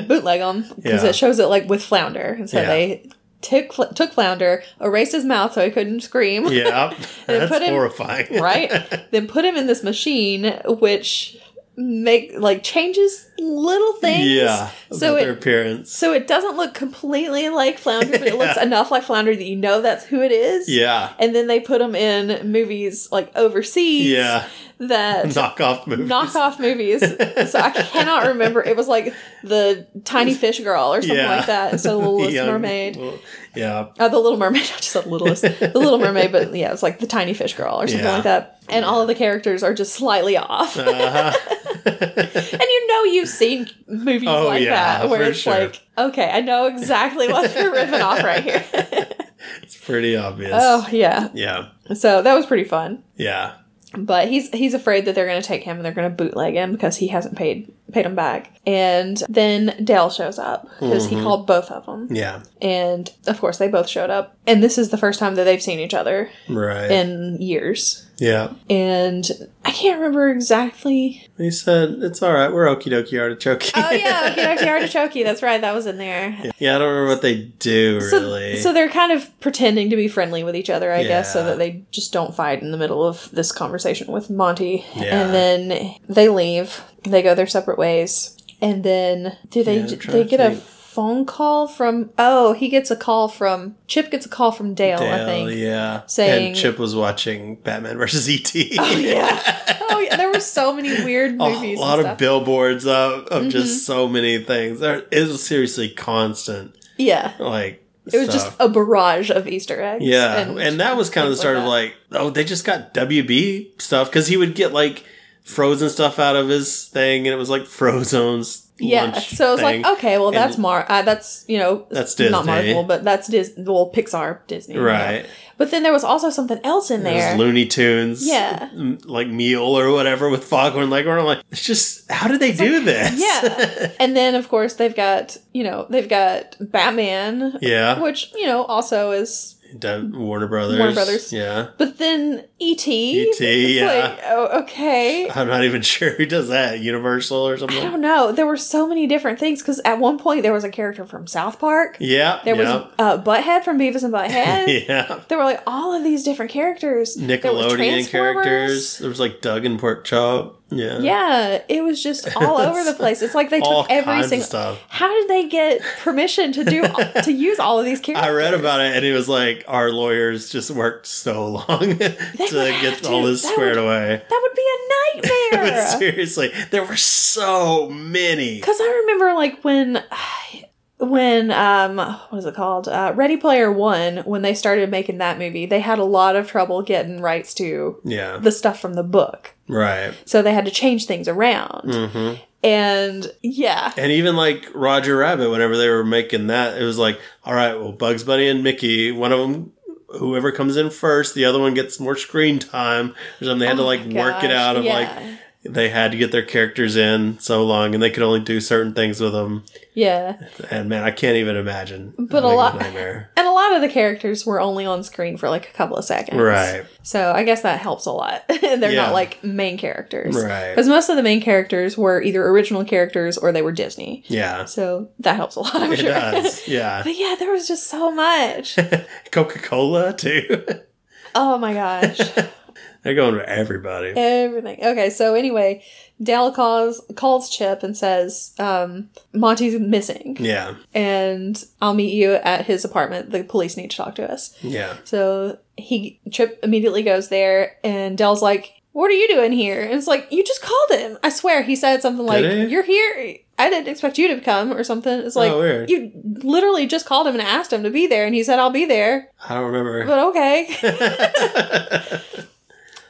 [SPEAKER 2] bootleg him because
[SPEAKER 1] Yeah.
[SPEAKER 2] it shows it like with Flounder. And so
[SPEAKER 1] Yeah.
[SPEAKER 2] they took Fl- took Flounder, erased his mouth so he couldn't scream,
[SPEAKER 1] [LAUGHS] yeah.
[SPEAKER 2] [LAUGHS] They
[SPEAKER 1] That's
[SPEAKER 2] put him-
[SPEAKER 1] horrifying.
[SPEAKER 2] right? Then put him in this machine which make like changes little
[SPEAKER 1] [LAUGHS]
[SPEAKER 2] things.
[SPEAKER 1] Yeah. So
[SPEAKER 2] So
[SPEAKER 1] their
[SPEAKER 2] it
[SPEAKER 1] appearance.
[SPEAKER 2] so it doesn't look completely like Flounder, but it
[SPEAKER 1] [LAUGHS]
[SPEAKER 2] looks
[SPEAKER 1] Yeah.
[SPEAKER 2] enough like Flounder that you know that's who it is.
[SPEAKER 1] Yeah.
[SPEAKER 2] And then they put him in movies like overseas
[SPEAKER 1] Yeah.
[SPEAKER 2] that
[SPEAKER 1] Knockoff movies.
[SPEAKER 2] knockoff movies. so
[SPEAKER 1] [LAUGHS]
[SPEAKER 2] I cannot remember. It was like the Tiny Fish Girl or something
[SPEAKER 1] Yeah.
[SPEAKER 2] like
[SPEAKER 1] [LAUGHS]
[SPEAKER 2] that. So the Littlest
[SPEAKER 1] Young-
[SPEAKER 2] Mermaid.
[SPEAKER 1] well, yeah.
[SPEAKER 2] Uh, the Little Mermaid, [LAUGHS] I just said Littlest. The Little Mermaid, but yeah, it's like the Tiny Fish Girl or something
[SPEAKER 1] Yeah.
[SPEAKER 2] like that. And all of the characters are just
[SPEAKER 1] [LAUGHS]
[SPEAKER 2] slightly off. [LAUGHS]
[SPEAKER 1] Uh-huh.
[SPEAKER 2] and you know you've seen movies
[SPEAKER 1] Oh,
[SPEAKER 2] like
[SPEAKER 1] yeah,
[SPEAKER 2] that where
[SPEAKER 1] for
[SPEAKER 2] it's
[SPEAKER 1] sure.
[SPEAKER 2] like, okay, I know exactly what they're ripping off
[SPEAKER 1] [LAUGHS]
[SPEAKER 2] right here.
[SPEAKER 1] it's pretty obvious.
[SPEAKER 2] oh yeah.
[SPEAKER 1] Yeah.
[SPEAKER 2] So that was pretty fun.
[SPEAKER 1] Yeah.
[SPEAKER 2] but he's he's afraid that they're going to take him and they're going to bootleg him because he hasn't paid paid him back. And then Dale shows up because he called both of them,
[SPEAKER 1] Yeah.
[SPEAKER 2] and of course they both showed up. And this is the first time that they've seen each other
[SPEAKER 1] Right.
[SPEAKER 2] in years.
[SPEAKER 1] yeah.
[SPEAKER 2] And I can't remember exactly.
[SPEAKER 1] He said, it's all right. We're okie dokie artichoke.
[SPEAKER 2] Oh yeah, Okinoki Artichoke. That's right. That was in there.
[SPEAKER 1] [LAUGHS] yeah, I don't remember what they do, really.
[SPEAKER 2] So, so they're kind of pretending to be friendly with each other, I guess, so
[SPEAKER 1] Yeah.
[SPEAKER 2] that they just don't fight in the middle of this conversation with Monty.
[SPEAKER 1] Yeah.
[SPEAKER 2] And then they leave. They go their separate ways. And then do they
[SPEAKER 1] Yeah, I'm trying
[SPEAKER 2] they
[SPEAKER 1] to
[SPEAKER 2] get a
[SPEAKER 1] think.
[SPEAKER 2] phone call from Oh, he gets a call from Chip gets a call from Dale, I
[SPEAKER 1] Dale,
[SPEAKER 2] think.
[SPEAKER 1] yeah.
[SPEAKER 2] saying-
[SPEAKER 1] and Chip was watching Batman versus E E.T.
[SPEAKER 2] [LAUGHS] Oh yeah. Oh yeah. There were so many weird
[SPEAKER 1] [LAUGHS] a
[SPEAKER 2] movies.
[SPEAKER 1] lot
[SPEAKER 2] and
[SPEAKER 1] of
[SPEAKER 2] stuff. Mm-hmm.
[SPEAKER 1] billboards of, of just so many things. There is seriously constant,
[SPEAKER 2] Yeah.
[SPEAKER 1] like
[SPEAKER 2] It was just a barrage of Easter eggs.
[SPEAKER 1] yeah, and, that was kind of the
[SPEAKER 2] things
[SPEAKER 1] start
[SPEAKER 2] like
[SPEAKER 1] of like oh they just got WB stuff because he would get like frozen stuff out of his thing, and it was like Frozone's
[SPEAKER 2] Yeah,
[SPEAKER 1] lunch
[SPEAKER 2] so it's
[SPEAKER 1] thing.
[SPEAKER 2] like okay, well
[SPEAKER 1] And-
[SPEAKER 2] that's Mar, uh, that's you know,
[SPEAKER 1] That's
[SPEAKER 2] not
[SPEAKER 1] Disney.
[SPEAKER 2] Marvel, but that's Disney, well Pixar, Disney, you know.
[SPEAKER 1] right.
[SPEAKER 2] But then there was also something else in
[SPEAKER 1] There's
[SPEAKER 2] there.
[SPEAKER 1] Looney Tunes,
[SPEAKER 2] Yeah.
[SPEAKER 1] m- like meal or whatever with Foghorn Leghorn. I'm like, it's just how did they do this?
[SPEAKER 2] yeah, and then of course they've got you know they've got Batman,
[SPEAKER 1] [LAUGHS] yeah,
[SPEAKER 2] which you know also is
[SPEAKER 1] Da- Warner Brothers.
[SPEAKER 2] Warner Brothers.
[SPEAKER 1] Yeah.
[SPEAKER 2] But then E.T.
[SPEAKER 1] E.T.,
[SPEAKER 2] It's
[SPEAKER 1] E yeah.
[SPEAKER 2] Like, oh,
[SPEAKER 1] [SIGHS]
[SPEAKER 2] okay.
[SPEAKER 1] I'm not even [LAUGHS] sure who does that. Universal or
[SPEAKER 2] I
[SPEAKER 1] something.
[SPEAKER 2] don't know. There were so many different things because at one point there was a character from South Park.
[SPEAKER 1] Yeah.
[SPEAKER 2] There
[SPEAKER 1] yeah.
[SPEAKER 2] was uh, Butthead from Beavis and
[SPEAKER 1] [LAUGHS]
[SPEAKER 2] Butthead.
[SPEAKER 1] yeah.
[SPEAKER 2] There were like all of these different characters. There was
[SPEAKER 1] Nickelodeon
[SPEAKER 2] Transformers.
[SPEAKER 1] characters. There was like Doug and Pork Chop. Yeah.
[SPEAKER 2] Yeah, it was just all over
[SPEAKER 1] [LAUGHS]
[SPEAKER 2] the place. It's like they
[SPEAKER 1] All
[SPEAKER 2] took every
[SPEAKER 1] kinds
[SPEAKER 2] single.
[SPEAKER 1] of stuff.
[SPEAKER 2] How did they get permission to do
[SPEAKER 1] [LAUGHS]
[SPEAKER 2] to use all of these characters?
[SPEAKER 1] I read about it and it was like our lawyers just worked so [LAUGHS] long to
[SPEAKER 2] would have
[SPEAKER 1] get
[SPEAKER 2] to.
[SPEAKER 1] all this
[SPEAKER 2] That
[SPEAKER 1] squared
[SPEAKER 2] would-
[SPEAKER 1] away.
[SPEAKER 2] That
[SPEAKER 1] [LAUGHS]
[SPEAKER 2] would be a
[SPEAKER 1] but
[SPEAKER 2] nightmare.
[SPEAKER 1] seriously, there were so many.
[SPEAKER 2] Because I remember like when when um what is it called uh, Ready Player One when they started making that movie they had a lot of trouble getting rights to
[SPEAKER 1] Yeah.
[SPEAKER 2] the stuff from the book
[SPEAKER 1] Right.
[SPEAKER 2] so they had to change things around
[SPEAKER 1] hmm
[SPEAKER 2] and yeah
[SPEAKER 1] And even like Roger Rabbit, whenever they were making that, it was like, all right, well, Bugs Bunny and Mickey, one of them, whoever comes in first, the other one gets more screen time or something. They had to
[SPEAKER 2] Oh
[SPEAKER 1] like
[SPEAKER 2] my
[SPEAKER 1] work it
[SPEAKER 2] gosh,
[SPEAKER 1] out of like
[SPEAKER 2] yeah.
[SPEAKER 1] they had to get their characters in so long and they could only do certain things with them.
[SPEAKER 2] yeah
[SPEAKER 1] And man, I can't even imagine.
[SPEAKER 2] But a
[SPEAKER 1] Like,
[SPEAKER 2] lot- [LAUGHS]
[SPEAKER 1] nightmare.
[SPEAKER 2] and a lot of the characters were only on screen for like a couple of seconds
[SPEAKER 1] Right.
[SPEAKER 2] so I guess that helps a lot [LAUGHS] they're
[SPEAKER 1] Yeah.
[SPEAKER 2] not like main characters
[SPEAKER 1] Right.
[SPEAKER 2] because most of the main characters were either original characters or they were Disney
[SPEAKER 1] Yeah.
[SPEAKER 2] so that helps a lot I'm
[SPEAKER 1] It
[SPEAKER 2] sure.
[SPEAKER 1] does. Yeah.
[SPEAKER 2] [LAUGHS] But yeah, there was just
[SPEAKER 1] [LAUGHS]
[SPEAKER 2] so much.
[SPEAKER 1] Coca Cola, too. [LAUGHS]
[SPEAKER 2] Oh my gosh.
[SPEAKER 1] They're going to everybody.
[SPEAKER 2] Everything. Okay, so anyway, Dal calls calls Chip and says, um, Monty's missing
[SPEAKER 1] Yeah.
[SPEAKER 2] and I'll meet you at his apartment. The police need to talk to us.
[SPEAKER 1] Yeah.
[SPEAKER 2] So he Chip immediately goes there and Dell's like, What are you doing here? And it's like, You just called him. I swear he said something like,
[SPEAKER 1] he?
[SPEAKER 2] You're here. I didn't expect you to come or something. It's like
[SPEAKER 1] oh, weird.
[SPEAKER 2] you literally just called him and asked him to be there and he said, I'll be there.
[SPEAKER 1] I don't remember.
[SPEAKER 2] But okay. [LAUGHS]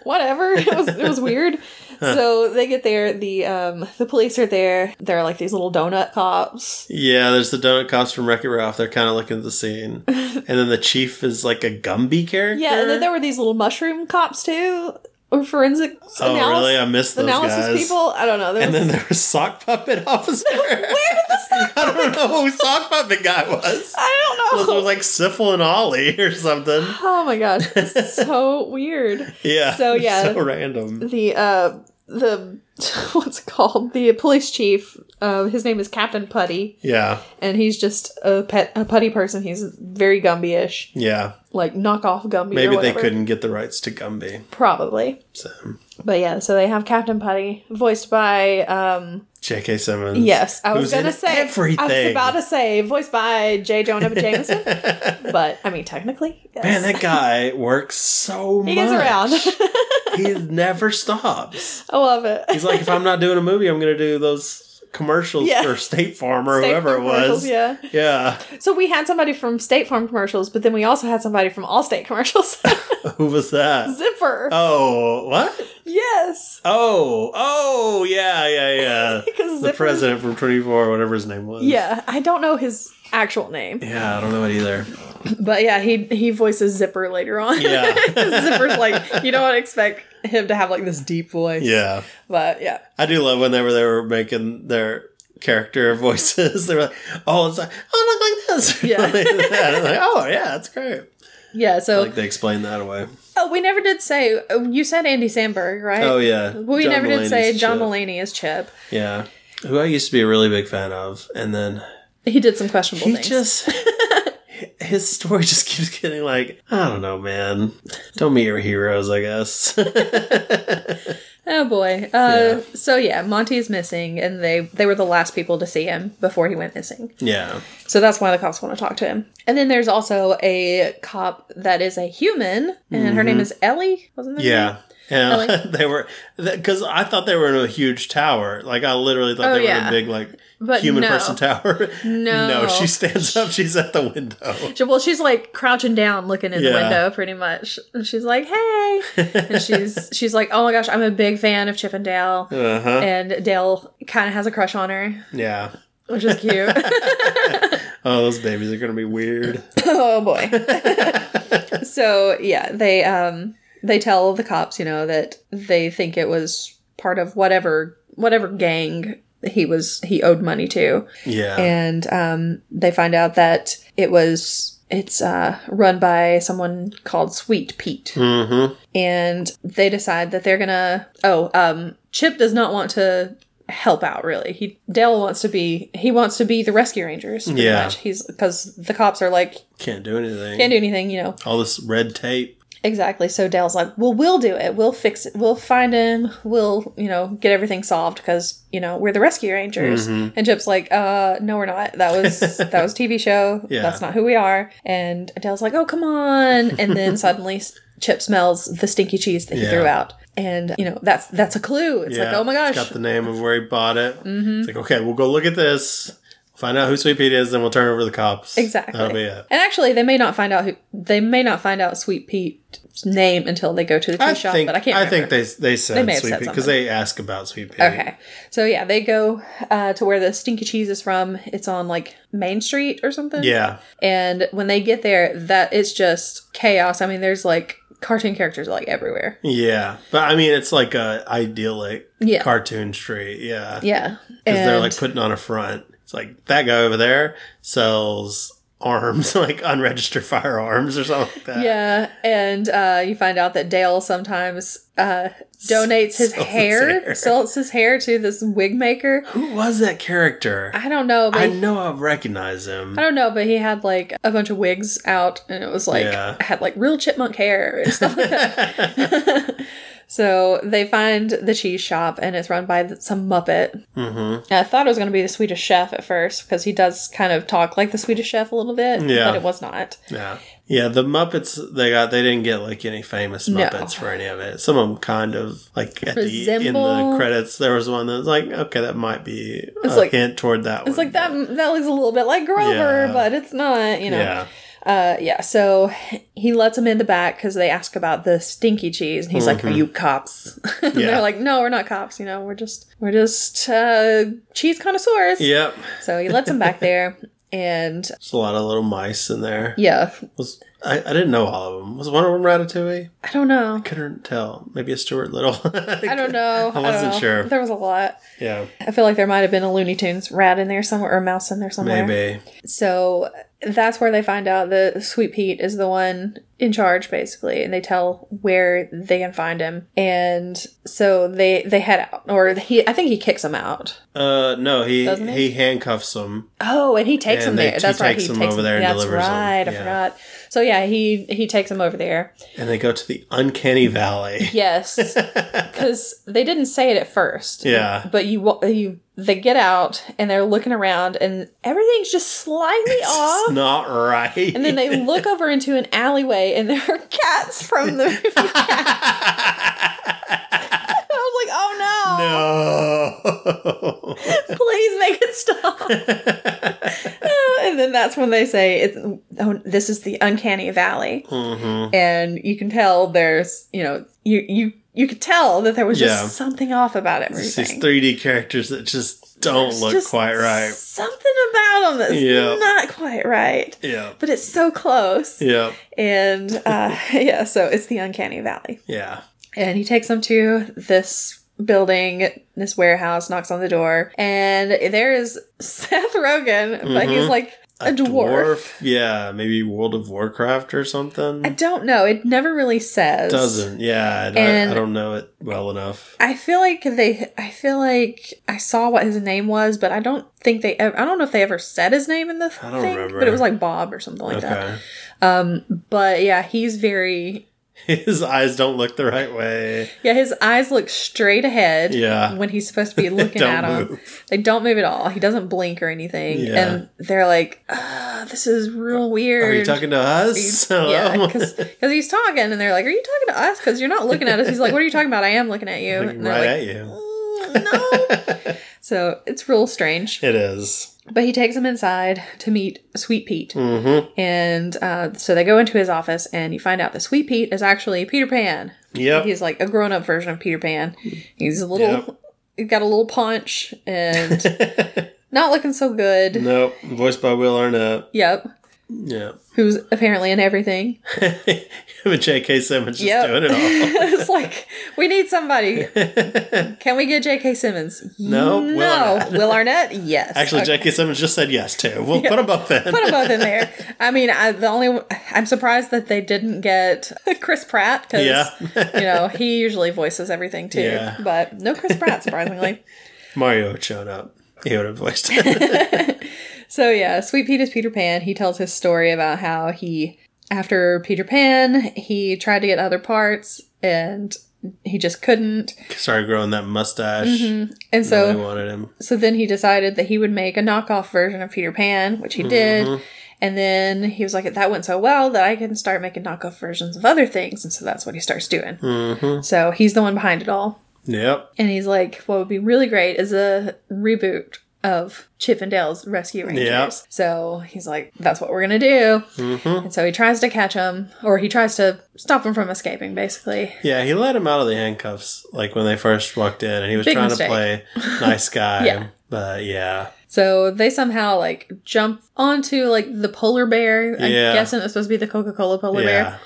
[SPEAKER 2] whatever. It was it was
[SPEAKER 1] [LAUGHS]
[SPEAKER 2] weird. So they get there. The um the police are there. They're like these little donut cops.
[SPEAKER 1] [LAUGHS] Yeah, there's the donut cops from Wreck It Ralph. They're kind of looking at the
[SPEAKER 2] [LAUGHS]
[SPEAKER 1] scene, and then the chief is like a Gumby character.
[SPEAKER 2] Yeah, and then there were these little mushroom cops too, or forensic
[SPEAKER 1] oh
[SPEAKER 2] analysis,
[SPEAKER 1] really? I missed those
[SPEAKER 2] analysis
[SPEAKER 1] guys.
[SPEAKER 2] people. I don't know. There
[SPEAKER 1] And
[SPEAKER 2] was,
[SPEAKER 1] then there was sock puppet [LAUGHS] officer. Where did the sock? I don't know who sock puppet guy
[SPEAKER 2] [LAUGHS]
[SPEAKER 1] was.
[SPEAKER 2] [LAUGHS]
[SPEAKER 1] [LAUGHS]
[SPEAKER 2] I
[SPEAKER 1] Those
[SPEAKER 2] don't know.
[SPEAKER 1] were like Syphil and Ollie or something.
[SPEAKER 2] oh my gosh,
[SPEAKER 1] [LAUGHS]
[SPEAKER 2] it's so weird.
[SPEAKER 1] Yeah.
[SPEAKER 2] So, yeah.
[SPEAKER 1] [LAUGHS] so random.
[SPEAKER 2] The uh the [LAUGHS] what's it called the police chief. Uh, his name is Captain Putty,
[SPEAKER 1] Yeah,
[SPEAKER 2] and he's just a pet a putty person. He's very Gumby-ish,
[SPEAKER 1] yeah.
[SPEAKER 2] like knockoff Gumby. or
[SPEAKER 1] Maybe they
[SPEAKER 2] whatever.
[SPEAKER 1] couldn't get the rights to Gumby.
[SPEAKER 2] Probably.
[SPEAKER 1] So
[SPEAKER 2] But yeah, so they have Captain Putty, voiced by um
[SPEAKER 1] J.K. Simmons.
[SPEAKER 2] yes, I was
[SPEAKER 1] who's
[SPEAKER 2] gonna
[SPEAKER 1] in
[SPEAKER 2] say I was
[SPEAKER 1] everything.
[SPEAKER 2] about to say voiced by J. Jonah
[SPEAKER 1] [LAUGHS]
[SPEAKER 2] Jameson. but I mean technically. Yes.
[SPEAKER 1] Man, that guy works so
[SPEAKER 2] he
[SPEAKER 1] much.
[SPEAKER 2] gets around. [LAUGHS]
[SPEAKER 1] he never stops.
[SPEAKER 2] I love it.
[SPEAKER 1] He's like, if I'm not doing a movie, I'm going to do those commercials
[SPEAKER 2] Yeah.
[SPEAKER 1] for State Farm or
[SPEAKER 2] State
[SPEAKER 1] whoever it
[SPEAKER 2] Farm commercials,
[SPEAKER 1] was.
[SPEAKER 2] Yeah.
[SPEAKER 1] Yeah. [LAUGHS]
[SPEAKER 2] So we had somebody from State Farm commercials, but then we also had somebody from Allstate commercials. [LAUGHS]
[SPEAKER 1] Who was that?
[SPEAKER 2] Zipper.
[SPEAKER 1] Oh, what?
[SPEAKER 2] yes.
[SPEAKER 1] Oh, oh, yeah, yeah,
[SPEAKER 2] [LAUGHS]
[SPEAKER 1] yeah.
[SPEAKER 2] Because
[SPEAKER 1] the
[SPEAKER 2] Zipper-
[SPEAKER 1] president from 24, whatever his name was.
[SPEAKER 2] Yeah, I don't know his actual name.
[SPEAKER 1] Yeah, I don't know it either.
[SPEAKER 2] But yeah, he he voices Zipper later on.
[SPEAKER 1] Yeah.
[SPEAKER 2] [LAUGHS] Zipper's like you don't expect him to have like this deep voice.
[SPEAKER 1] Yeah.
[SPEAKER 2] But yeah.
[SPEAKER 1] I do love whenever they were making their character [LAUGHS] voices. They were like, oh, it's like, oh, look like this. [LAUGHS]
[SPEAKER 2] Yeah.
[SPEAKER 1] like that. I'm like, oh, yeah, that's great.
[SPEAKER 2] Yeah, so
[SPEAKER 1] Like they explained that away.
[SPEAKER 2] oh, we never did say oh, you said Andy Samberg, right?
[SPEAKER 1] Oh, yeah.
[SPEAKER 2] We
[SPEAKER 1] John
[SPEAKER 2] never did
[SPEAKER 1] Mulaney's
[SPEAKER 2] say John
[SPEAKER 1] shit.
[SPEAKER 2] Mulaney is Chip.
[SPEAKER 1] Yeah. Who I used to be a really big fan of. And then
[SPEAKER 2] He did some questionable
[SPEAKER 1] he
[SPEAKER 2] things. [LAUGHS]
[SPEAKER 1] just. His story just keeps getting like, I don't know, man. Don't meet your heroes, I guess. [LAUGHS]
[SPEAKER 2] oh boy.
[SPEAKER 1] Yeah.
[SPEAKER 2] Uh, So yeah, Monty is missing, and they they were the last people to see him before he went missing.
[SPEAKER 1] yeah.
[SPEAKER 2] So that's why the cops want to talk to him. And then there's also a cop that is a human, and her name is Ellie. Wasn't there?
[SPEAKER 1] Mm-hmm. Yeah. Yeah, [LAUGHS]
[SPEAKER 2] Ellie?
[SPEAKER 1] they were because I thought they were in a huge tower. Like I literally thought
[SPEAKER 2] Oh,
[SPEAKER 1] they were in a
[SPEAKER 2] yeah.
[SPEAKER 1] big like
[SPEAKER 2] But
[SPEAKER 1] human
[SPEAKER 2] no.
[SPEAKER 1] person tower. [LAUGHS]
[SPEAKER 2] No.
[SPEAKER 1] no, she stands up. She's at the window.
[SPEAKER 2] She- Well, she's like crouching down, looking in the
[SPEAKER 1] Yeah.
[SPEAKER 2] window, pretty much, and she's like, "Hey,"
[SPEAKER 1] [LAUGHS]
[SPEAKER 2] and she's she's like, "Oh my gosh, I'm a big fan of Chip and Dale,"
[SPEAKER 1] Uh huh.
[SPEAKER 2] and Dale kind of has a crush on her,
[SPEAKER 1] Yeah.
[SPEAKER 2] which
[SPEAKER 1] [LAUGHS]
[SPEAKER 2] is cute.
[SPEAKER 1] Oh, those babies are gonna be weird. [LAUGHS]
[SPEAKER 2] oh boy. so yeah, they um they tell the cops, you know, that they think it was part of whatever whatever gang he was he owed money to,
[SPEAKER 1] Yeah.
[SPEAKER 2] and um they find out that it was It's uh, run by someone called Sweet Pete.
[SPEAKER 1] Mm-hmm.
[SPEAKER 2] and they decide that they're gonna oh um chip does not want to help out really he dale wants to be he wants to be the rescue rangers pretty
[SPEAKER 1] Yeah.
[SPEAKER 2] much. he's because the cops are like
[SPEAKER 1] Can't do anything.
[SPEAKER 2] can't do anything you know
[SPEAKER 1] All this red tape.
[SPEAKER 2] exactly so dale's like well we'll do it we'll fix it we'll find him we'll you know get everything solved because you know we're the rescue rangers
[SPEAKER 1] Mhm.
[SPEAKER 2] and chip's like uh no we're not that
[SPEAKER 1] [LAUGHS]
[SPEAKER 2] was that was tv show
[SPEAKER 1] Yeah.
[SPEAKER 2] that's not who we are and dale's like oh come on and
[SPEAKER 1] [LAUGHS]
[SPEAKER 2] then suddenly chip smells the stinky cheese that he
[SPEAKER 1] Yeah.
[SPEAKER 2] threw out and you know that's that's a clue it's like
[SPEAKER 1] Yeah.
[SPEAKER 2] oh my
[SPEAKER 1] It's
[SPEAKER 2] gosh Mm-hmm.
[SPEAKER 1] got the name of where he bought it. It's like, okay, we'll go look at this, find out who Sweet Pete is, then we'll turn it over to the cops.
[SPEAKER 2] [LAUGHS] Exactly.
[SPEAKER 1] That'll be it.
[SPEAKER 2] And actually, they may not find out who they may not find out Sweet Pete's name until they go to the tea
[SPEAKER 1] I
[SPEAKER 2] shop.
[SPEAKER 1] think
[SPEAKER 2] but I can't.
[SPEAKER 1] I
[SPEAKER 2] remember.
[SPEAKER 1] think they they
[SPEAKER 2] They
[SPEAKER 1] said
[SPEAKER 2] may have
[SPEAKER 1] Sweet
[SPEAKER 2] said
[SPEAKER 1] Pete because
[SPEAKER 2] something.
[SPEAKER 1] they ask about Sweet Pete.
[SPEAKER 2] Okay. So yeah, they go uh, to where the stinky cheese is from. It's on like Main Street or something.
[SPEAKER 1] Yeah.
[SPEAKER 2] And when they get there, that it's just chaos. I mean, there's like cartoon characters like everywhere.
[SPEAKER 1] Yeah. But I mean, it's like a idyllic
[SPEAKER 2] Yeah.
[SPEAKER 1] cartoon street. Yeah.
[SPEAKER 2] Yeah.
[SPEAKER 1] Because they're
[SPEAKER 2] And-
[SPEAKER 1] like putting on a front. It's like that guy over there sells arms, [LAUGHS] like unregistered firearms or something like that.
[SPEAKER 2] yeah, and uh, you find out that Dale sometimes uh, donates his
[SPEAKER 1] sells his
[SPEAKER 2] hair,
[SPEAKER 1] hair.
[SPEAKER 2] sells his hair to this wig maker.
[SPEAKER 1] Who was that character?
[SPEAKER 2] I don't know, but
[SPEAKER 1] I
[SPEAKER 2] he-
[SPEAKER 1] know I recognize him.
[SPEAKER 2] I don't know, but he had like a bunch of wigs out, and it was like
[SPEAKER 1] Yeah.
[SPEAKER 2] had like real chipmunk hair and stuff
[SPEAKER 1] [LAUGHS]
[SPEAKER 2] like that. so they find the cheese shop, and it's run by th- some Muppet.
[SPEAKER 1] Mm-hmm.
[SPEAKER 2] And I thought it was going to be the Swedish Chef at first because he does kind of talk like the Swedish Chef a little bit,
[SPEAKER 1] Yeah.
[SPEAKER 2] but it was not.
[SPEAKER 1] Yeah. Yeah, the Muppets they got, they didn't get like any famous
[SPEAKER 2] No.
[SPEAKER 1] Muppets for any of it. Some of them kind of like at the, in
[SPEAKER 2] Resemble-
[SPEAKER 1] the credits, there was one that was like, okay, that might be
[SPEAKER 2] It's
[SPEAKER 1] a
[SPEAKER 2] like-
[SPEAKER 1] hint toward that one.
[SPEAKER 2] It's like that. That looks a little bit like Grover,
[SPEAKER 1] Yeah.
[SPEAKER 2] but it's not. You know.
[SPEAKER 1] Yeah.
[SPEAKER 2] Uh, yeah, so he lets them in the back because they ask about the stinky cheese, and he's like, "Are you cops?" [LAUGHS] and
[SPEAKER 1] Mm-hmm. Yeah.
[SPEAKER 2] They're like, "No, we're not cops. You know, we're just we're just uh, cheese connoisseurs."
[SPEAKER 1] Yep.
[SPEAKER 2] So he lets them back there, and
[SPEAKER 1] There's a lot of little mice in there.
[SPEAKER 2] yeah,
[SPEAKER 1] Was I, I didn't know all of them. Was one of them Ratatouille?
[SPEAKER 2] I don't know.
[SPEAKER 1] Couldn't tell. Maybe a Stuart Little. [LAUGHS]
[SPEAKER 2] I don't know.
[SPEAKER 1] I
[SPEAKER 2] don't
[SPEAKER 1] wasn't
[SPEAKER 2] know.
[SPEAKER 1] sure.
[SPEAKER 2] There was a lot.
[SPEAKER 1] Yeah,
[SPEAKER 2] I feel like there might have been a Looney Tunes rat in there somewhere, or a mouse in there somewhere.
[SPEAKER 1] maybe.
[SPEAKER 2] So that's where they find out that Sweet Pete is the one in charge, basically, and they tell where they can find him. And so they they head out, or he I think he kicks them out.
[SPEAKER 1] Uh, no, he
[SPEAKER 2] Doesn't it?
[SPEAKER 1] he handcuffs them.
[SPEAKER 2] Oh, and he takes
[SPEAKER 1] And
[SPEAKER 2] him
[SPEAKER 1] they-
[SPEAKER 2] there.
[SPEAKER 1] he
[SPEAKER 2] That's right.
[SPEAKER 1] takes
[SPEAKER 2] He
[SPEAKER 1] him
[SPEAKER 2] takes
[SPEAKER 1] over
[SPEAKER 2] him
[SPEAKER 1] there and
[SPEAKER 2] That's
[SPEAKER 1] delivers him.
[SPEAKER 2] right. I
[SPEAKER 1] Yeah.
[SPEAKER 2] forgot. So yeah, he he takes him over there.
[SPEAKER 1] and they go to the uncanny valley. [LAUGHS]
[SPEAKER 2] Yes, because they didn't say it at first.
[SPEAKER 1] Yeah.
[SPEAKER 2] but you wa- you they get out and they're looking around and everything's just
[SPEAKER 1] [LAUGHS]
[SPEAKER 2] slightly off.
[SPEAKER 1] It's not right.
[SPEAKER 2] And then they look over into an alleyway and there are cats from
[SPEAKER 1] [LAUGHS]
[SPEAKER 2] the movie. [LAUGHS] Cats. I was like, oh
[SPEAKER 1] [LAUGHS] no.
[SPEAKER 2] no, [LAUGHS] please make
[SPEAKER 1] [LAUGHS]
[SPEAKER 2] it stop. Uh, and then that's when they say, it's, oh, this is the uncanny valley.
[SPEAKER 1] hmm
[SPEAKER 2] And you can tell there's, you know, you, you, you could tell that there was just
[SPEAKER 1] Yeah.
[SPEAKER 2] something off about
[SPEAKER 1] It's
[SPEAKER 2] everything.
[SPEAKER 1] these 3D characters that just don't
[SPEAKER 2] There's
[SPEAKER 1] look
[SPEAKER 2] just
[SPEAKER 1] quite right.
[SPEAKER 2] Something about them that's
[SPEAKER 1] Yeah.
[SPEAKER 2] not quite right.
[SPEAKER 1] Yeah.
[SPEAKER 2] But it's so close.
[SPEAKER 1] Yeah.
[SPEAKER 2] And uh, [LAUGHS] yeah, so it's the uncanny valley.
[SPEAKER 1] Yeah.
[SPEAKER 2] And he takes them to this building, this warehouse, knocks on the door, and there is [LAUGHS] Seth Rogen, but he's
[SPEAKER 1] Mhm.
[SPEAKER 2] like a, dwarf.
[SPEAKER 1] Yeah. Maybe World of Warcraft or something.
[SPEAKER 2] I don't know. It never really says.
[SPEAKER 1] Doesn't. Yeah. I don't-
[SPEAKER 2] And-
[SPEAKER 1] I don't know it well enough.
[SPEAKER 2] I feel like they. I feel like I saw what his name was, but I don't think they. ev- I don't know if they ever said his name in the
[SPEAKER 1] I don't
[SPEAKER 2] thing,
[SPEAKER 1] remember.
[SPEAKER 2] but it was like Bob or something like that.
[SPEAKER 1] Okay.
[SPEAKER 2] Um, but yeah, he's very.
[SPEAKER 1] [LAUGHS] His eyes don't look the right way.
[SPEAKER 2] Yeah, his eyes look straight ahead.
[SPEAKER 1] Yeah.
[SPEAKER 2] when he's supposed
[SPEAKER 1] [LAUGHS]
[SPEAKER 2] to be looking
[SPEAKER 1] don't
[SPEAKER 2] at him.
[SPEAKER 1] move.
[SPEAKER 2] They don't move at all. He doesn't blink or anything.
[SPEAKER 1] Yeah.
[SPEAKER 2] And they're like, "Ugh, this is real weird.
[SPEAKER 1] Are you talking to [LAUGHS]
[SPEAKER 2] [LAUGHS]
[SPEAKER 1] us?
[SPEAKER 2] yeah, because he's talking, and they're like, "Are you talking to us? Because you're not looking at us." He's like, "What are you talking about? I am looking at you."
[SPEAKER 1] Like,
[SPEAKER 2] And they're
[SPEAKER 1] right
[SPEAKER 2] like,
[SPEAKER 1] at you. [LAUGHS]
[SPEAKER 2] "Mm, "No." so it's real strange.
[SPEAKER 1] It is.
[SPEAKER 2] But he takes him inside to meet Sweet Pete,
[SPEAKER 1] Mm-hmm.
[SPEAKER 2] and uh, so they go into his office, and you find out that Sweet Pete is actually Peter Pan.
[SPEAKER 1] Yep.
[SPEAKER 2] He's like a grown-up version of Peter Pan. He's a little.
[SPEAKER 1] Yep.
[SPEAKER 2] He's got a little paunch
[SPEAKER 1] [LAUGHS]
[SPEAKER 2] and not looking so good.
[SPEAKER 1] nope. Voiced by Will Arnett.
[SPEAKER 2] Yep.
[SPEAKER 1] Yep.
[SPEAKER 2] who's apparently in everything.
[SPEAKER 1] But J.K. Simmons just
[SPEAKER 2] Yep. [LAUGHS]
[SPEAKER 1] doing it
[SPEAKER 2] it's like we need somebody. [LAUGHS]
[SPEAKER 1] all.
[SPEAKER 2] Can we get J.K. Simmons?
[SPEAKER 1] No, Will
[SPEAKER 2] no.
[SPEAKER 1] Arnett.
[SPEAKER 2] Will Arnett? Yes.
[SPEAKER 1] Actually,
[SPEAKER 2] Okay.
[SPEAKER 1] J.K. Simmons just said yes too. We'll put them both in.
[SPEAKER 2] Put them both in there. I mean, I, the only I'm surprised that they didn't get Chris Pratt because
[SPEAKER 1] Yeah.
[SPEAKER 2] you know he usually voices everything too.
[SPEAKER 1] Yeah.
[SPEAKER 2] But no Chris Pratt, surprisingly.
[SPEAKER 1] Mario had shown up. He would have voiced
[SPEAKER 2] [LAUGHS]
[SPEAKER 1] it.
[SPEAKER 2] So yeah, Sweet Pete is Peter Pan. He tells his story about how he, after Peter Pan, he tried to get other parts and he just couldn't.
[SPEAKER 1] Started growing that mustache.
[SPEAKER 2] And so
[SPEAKER 1] Nobody wanted him.
[SPEAKER 2] so then he decided that he would make a knockoff version of Peter Pan, which he did. And then he was like, that went so well that I can start making knockoff versions of other things. And so that's what he starts doing.
[SPEAKER 1] Mm-hmm.
[SPEAKER 2] So he's the one behind it all.
[SPEAKER 1] Yep.
[SPEAKER 2] And he's like, what would be really great is a reboot of Chip and Dale's Rescue Rangers.
[SPEAKER 1] Yeah.
[SPEAKER 2] So he's like, that's what we're going to do.
[SPEAKER 1] Mm-hmm.
[SPEAKER 2] And so he tries to catch him, or he tries to stop him from escaping, basically.
[SPEAKER 1] Yeah, he let him out of the handcuffs like when they first walked in, and he was
[SPEAKER 2] Big
[SPEAKER 1] trying to
[SPEAKER 2] mistake.
[SPEAKER 1] play nice guy.
[SPEAKER 2] [LAUGHS] Yeah.
[SPEAKER 1] But yeah,
[SPEAKER 2] So they somehow like jump onto like the polar bear. I'm
[SPEAKER 1] Yeah.
[SPEAKER 2] guessing it's supposed to be the Coca Cola polar bear.
[SPEAKER 1] yeah.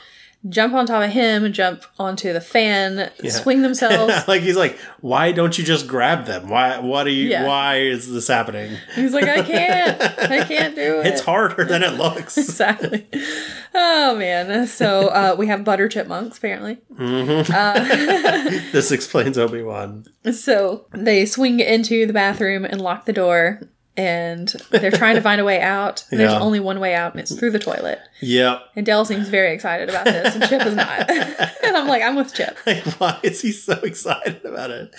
[SPEAKER 2] Jump on top of him, jump onto the fan,
[SPEAKER 1] Yeah.
[SPEAKER 2] swing
[SPEAKER 1] [LAUGHS]
[SPEAKER 2] themselves.
[SPEAKER 1] like he's like, why don't you just grab them? Why? What are you?
[SPEAKER 2] Yeah.
[SPEAKER 1] Why is this happening?
[SPEAKER 2] He's like, I can't, I can't do it. [LAUGHS]
[SPEAKER 1] It's harder than it looks. [LAUGHS]
[SPEAKER 2] Exactly. Oh man. So uh, we have butter chipmunks apparently.
[SPEAKER 1] hmm
[SPEAKER 2] Uh,
[SPEAKER 1] this explains Obi Wan.
[SPEAKER 2] So they swing into the bathroom and lock the door, and they're trying to find a way
[SPEAKER 1] [LAUGHS]
[SPEAKER 2] out. There's
[SPEAKER 1] Yeah.
[SPEAKER 2] only one way out, and it's through the toilet.
[SPEAKER 1] Yep.
[SPEAKER 2] And Dell seems very excited about this, and Chip is not. [LAUGHS] and I'm like, I'm with Chip.
[SPEAKER 1] Like, [LAUGHS] why is he so excited about it?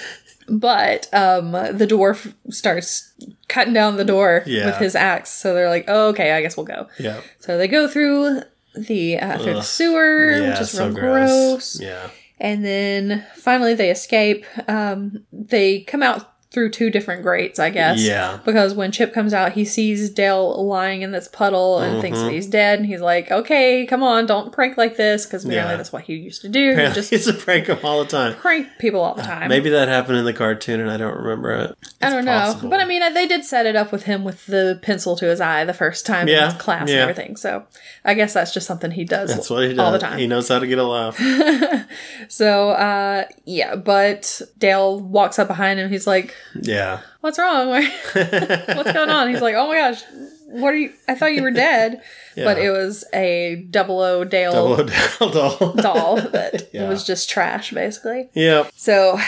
[SPEAKER 2] But um, the dwarf starts cutting down the door
[SPEAKER 1] Yeah.
[SPEAKER 2] with his axe. So they're like, oh, okay, I guess we'll go.
[SPEAKER 1] Yep.
[SPEAKER 2] So they go through the uh, through the
[SPEAKER 1] Ugh.
[SPEAKER 2] sewer,
[SPEAKER 1] Yeah.
[SPEAKER 2] which is
[SPEAKER 1] so
[SPEAKER 2] real
[SPEAKER 1] gross.
[SPEAKER 2] gross.
[SPEAKER 1] Yeah.
[SPEAKER 2] And then finally they escape. Um, they come out through two different grates, I guess.
[SPEAKER 1] Yeah.
[SPEAKER 2] Because when Chip comes out, he sees Dale lying in this puddle and thinks that
[SPEAKER 1] Mhm.
[SPEAKER 2] he's dead. And he's like, okay, come on, don't prank like this. Because apparently
[SPEAKER 1] Yeah.
[SPEAKER 2] that's what he used to do. He
[SPEAKER 1] Apparently,
[SPEAKER 2] just
[SPEAKER 1] he's a prank him all the time.
[SPEAKER 2] prank people all the time.
[SPEAKER 1] Maybe that happened in the cartoon, and I don't remember it.
[SPEAKER 2] I
[SPEAKER 1] It's
[SPEAKER 2] don't know.
[SPEAKER 1] possible.
[SPEAKER 2] But I mean, they did set it up with him with the pencil to his eye the first time
[SPEAKER 1] Yeah,
[SPEAKER 2] in his class
[SPEAKER 1] yeah.
[SPEAKER 2] and everything. So I guess that's just something he does
[SPEAKER 1] that's what he does
[SPEAKER 2] all the time.
[SPEAKER 1] He knows how to get a
[SPEAKER 2] [LAUGHS]
[SPEAKER 1] laugh.
[SPEAKER 2] so uh, yeah, but Dale walks up behind him. He's like,
[SPEAKER 1] Yeah. [LAUGHS]
[SPEAKER 2] what's wrong? What's going on? He's like, oh my gosh, what are you? I thought you
[SPEAKER 1] [LAUGHS]
[SPEAKER 2] were dead. But it was a double O Dale
[SPEAKER 1] Double [LAUGHS] O'Dell doll.
[SPEAKER 2] [LAUGHS] doll that
[SPEAKER 1] [LAUGHS] Yeah.
[SPEAKER 2] was just trash, basically.
[SPEAKER 1] Yep.
[SPEAKER 2] So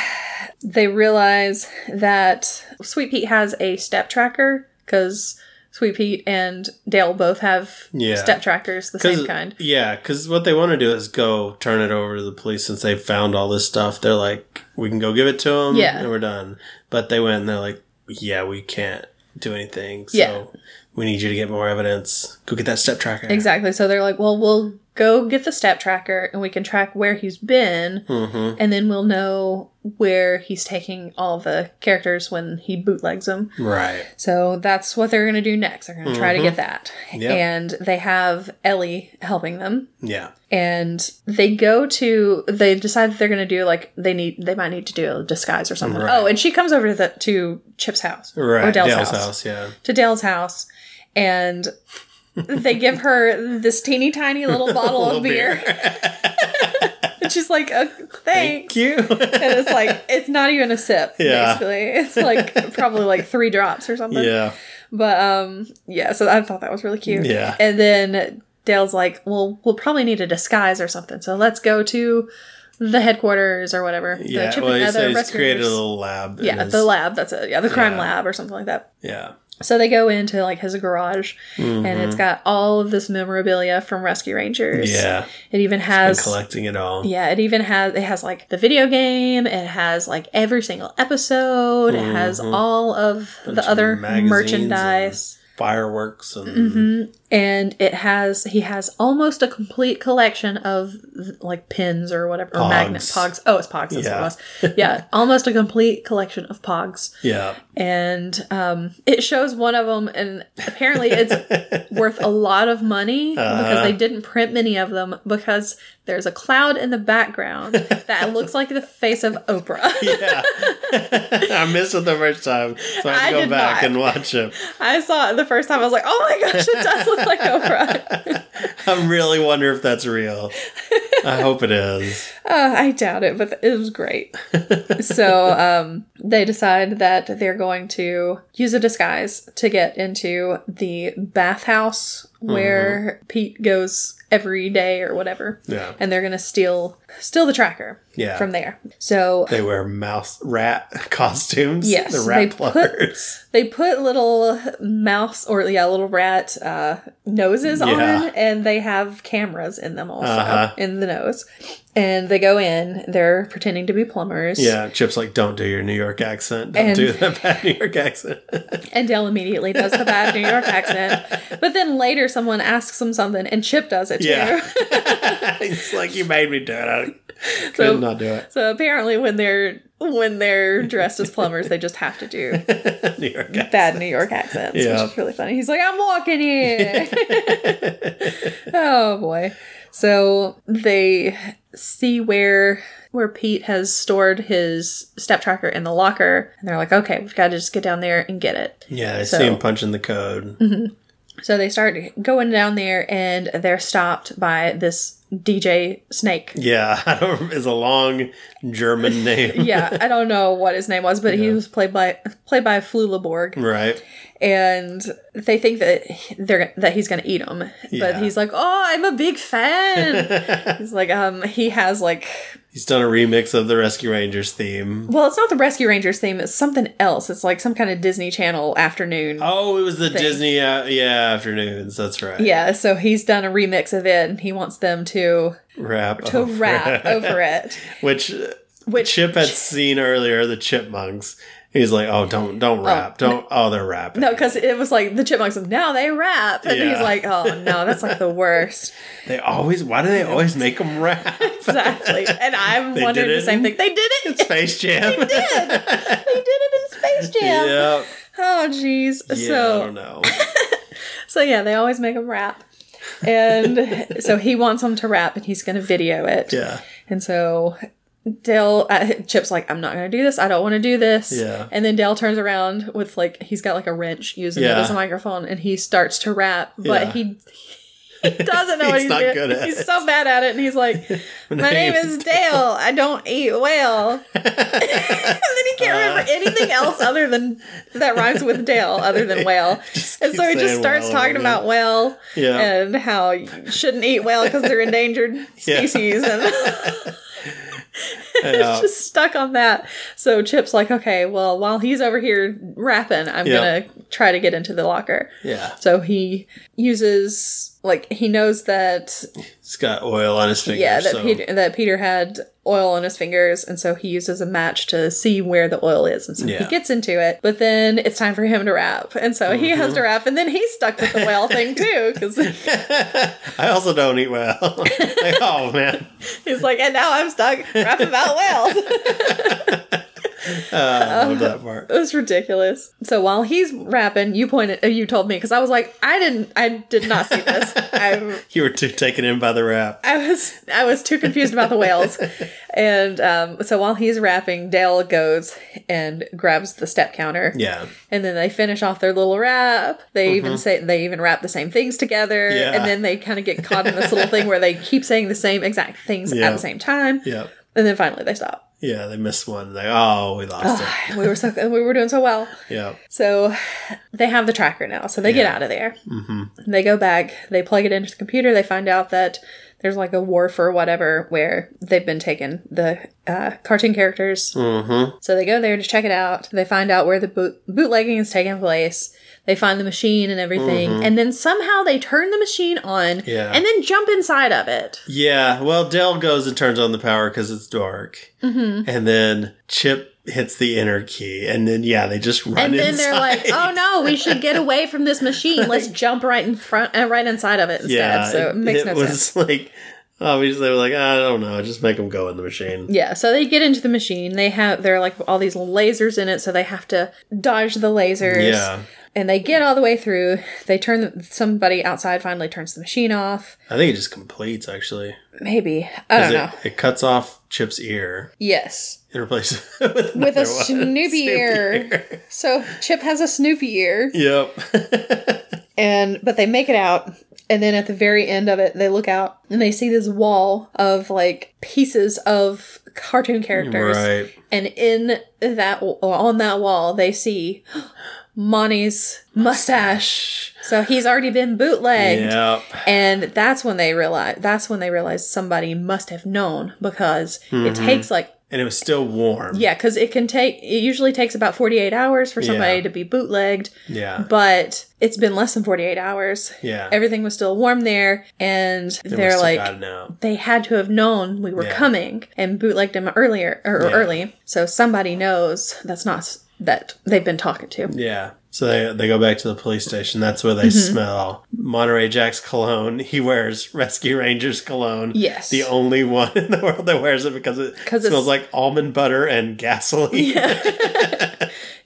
[SPEAKER 2] they realize that Sweet Pete has a step tracker because Sweet Pete and Dale both have
[SPEAKER 1] Yeah.
[SPEAKER 2] step trackers, the same kind.
[SPEAKER 1] Yeah, because what they want to do is go turn it over to the police since they found all this stuff. They're like, we can go give it to them,
[SPEAKER 2] Yeah.
[SPEAKER 1] and we're done. But they went and they're like, yeah, we can't do anything. So
[SPEAKER 2] Yeah.
[SPEAKER 1] we need you to get more evidence. Go get that step tracker.
[SPEAKER 2] Exactly. So they're like, well, we'll go get the step tracker and we can track where he's been,
[SPEAKER 1] hmm
[SPEAKER 2] and then we'll know where he's taking all the characters when he bootlegs them.
[SPEAKER 1] Right.
[SPEAKER 2] So that's what they're going to do next. They're going to try to
[SPEAKER 1] Mhm.
[SPEAKER 2] get that.
[SPEAKER 1] Yep.
[SPEAKER 2] And they have Ellie helping them.
[SPEAKER 1] Yeah.
[SPEAKER 2] And they go to, they decide that they're going to do like, they need, they might need to do a disguise or something.
[SPEAKER 1] Right.
[SPEAKER 2] Oh, and she comes over to, the, to Chip's house.
[SPEAKER 1] Right.
[SPEAKER 2] Or Dale's, house.
[SPEAKER 1] Yeah.
[SPEAKER 2] To Dale's house. And they
[SPEAKER 1] [LAUGHS]
[SPEAKER 2] give her this teeny tiny little bottle
[SPEAKER 1] Little
[SPEAKER 2] of beer. And she's like, oh, thanks.
[SPEAKER 1] Thank you.
[SPEAKER 2] And it's like, it's not even a sip,
[SPEAKER 1] [LAUGHS] Yeah.
[SPEAKER 2] basically. It's like probably like three drops
[SPEAKER 1] [LAUGHS]
[SPEAKER 2] or something.
[SPEAKER 1] yeah.
[SPEAKER 2] But um yeah, so I thought that was really cute.
[SPEAKER 1] Yeah.
[SPEAKER 2] And then Dale's like, "Well, we'll probably need a disguise or something. So let's go to the headquarters or whatever." the
[SPEAKER 1] Yeah.
[SPEAKER 2] Chip
[SPEAKER 1] Well,
[SPEAKER 2] and
[SPEAKER 1] he
[SPEAKER 2] Heather
[SPEAKER 1] said he's created a
[SPEAKER 2] rescuers.
[SPEAKER 1] little lab. in
[SPEAKER 2] yeah,
[SPEAKER 1] his-
[SPEAKER 2] the lab. That's it. Yeah, the crime
[SPEAKER 1] Yeah.
[SPEAKER 2] lab or something like that.
[SPEAKER 1] Yeah.
[SPEAKER 2] So they go into like his garage, and it's
[SPEAKER 1] Mhm.
[SPEAKER 2] got all of this memorabilia from Rescue Rangers.
[SPEAKER 1] yeah.
[SPEAKER 2] it even
[SPEAKER 1] Been
[SPEAKER 2] has
[SPEAKER 1] collecting it all.
[SPEAKER 2] yeah, it even has it has like the video game, it has like every single episode, it has
[SPEAKER 1] Mhm.
[SPEAKER 2] all of
[SPEAKER 1] Bunch of
[SPEAKER 2] the other
[SPEAKER 1] magazines and-
[SPEAKER 2] merchandise.
[SPEAKER 1] Fireworks and
[SPEAKER 2] hmm And it has he has almost a complete collection of like pins or whatever or magnet
[SPEAKER 1] Pogs.
[SPEAKER 2] pogs. Oh, it's pogs. That's what it
[SPEAKER 1] [LAUGHS]
[SPEAKER 2] was. Yeah, almost a complete collection of pogs.
[SPEAKER 1] yeah.
[SPEAKER 2] And um, it shows one of them, and
[SPEAKER 1] [LAUGHS]
[SPEAKER 2] apparently it's worth a lot of money because
[SPEAKER 1] Uh-huh.
[SPEAKER 2] they didn't print many of them because there's a cloud in the background that looks like the face of Oprah.
[SPEAKER 1] [LAUGHS] yeah. I missed it the first time, so I
[SPEAKER 2] I
[SPEAKER 1] had to
[SPEAKER 2] did
[SPEAKER 1] go back
[SPEAKER 2] not.
[SPEAKER 1] and watch it. [LAUGHS]
[SPEAKER 2] I saw it the first time. I was like, "Oh my gosh, it does look like Oprah."
[SPEAKER 1] I'm really wonder if that's real. I hope it is.
[SPEAKER 2] Uh, I doubt it, but it was great. so um, they decide that they're going to use a disguise to get into the bathhouse where Pete goes every day or whatever,
[SPEAKER 1] Yeah.
[SPEAKER 2] and they're going to steal steal the tracker
[SPEAKER 1] Yeah.
[SPEAKER 2] from there. So
[SPEAKER 1] They wear mouse rat [LAUGHS] costumes.
[SPEAKER 2] Yes,
[SPEAKER 1] The
[SPEAKER 2] they
[SPEAKER 1] rat
[SPEAKER 2] put-
[SPEAKER 1] pluckers. [LAUGHS]
[SPEAKER 2] they put little mouse or yeah little rat uh, noses
[SPEAKER 1] Yeah.
[SPEAKER 2] on and they have cameras in them also
[SPEAKER 1] Uh-huh.
[SPEAKER 2] in the nose and they go in they're pretending to be plumbers
[SPEAKER 1] Yeah. Chip's like, don't do your New York accent. Don't
[SPEAKER 2] And-
[SPEAKER 1] do that [LAUGHS] bad New York accent.
[SPEAKER 2] and dell immediately does the bad new
[SPEAKER 1] [LAUGHS]
[SPEAKER 2] york accent but then later someone asks him something and chip does it too
[SPEAKER 1] Yeah. [LAUGHS] it's like you made me do it. I could
[SPEAKER 2] So-
[SPEAKER 1] not do it. [LAUGHS]
[SPEAKER 2] [LAUGHS] so apparently when they're when they're dressed as plumbers they just have
[SPEAKER 1] [LAUGHS]
[SPEAKER 2] to do
[SPEAKER 1] New York accent.
[SPEAKER 2] bad New York accents,
[SPEAKER 1] Yeah.
[SPEAKER 2] which is really funny. He's like, I'm
[SPEAKER 1] [LAUGHS]
[SPEAKER 2] walking here. oh boy. So they see where where Pete has stored his step tracker in the locker, and they're like, okay, we've got to just get down there and get it.
[SPEAKER 1] Yeah, I
[SPEAKER 2] So-
[SPEAKER 1] see him punching the code.
[SPEAKER 2] So they start going down there, and they're stopped by this DJ Snake.
[SPEAKER 1] Yeah, [LAUGHS] I don't, it's a long German name.
[SPEAKER 2] [LAUGHS] Yeah,
[SPEAKER 1] [LAUGHS]
[SPEAKER 2] I don't know what his name was, but he
[SPEAKER 1] Yeah. Hmm.
[SPEAKER 2] was played by played by Flula Borg.
[SPEAKER 1] Right.
[SPEAKER 2] and they think that they're that he's gonna eat him,
[SPEAKER 1] Yeah.
[SPEAKER 2] but he's like, "Oh, I'm a big fan."
[SPEAKER 1] [LAUGHS]
[SPEAKER 2] he's like, um, he has like,
[SPEAKER 1] He's done a remix of the Rescue Rangers theme.
[SPEAKER 2] well, it's not the Rescue Rangers theme; it's something else. It's like some kind of Disney Channel afternoon.
[SPEAKER 1] Oh, it was the
[SPEAKER 2] Thing.
[SPEAKER 1] Disney uh, yeah afternoons. That's right.
[SPEAKER 2] Yeah, so he's done a remix of it, and he wants them to
[SPEAKER 1] Rap [LAUGHS]
[SPEAKER 2] to rap over it.
[SPEAKER 1] Which uh,
[SPEAKER 2] Which
[SPEAKER 1] Chip had seen earlier. The Chipmunks. He's like, oh, don't don't rap. don't. Oh, they're rapping.
[SPEAKER 2] no, because it was like the chipmunks. Now they rap, and
[SPEAKER 1] Yeah.
[SPEAKER 2] he's like, "Oh no, that's like
[SPEAKER 1] [LAUGHS]
[SPEAKER 2] the worst."
[SPEAKER 1] they always. Why do they always make them
[SPEAKER 2] [LAUGHS]
[SPEAKER 1] rap? [LAUGHS]
[SPEAKER 2] exactly, and I'm
[SPEAKER 1] They
[SPEAKER 2] wondering the
[SPEAKER 1] didn't?
[SPEAKER 2] same thing. They did it.
[SPEAKER 1] Space Jam.
[SPEAKER 2] they did it in Space
[SPEAKER 1] [LAUGHS]
[SPEAKER 2] Jam.
[SPEAKER 1] Yep.
[SPEAKER 2] Oh jeez.
[SPEAKER 1] Yeah. I
[SPEAKER 2] so
[SPEAKER 1] don't know.
[SPEAKER 2] so yeah, they always make him rap. And so he wants him to rap and he's going to video it.
[SPEAKER 1] Yeah.
[SPEAKER 2] And so Dale uh, Chip's like I'm not going to do this. I don't want to do this.
[SPEAKER 1] Yeah.
[SPEAKER 2] And then Dale turns around with like he's got like a wrench using it
[SPEAKER 1] Yeah.
[SPEAKER 2] as a microphone and he starts to rap, but
[SPEAKER 1] Yeah. [LAUGHS]
[SPEAKER 2] he he doesn't know what
[SPEAKER 1] He's
[SPEAKER 2] he's
[SPEAKER 1] not
[SPEAKER 2] doing.
[SPEAKER 1] good at
[SPEAKER 2] he's
[SPEAKER 1] it.
[SPEAKER 2] so bad at it and
[SPEAKER 1] [LAUGHS]
[SPEAKER 2] he's like my name is Dale. I don't eat
[SPEAKER 1] [LAUGHS]
[SPEAKER 2] [LAUGHS] whale. and then he
[SPEAKER 1] Uh.
[SPEAKER 2] can't remember anything else other than that rhymes with Dale, other than whale.
[SPEAKER 1] [LAUGHS] Just
[SPEAKER 2] And
[SPEAKER 1] keep
[SPEAKER 2] so he just
[SPEAKER 1] saying
[SPEAKER 2] starts
[SPEAKER 1] whale
[SPEAKER 2] talking
[SPEAKER 1] over
[SPEAKER 2] about whale
[SPEAKER 1] Yeah.
[SPEAKER 2] and how you shouldn't eat whale because they're endangered
[SPEAKER 1] [LAUGHS] Yeah.
[SPEAKER 2] species. And
[SPEAKER 1] Yeah.
[SPEAKER 2] [LAUGHS] it's just stuck on that. So Chip's like, okay, well, while he's over here rapping, I'm
[SPEAKER 1] Yeah.
[SPEAKER 2] going to try to get into the locker.
[SPEAKER 1] yeah.
[SPEAKER 2] So he uses, like, he knows that
[SPEAKER 1] He's got oil on his fingers.
[SPEAKER 2] Yeah, that
[SPEAKER 1] so.
[SPEAKER 2] Peter that Peter had oil on his fingers, and so he uses a match to see where the oil is, and so he
[SPEAKER 1] Yeah.
[SPEAKER 2] gets into it. But then it's time for him to rap, and so he has
[SPEAKER 1] Mm-hmm.
[SPEAKER 2] to rap, and then he's stuck with the whale thing too, because
[SPEAKER 1] [LAUGHS] I also don't eat well. [LAUGHS]
[SPEAKER 2] [LAUGHS]
[SPEAKER 1] Like, oh man,
[SPEAKER 2] he's like, and now I'm stuck rapping about whales.
[SPEAKER 1] uh, I love that part.
[SPEAKER 2] it was ridiculous. So while he's rapping, you pointed, uh, you told me, because I was like, I didn't, I did not
[SPEAKER 1] [LAUGHS]
[SPEAKER 2] see this. I
[SPEAKER 1] You were too taken in by the rap.
[SPEAKER 2] I was I was too confused about the whales, and um, so while he's rapping, Dale goes and grabs the step counter.
[SPEAKER 1] Yeah, Mm-hmm.
[SPEAKER 2] and then they finish off their little rap. They even say they even rap the same things together,
[SPEAKER 1] Yeah.
[SPEAKER 2] and then they kind of get caught in this little thing where they keep saying the same exact things at
[SPEAKER 1] Yeah.
[SPEAKER 2] the same time,
[SPEAKER 1] yeah,
[SPEAKER 2] and then finally they stop.
[SPEAKER 1] yeah. They missed one. Like, oh, we lost
[SPEAKER 2] And [SIGHS] we were so and we were doing so well.
[SPEAKER 1] it. Yeah,
[SPEAKER 2] So they have the tracker now, so they get
[SPEAKER 1] Yeah.
[SPEAKER 2] out of there.
[SPEAKER 1] hmm
[SPEAKER 2] They go back, they plug it into the computer, they find out that there's like a wharf or whatever where they've been taken the uh, cartoon characters
[SPEAKER 1] hmm
[SPEAKER 2] So they go there to check it out. They find out where the boot- bootlegging is taking place. They find the machine and everything. And then somehow they turn the machine on
[SPEAKER 1] Mm-hmm. Yeah.
[SPEAKER 2] and then jump inside of it.
[SPEAKER 1] Yeah. Well, Dell goes and turns on the power because it's dark, mm-hmm. and then Chip hits the inner key, and then yeah, they just run.
[SPEAKER 2] And then they're
[SPEAKER 1] inside. [LAUGHS]
[SPEAKER 2] like, oh no, we should get away from this machine. Let's jump right in front, uh, right inside of it instead. so it makes no
[SPEAKER 1] was
[SPEAKER 2] sense.
[SPEAKER 1] like obviously they were like, I don't know, just make them go in the machine.
[SPEAKER 2] Yeah, so they get into the machine. They have there are like all these lasers in it, so they have to dodge the lasers.
[SPEAKER 1] Yeah.
[SPEAKER 2] And they get all the way through. They turn the, somebody outside finally turns the machine off.
[SPEAKER 1] I think it just completes actually.
[SPEAKER 2] Maybe. I don't
[SPEAKER 1] it,
[SPEAKER 2] know.
[SPEAKER 1] it cuts off Chip's ear [LAUGHS]
[SPEAKER 2] Yes.
[SPEAKER 1] and replaces it with,
[SPEAKER 2] With
[SPEAKER 1] another
[SPEAKER 2] a
[SPEAKER 1] one. [LAUGHS]
[SPEAKER 2] Snoopy ear. So Chip has a Snoopy ear,
[SPEAKER 1] Yep.
[SPEAKER 2] and but they make it out, And then at the very end of it, they look out and they see this wall of like pieces of cartoon characters.
[SPEAKER 1] Right.
[SPEAKER 2] And in that or on that wall, they see Monty's mustache. So he's already been bootlegged.
[SPEAKER 1] Yep.
[SPEAKER 2] And that's when they realize that's when they realize somebody must have known because it takes like
[SPEAKER 1] And it was still warm.
[SPEAKER 2] yeah, because it can take it usually takes about 48 hours for somebody
[SPEAKER 1] Yeah.
[SPEAKER 2] to be bootlegged,
[SPEAKER 1] Yeah.
[SPEAKER 2] but it's been less than 48 hours.
[SPEAKER 1] yeah.
[SPEAKER 2] Everything was still warm there and
[SPEAKER 1] They
[SPEAKER 2] they are
[SPEAKER 1] must have
[SPEAKER 2] like
[SPEAKER 1] gotten out.
[SPEAKER 2] they had to have known we were
[SPEAKER 1] Yeah.
[SPEAKER 2] coming and bootlegged him earlier or, or
[SPEAKER 1] Yeah.
[SPEAKER 2] early. So somebody knows that's not s- that they've been talking to.
[SPEAKER 1] Yeah. So they, they go back to the police station. That's where they
[SPEAKER 2] Mm-hmm.
[SPEAKER 1] smell Monterey Jack's cologne. He wears Rescue Rangers cologne.
[SPEAKER 2] Yes.
[SPEAKER 1] The only one [LAUGHS] in the world that wears it because it
[SPEAKER 2] 'Cause
[SPEAKER 1] smells
[SPEAKER 2] it's-
[SPEAKER 1] like almond butter and
[SPEAKER 2] [LAUGHS]
[SPEAKER 1] gasoline.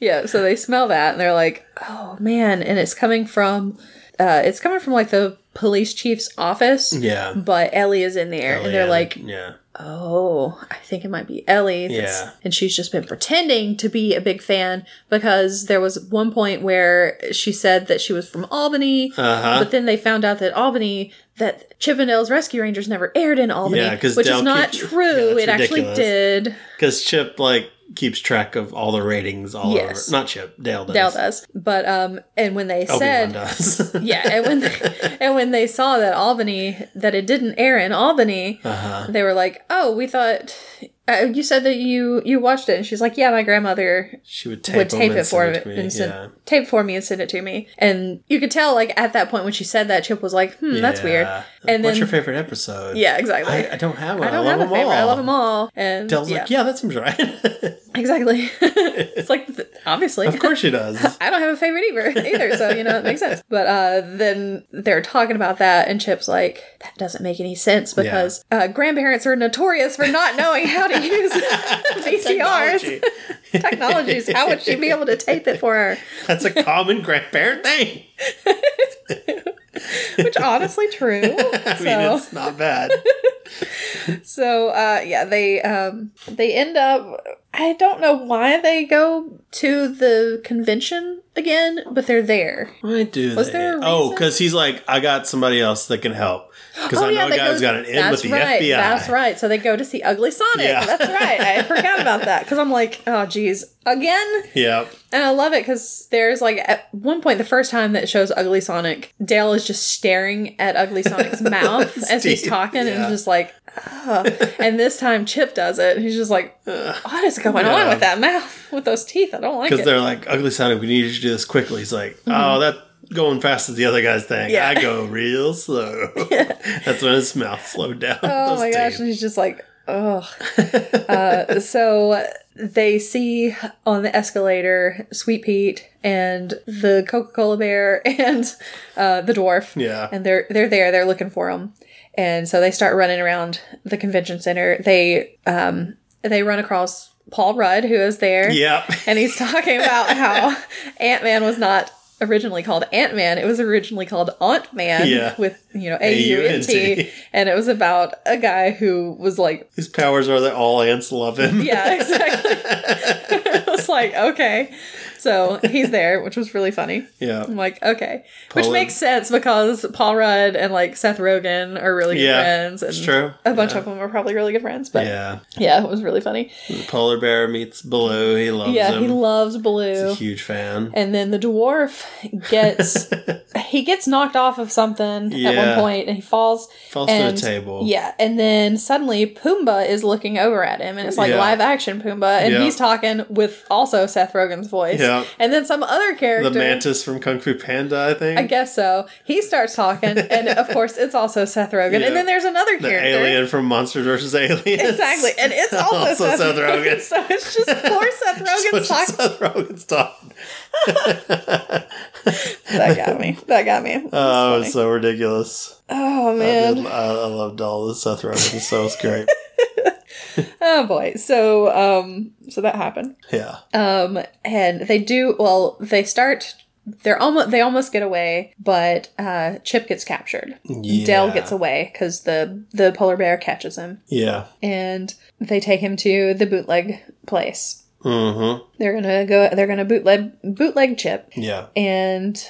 [SPEAKER 2] Yeah, so they smell that and they're like, "Oh man!" And it's coming from, uh, it's coming from like the police chief's office.
[SPEAKER 1] Yeah.
[SPEAKER 2] But Ellie is in there, and they're
[SPEAKER 1] Yeah.
[SPEAKER 2] like,
[SPEAKER 1] yeah.
[SPEAKER 2] "Oh, I think it might be Ellie." that's-
[SPEAKER 1] Yeah.
[SPEAKER 2] And she's just been pretending to be a big fan because there was one point where she said that she was from Albany,
[SPEAKER 1] Uh huh.
[SPEAKER 2] but then they found out that Albany, that Chippendales Rescue Rangers never aired in Albany,
[SPEAKER 1] Yeah, 'cause
[SPEAKER 2] which
[SPEAKER 1] Dell
[SPEAKER 2] is not
[SPEAKER 1] keeps-
[SPEAKER 2] true.
[SPEAKER 1] Yeah,
[SPEAKER 2] it
[SPEAKER 1] that's
[SPEAKER 2] actually
[SPEAKER 1] ridiculous.
[SPEAKER 2] did.
[SPEAKER 1] Because Chip, like, keeps track of all the ratings all
[SPEAKER 2] Yes.
[SPEAKER 1] over. Not Chip. Dale does.
[SPEAKER 2] Dell does, but um, and when they
[SPEAKER 1] Obi-Wan
[SPEAKER 2] said.
[SPEAKER 1] does.
[SPEAKER 2] [LAUGHS]
[SPEAKER 1] [LAUGHS]
[SPEAKER 2] yeah, and when they, and when they saw that Albany that it didn't air in Albany,
[SPEAKER 1] uh-huh.
[SPEAKER 2] they were like, "Oh, we thought uh, you said that you you watched it." And she's like, "Yeah, my grandmother
[SPEAKER 1] She would tape,
[SPEAKER 2] would tape it for
[SPEAKER 1] me.
[SPEAKER 2] it and send,
[SPEAKER 1] yeah.
[SPEAKER 2] tape for me and send it to me." And you could tell like at that point when she said that, Chip was like, "Hmm, that's weird."
[SPEAKER 1] Yeah.
[SPEAKER 2] And
[SPEAKER 1] What's your
[SPEAKER 2] then-
[SPEAKER 1] favorite episode?
[SPEAKER 2] Yeah, exactly.
[SPEAKER 1] I, I don't have one.
[SPEAKER 2] I
[SPEAKER 1] I,
[SPEAKER 2] don't
[SPEAKER 1] love
[SPEAKER 2] have a
[SPEAKER 1] them
[SPEAKER 2] favorite.
[SPEAKER 1] all.
[SPEAKER 2] I love them all. And
[SPEAKER 1] Dell's
[SPEAKER 2] yeah,
[SPEAKER 1] like, yeah, that seems right.
[SPEAKER 2] exactly. [LAUGHS] it's like th-
[SPEAKER 1] [LAUGHS]
[SPEAKER 2] obviously.
[SPEAKER 1] Of course she does.
[SPEAKER 2] [LAUGHS] I don't have a favorite either, either, so you know it makes sense. But uh, then they're talking about that, and Chip's like, "That doesn't make any sense because uh, grandparents are notorious for not knowing how
[SPEAKER 1] [LAUGHS]
[SPEAKER 2] to use [LAUGHS] VCRs
[SPEAKER 1] Technology.
[SPEAKER 2] technologies. How would she be able to tape it for her?"
[SPEAKER 1] [LAUGHS] That's a common grandparent thing.
[SPEAKER 2] Which honestly,
[SPEAKER 1] [LAUGHS]
[SPEAKER 2] true.
[SPEAKER 1] I
[SPEAKER 2] so,
[SPEAKER 1] mean, it's not bad.
[SPEAKER 2] so uh, yeah, they um, they end up. I don't know why they go to the convention again, but they're there.
[SPEAKER 1] Why do
[SPEAKER 2] Was
[SPEAKER 1] they?
[SPEAKER 2] there a
[SPEAKER 1] oh,
[SPEAKER 2] reason?
[SPEAKER 1] because he's like, I got somebody else that can help. Because I know a
[SPEAKER 2] Oh, they
[SPEAKER 1] guy
[SPEAKER 2] go-
[SPEAKER 1] who's got an in with
[SPEAKER 2] that's
[SPEAKER 1] the
[SPEAKER 2] right,
[SPEAKER 1] FBI.
[SPEAKER 2] That's right. So they go to see Ugly Sonic.
[SPEAKER 1] Yeah.
[SPEAKER 2] That's right. I forgot about that because I'm like, oh, geez, again.
[SPEAKER 1] Yep.
[SPEAKER 2] And I love it because there's like at one point the first time that it shows Ugly Sonic, Dale is just staring at Ugly
[SPEAKER 1] [LAUGHS]
[SPEAKER 2] Sonic's mouth as he's
[SPEAKER 1] Steve,
[SPEAKER 2] talking and
[SPEAKER 1] yeah.
[SPEAKER 2] just like, Ugh. and this time Chip does it. And he's just like, what is going on
[SPEAKER 1] Yeah.
[SPEAKER 2] with that mouth with those teeth? I don't like
[SPEAKER 1] Because
[SPEAKER 2] it.
[SPEAKER 1] they're like, Ugly Sonic, we need you to do this quickly. He's like, oh, that going fast is the other guy's thing.
[SPEAKER 2] Mm-hmm. Yeah.
[SPEAKER 1] I go real slow.
[SPEAKER 2] [LAUGHS]
[SPEAKER 1] [LAUGHS] That's when his mouth slowed down. [LAUGHS]
[SPEAKER 2] Oh
[SPEAKER 1] Those
[SPEAKER 2] my gosh,
[SPEAKER 1] teeth.
[SPEAKER 2] and he's just like,
[SPEAKER 1] [LAUGHS]
[SPEAKER 2] ugh. uh, so they see on the escalator Sweet Pete and the Coca Cola bear [LAUGHS] and uh, the dwarf.
[SPEAKER 1] Yeah.
[SPEAKER 2] [LAUGHS] And they're they're there. They're looking for him, and so they start running around the convention center. They um they run across Paul Rudd who is there.
[SPEAKER 1] Yep. [LAUGHS]
[SPEAKER 2] And he's talking about [LAUGHS] how Ant Man was not originally called Ant Man. It was originally called Aunt Man
[SPEAKER 1] Yeah.
[SPEAKER 2] with, you know, A U N T.
[SPEAKER 1] A-U-N-T.
[SPEAKER 2] And it was about a guy who was like,
[SPEAKER 1] His powers are that all ants love him.
[SPEAKER 2] yeah, [LAUGHS] exactly. [LAUGHS] it was like, okay. So he's there, which was really funny.
[SPEAKER 1] Yeah.
[SPEAKER 2] I'm like, okay. Which
[SPEAKER 1] Paul-
[SPEAKER 2] makes sense because Paul Rudd and like Seth Rogen are really good
[SPEAKER 1] Yeah,
[SPEAKER 2] friends. And
[SPEAKER 1] It's true.
[SPEAKER 2] A bunch
[SPEAKER 1] yeah.
[SPEAKER 2] of them are probably really good friends. But yeah,
[SPEAKER 1] Yeah.
[SPEAKER 2] it was really funny.
[SPEAKER 1] The polar bear meets Baloo. He loves
[SPEAKER 2] yeah,
[SPEAKER 1] him.
[SPEAKER 2] he loves Blue.
[SPEAKER 1] He's a huge fan.
[SPEAKER 2] and then the dwarf
[SPEAKER 1] [LAUGHS]
[SPEAKER 2] gets he gets knocked off of something at
[SPEAKER 1] Yeah.
[SPEAKER 2] one point and he falls
[SPEAKER 1] Falls
[SPEAKER 2] and
[SPEAKER 1] to the table.
[SPEAKER 2] yeah and then suddenly Pumbaa is looking over at him and it's like
[SPEAKER 1] Yeah.
[SPEAKER 2] live action Pumbaa and
[SPEAKER 1] Yeah.
[SPEAKER 2] he's talking with also Seth Rogen's voice
[SPEAKER 1] Yeah.
[SPEAKER 2] and then some other
[SPEAKER 1] The
[SPEAKER 2] character
[SPEAKER 1] mantis from Kung Fu Panda, I think.
[SPEAKER 2] I guess so he starts
[SPEAKER 1] [LAUGHS]
[SPEAKER 2] talking and of course it's also Seth Rogen
[SPEAKER 1] Yeah.
[SPEAKER 2] and then there's another
[SPEAKER 1] the
[SPEAKER 2] character
[SPEAKER 1] alien from Monsters vs. Aliens.
[SPEAKER 2] [LAUGHS] exactly
[SPEAKER 1] [LAUGHS]
[SPEAKER 2] and it's also, Seth, Rogen. [LAUGHS] so it's just poor Seth Rogen
[SPEAKER 1] Just watch
[SPEAKER 2] talking
[SPEAKER 1] Seth Rogen's talking.
[SPEAKER 2] that got me that got me
[SPEAKER 1] Oh,
[SPEAKER 2] That's
[SPEAKER 1] it's
[SPEAKER 2] funny.
[SPEAKER 1] so ridiculous.
[SPEAKER 2] oh
[SPEAKER 1] I,
[SPEAKER 2] man
[SPEAKER 1] did, I, I loved all the Seth Rogen, so it's
[SPEAKER 2] [LAUGHS]
[SPEAKER 1] great.
[SPEAKER 2] Oh boy. So um so that happened.
[SPEAKER 1] Yeah.
[SPEAKER 2] Um and they do well, they start they're almost they almost get away, but uh Chip gets captured.
[SPEAKER 1] yeah.
[SPEAKER 2] Dale gets away cuz the the polar bear catches him
[SPEAKER 1] Yeah.
[SPEAKER 2] and they take him to the bootleg place.
[SPEAKER 1] Mm-hmm.
[SPEAKER 2] They're going to go they're going to bootleg bootleg Chip
[SPEAKER 1] Yeah.
[SPEAKER 2] and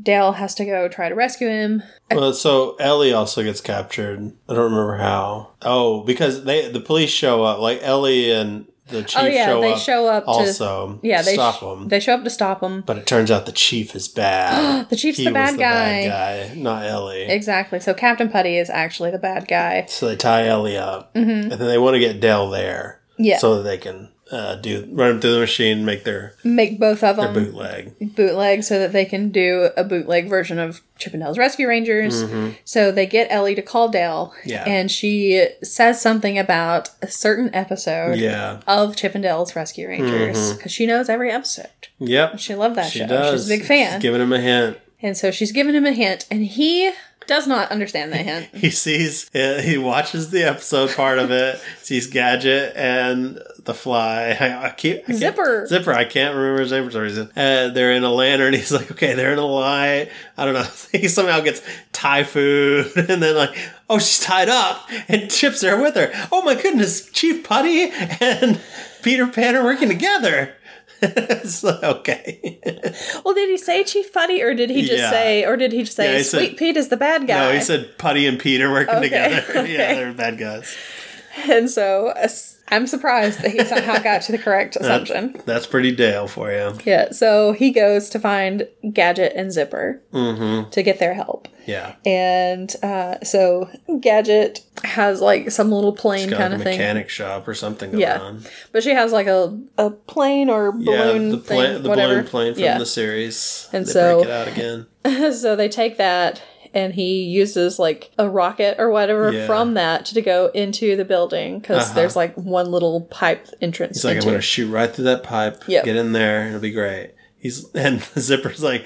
[SPEAKER 2] Dale has to go try to rescue him.
[SPEAKER 1] Well, so Ellie also gets captured. I don't remember how. Oh, because they the police show up. Like Ellie and the chief
[SPEAKER 2] oh yeah,
[SPEAKER 1] show,
[SPEAKER 2] they
[SPEAKER 1] up
[SPEAKER 2] show up to
[SPEAKER 1] also.
[SPEAKER 2] yeah they
[SPEAKER 1] stop
[SPEAKER 2] sh-
[SPEAKER 1] them.
[SPEAKER 2] They show up to stop him.
[SPEAKER 1] but it turns out the chief is
[SPEAKER 2] [GASPS]
[SPEAKER 1] bad.
[SPEAKER 2] The chief's
[SPEAKER 1] he
[SPEAKER 2] the
[SPEAKER 1] was
[SPEAKER 2] bad
[SPEAKER 1] the
[SPEAKER 2] guy.
[SPEAKER 1] bad guy, not Ellie.
[SPEAKER 2] Exactly. So Captain Putty is actually the bad guy.
[SPEAKER 1] so they tie Ellie up,
[SPEAKER 2] hmm
[SPEAKER 1] and then they want to get Dell there
[SPEAKER 2] Yeah.
[SPEAKER 1] so that they can uh, do run him through the machine, make their
[SPEAKER 2] Make both of
[SPEAKER 1] their
[SPEAKER 2] them
[SPEAKER 1] bootleg.
[SPEAKER 2] bootleg so that they can do a bootleg version of Chippendale's Rescue Rangers.
[SPEAKER 1] Mhm.
[SPEAKER 2] So they get Ellie to call Dale,
[SPEAKER 1] Yeah.
[SPEAKER 2] and she says something about a certain episode
[SPEAKER 1] Yeah.
[SPEAKER 2] of Chippendale's Rescue Rangers because she knows every episode.
[SPEAKER 1] Yep.
[SPEAKER 2] She loved that
[SPEAKER 1] She
[SPEAKER 2] show.
[SPEAKER 1] does.
[SPEAKER 2] She's a big fan,
[SPEAKER 1] She's giving him a hint.
[SPEAKER 2] and so she's giving him a hint, and he does not understand the
[SPEAKER 1] [LAUGHS]
[SPEAKER 2] hint.
[SPEAKER 1] He sees, uh, he watches the episode part of it, [LAUGHS] sees Gadget and the fly. [LAUGHS] I, I keep, I can't-
[SPEAKER 2] Zipper.
[SPEAKER 1] Zipper. I can't remember his name for some reason. Uh, they're in a lantern. [LAUGHS] He's like, okay, they're in a lie. I don't know. [LAUGHS] He somehow gets Thai food [LAUGHS] and then, like, oh, she's tied up and Chips there with her. Oh my goodness, Chief Putty and [LAUGHS] Peter Pan are working together. [LAUGHS] it's like, okay. [LAUGHS]
[SPEAKER 2] Well, did he say Chief Putty, or did he just
[SPEAKER 1] Yeah.
[SPEAKER 2] say, or did he just say
[SPEAKER 1] Yeah, he said-
[SPEAKER 2] Sweet Pete is the bad guy?
[SPEAKER 1] No, Oh, he said Putty and Peter working
[SPEAKER 2] Okay,
[SPEAKER 1] together. [LAUGHS] Yeah,
[SPEAKER 2] okay.
[SPEAKER 1] they're bad guys.
[SPEAKER 2] [LAUGHS] and so uh, I'm surprised that he somehow got to the correct assumption.
[SPEAKER 1] [LAUGHS] That's pretty Dale for you.
[SPEAKER 2] Yeah, so he goes to find Gadget and Zipper
[SPEAKER 1] Mm-hmm.
[SPEAKER 2] to get their help.
[SPEAKER 1] Yeah.
[SPEAKER 2] And uh, so Gadget has like some little plane
[SPEAKER 1] Got
[SPEAKER 2] kind
[SPEAKER 1] like a
[SPEAKER 2] of thing.
[SPEAKER 1] mechanic shop or something going
[SPEAKER 2] Yeah.
[SPEAKER 1] on.
[SPEAKER 2] But she has like a, a plane or balloon
[SPEAKER 1] yeah, the,
[SPEAKER 2] thing.
[SPEAKER 1] pla- the
[SPEAKER 2] whatever.
[SPEAKER 1] balloon plane from
[SPEAKER 2] yeah.
[SPEAKER 1] the series.
[SPEAKER 2] And
[SPEAKER 1] they
[SPEAKER 2] so-
[SPEAKER 1] break it out again.
[SPEAKER 2] [LAUGHS] so they take that and he uses like a rocket or whatever
[SPEAKER 1] Yeah.
[SPEAKER 2] from that to go into the building because
[SPEAKER 1] Uh-huh.
[SPEAKER 2] there's like one little pipe entrance.
[SPEAKER 1] He's like, I'm
[SPEAKER 2] into-
[SPEAKER 1] going to shoot right through that pipe.
[SPEAKER 2] Yep.
[SPEAKER 1] Get in there. It'll be great. He's [LAUGHS] And the zipper's like,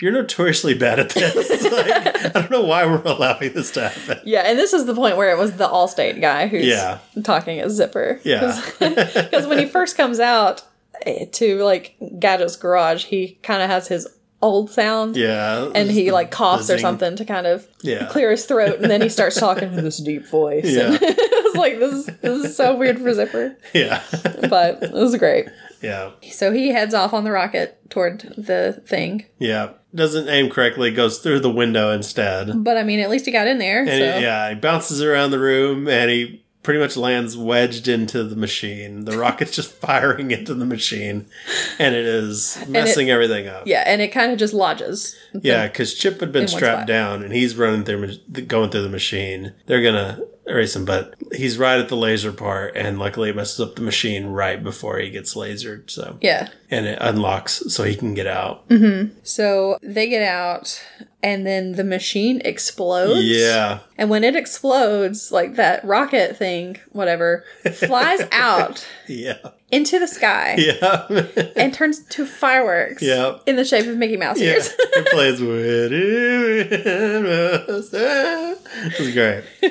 [SPEAKER 1] you're notoriously bad at this. [LAUGHS] like, I don't know why we're allowing this to
[SPEAKER 2] [LAUGHS]
[SPEAKER 1] happen.
[SPEAKER 2] yeah, and this is the point where it was the Allstate guy who's
[SPEAKER 1] Yeah.
[SPEAKER 2] talking as Zipper.
[SPEAKER 1] Yeah.
[SPEAKER 2] Because
[SPEAKER 1] [LAUGHS]
[SPEAKER 2] when he first comes out eh, to like Gadget's garage, he kind of has his old sound.
[SPEAKER 1] Yeah.
[SPEAKER 2] [LAUGHS] And he like coughs or
[SPEAKER 1] buzzing.
[SPEAKER 2] something to kind of
[SPEAKER 1] Yeah.
[SPEAKER 2] clear his throat, and then he starts talking with this deep voice. [LAUGHS]
[SPEAKER 1] Yeah.
[SPEAKER 2] And I was like, this is, this is so weird for Zipper,
[SPEAKER 1] Yeah. [LAUGHS]
[SPEAKER 2] but it was great.
[SPEAKER 1] yeah.
[SPEAKER 2] So he heads off on the rocket toward the thing,
[SPEAKER 1] Yeah. Doesn't aim correctly. Goes through the window instead.
[SPEAKER 2] but I mean, at least he got in there.
[SPEAKER 1] And
[SPEAKER 2] so
[SPEAKER 1] he- yeah, he bounces around the room and he pretty much lands wedged into the machine. The rocket's just [LAUGHS] firing into the machine and it is messing everything up.
[SPEAKER 2] [LAUGHS] Yeah, and it kind of just lodges.
[SPEAKER 1] Yeah, because Chip had been
[SPEAKER 2] one
[SPEAKER 1] strapped
[SPEAKER 2] spot.
[SPEAKER 1] down and he's running through, ma- going through the machine. They're gonna erase him, but he's right at the laser part, and luckily it messes up the machine right before he gets lasered. So
[SPEAKER 2] Yeah.
[SPEAKER 1] and it unlocks so he can get out.
[SPEAKER 2] So they get out, and then the machine explodes.
[SPEAKER 1] Yeah,
[SPEAKER 2] And when it explodes, like that rocket thing, whatever,
[SPEAKER 1] [LAUGHS]
[SPEAKER 2] flies out
[SPEAKER 1] yeah, [LAUGHS]
[SPEAKER 2] into the sky
[SPEAKER 1] yeah.
[SPEAKER 2] and turns to fireworks
[SPEAKER 1] Yep.
[SPEAKER 2] in the shape of Mickey Mouse
[SPEAKER 1] Yeah, [LAUGHS]
[SPEAKER 2] ears.
[SPEAKER 1] it plays with It was great.
[SPEAKER 2] [LAUGHS]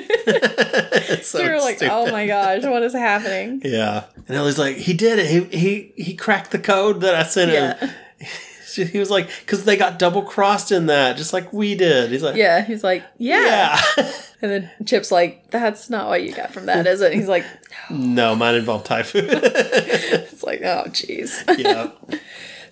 [SPEAKER 1] it's so
[SPEAKER 2] we were like, oh
[SPEAKER 1] stupid.
[SPEAKER 2] my gosh, what is happening?
[SPEAKER 1] [LAUGHS] Yeah, and Ellie's like, he did it. He he he cracked the code that I sent
[SPEAKER 2] Yeah.
[SPEAKER 1] him. [LAUGHS] She- he was like, because they got double crossed in that, just like we did. He's like,
[SPEAKER 2] Yeah, he's like, yeah.
[SPEAKER 1] yeah. [LAUGHS]
[SPEAKER 2] And then Chip's like, that's not what you got from that, is it? And he's like, [LAUGHS]
[SPEAKER 1] no, mine involved Thai [LAUGHS] food.
[SPEAKER 2] it's like, oh, jeez. [LAUGHS]
[SPEAKER 1] yeah,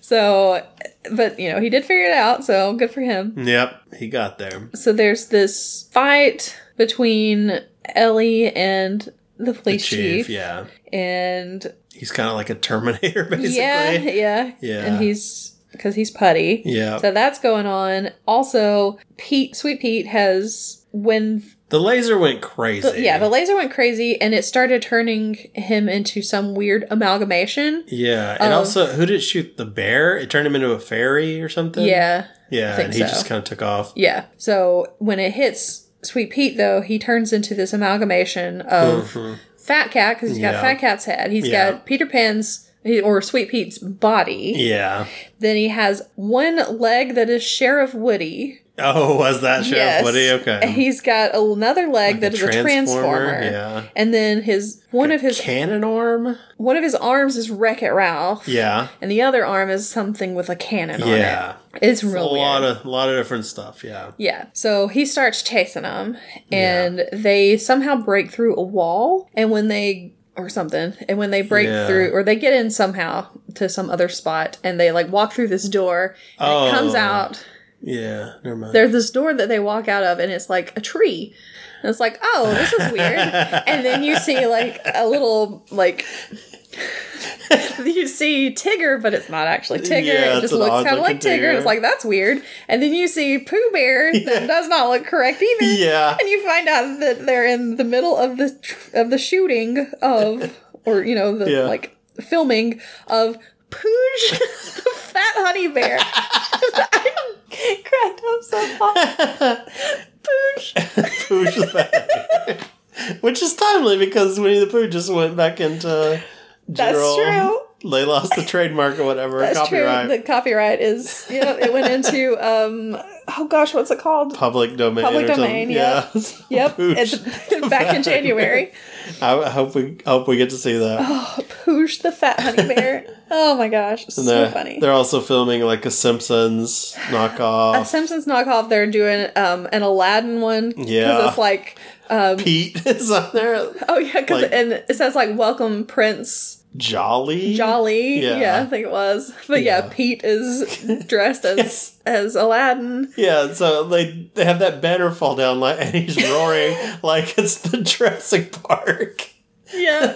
[SPEAKER 2] So, but you know, he did figure it out, so good for him.
[SPEAKER 1] yep, he got there.
[SPEAKER 2] So there's this fight between Ellie and the
[SPEAKER 1] The
[SPEAKER 2] police chief,
[SPEAKER 1] chief, yeah,
[SPEAKER 2] and
[SPEAKER 1] he's kind of like a Terminator, [LAUGHS] basically.
[SPEAKER 2] yeah,
[SPEAKER 1] Yeah,
[SPEAKER 2] yeah,
[SPEAKER 1] Yeah.
[SPEAKER 2] and he's because he's putty. So that's going on. Also, Pete, Sweet Pete, has when
[SPEAKER 1] the laser went crazy.
[SPEAKER 2] the, yeah the laser went crazy and it started turning him into some weird amalgamation.
[SPEAKER 1] Yeah, and
[SPEAKER 2] Um,
[SPEAKER 1] also who did shoot the bear? It turned him into a fairy or something.
[SPEAKER 2] yeah,
[SPEAKER 1] yeah,
[SPEAKER 2] I think
[SPEAKER 1] and he
[SPEAKER 2] so.
[SPEAKER 1] just kind of took off.
[SPEAKER 2] Yeah. So when it hits Sweet Pete, though, he turns into this amalgamation of
[SPEAKER 1] Mhm.
[SPEAKER 2] Fat Cat because he's
[SPEAKER 1] Yeah.
[SPEAKER 2] got Fat Cat's head. he's
[SPEAKER 1] Yeah.
[SPEAKER 2] got Peter Pan's he- or Sweet Pete's body.
[SPEAKER 1] Yeah.
[SPEAKER 2] Then he has one leg that is Sheriff Woody.
[SPEAKER 1] Oh, was that Sheriff
[SPEAKER 2] Yes.
[SPEAKER 1] Woody? Okay.
[SPEAKER 2] And he's got another leg
[SPEAKER 1] Like
[SPEAKER 2] that is a transformer.
[SPEAKER 1] Yeah.
[SPEAKER 2] And then his one of his
[SPEAKER 1] cannon arm.
[SPEAKER 2] one of his arms is Wreck It Ralph.
[SPEAKER 1] Yeah.
[SPEAKER 2] And the other arm is something with a cannon
[SPEAKER 1] Yeah.
[SPEAKER 2] on it. It's
[SPEAKER 1] A
[SPEAKER 2] real weird.
[SPEAKER 1] lot of a lot of different stuff. Yeah.
[SPEAKER 2] Yeah. So he starts chasing them, and they somehow break through a wall. And when they or something, and when they break
[SPEAKER 1] Yeah.
[SPEAKER 2] through, or they get in somehow to some other spot, and they like walk through this door, and
[SPEAKER 1] Oh.
[SPEAKER 2] it comes out,
[SPEAKER 1] Yeah, never mind.
[SPEAKER 2] There's this door that they walk out of, and it's like a tree. And it's like, oh, this
[SPEAKER 1] [LAUGHS]
[SPEAKER 2] is weird. and then you see like a little like you see Tigger, but it's not actually Tigger.
[SPEAKER 1] Yeah,
[SPEAKER 2] it
[SPEAKER 1] it's
[SPEAKER 2] just
[SPEAKER 1] an
[SPEAKER 2] looks kind of
[SPEAKER 1] odd-looking
[SPEAKER 2] like Tigger.
[SPEAKER 1] Tigger.
[SPEAKER 2] And it's like that's weird. And then you see Pooh Bear that does not look correct
[SPEAKER 1] [LAUGHS]
[SPEAKER 2] either.
[SPEAKER 1] yeah.
[SPEAKER 2] And you find out that they're in the middle of the of the shooting of,
[SPEAKER 1] [LAUGHS]
[SPEAKER 2] or you know, the
[SPEAKER 1] Yeah.
[SPEAKER 2] like filming of Pooch [LAUGHS] the Fat
[SPEAKER 1] [LAUGHS]
[SPEAKER 2] Honey Bear. I cracked up so hard. Pooch.
[SPEAKER 1] Pooh just back. [LAUGHS] Which is timely because Winnie the Pooh just went back into
[SPEAKER 2] That's
[SPEAKER 1] general.
[SPEAKER 2] true.
[SPEAKER 1] They lost the trademark or whatever.
[SPEAKER 2] That's
[SPEAKER 1] copyright.
[SPEAKER 2] true. The copyright is yeah. It went into um. Oh gosh, what's it called?
[SPEAKER 1] Public domain.
[SPEAKER 2] Public
[SPEAKER 1] or something.
[SPEAKER 2] domain, yeah. Yep.
[SPEAKER 1] Pooch.
[SPEAKER 2] It's back in January.
[SPEAKER 1] [LAUGHS] I I hope we I hope we get to see that.
[SPEAKER 2] Oh, Pooch the Fat Honey Bear. Oh my gosh, so
[SPEAKER 1] And they're,
[SPEAKER 2] funny.
[SPEAKER 1] They're also filming like a Simpsons
[SPEAKER 2] A [LAUGHS]
[SPEAKER 1] knockoff.
[SPEAKER 2] Simpsons knockoff. They're doing um, an Aladdin one. 'cause
[SPEAKER 1] Yeah.
[SPEAKER 2] it's like, um, [LAUGHS]
[SPEAKER 1] Pete is on there.
[SPEAKER 2] oh yeah, because
[SPEAKER 1] like-
[SPEAKER 2] and it says like "Welcome Prince
[SPEAKER 1] Jolly.
[SPEAKER 2] Jolly."
[SPEAKER 1] Yeah.
[SPEAKER 2] Yeah, I think it was. But yeah,
[SPEAKER 1] Yeah.
[SPEAKER 2] Pete
[SPEAKER 1] [LAUGHS]
[SPEAKER 2] is dressed as as Aladdin.
[SPEAKER 1] Yeah, so they they have that banner fall down like and he's roaring
[SPEAKER 2] [LAUGHS]
[SPEAKER 1] like it's the Jurassic Park. [LAUGHS]
[SPEAKER 2] Yeah.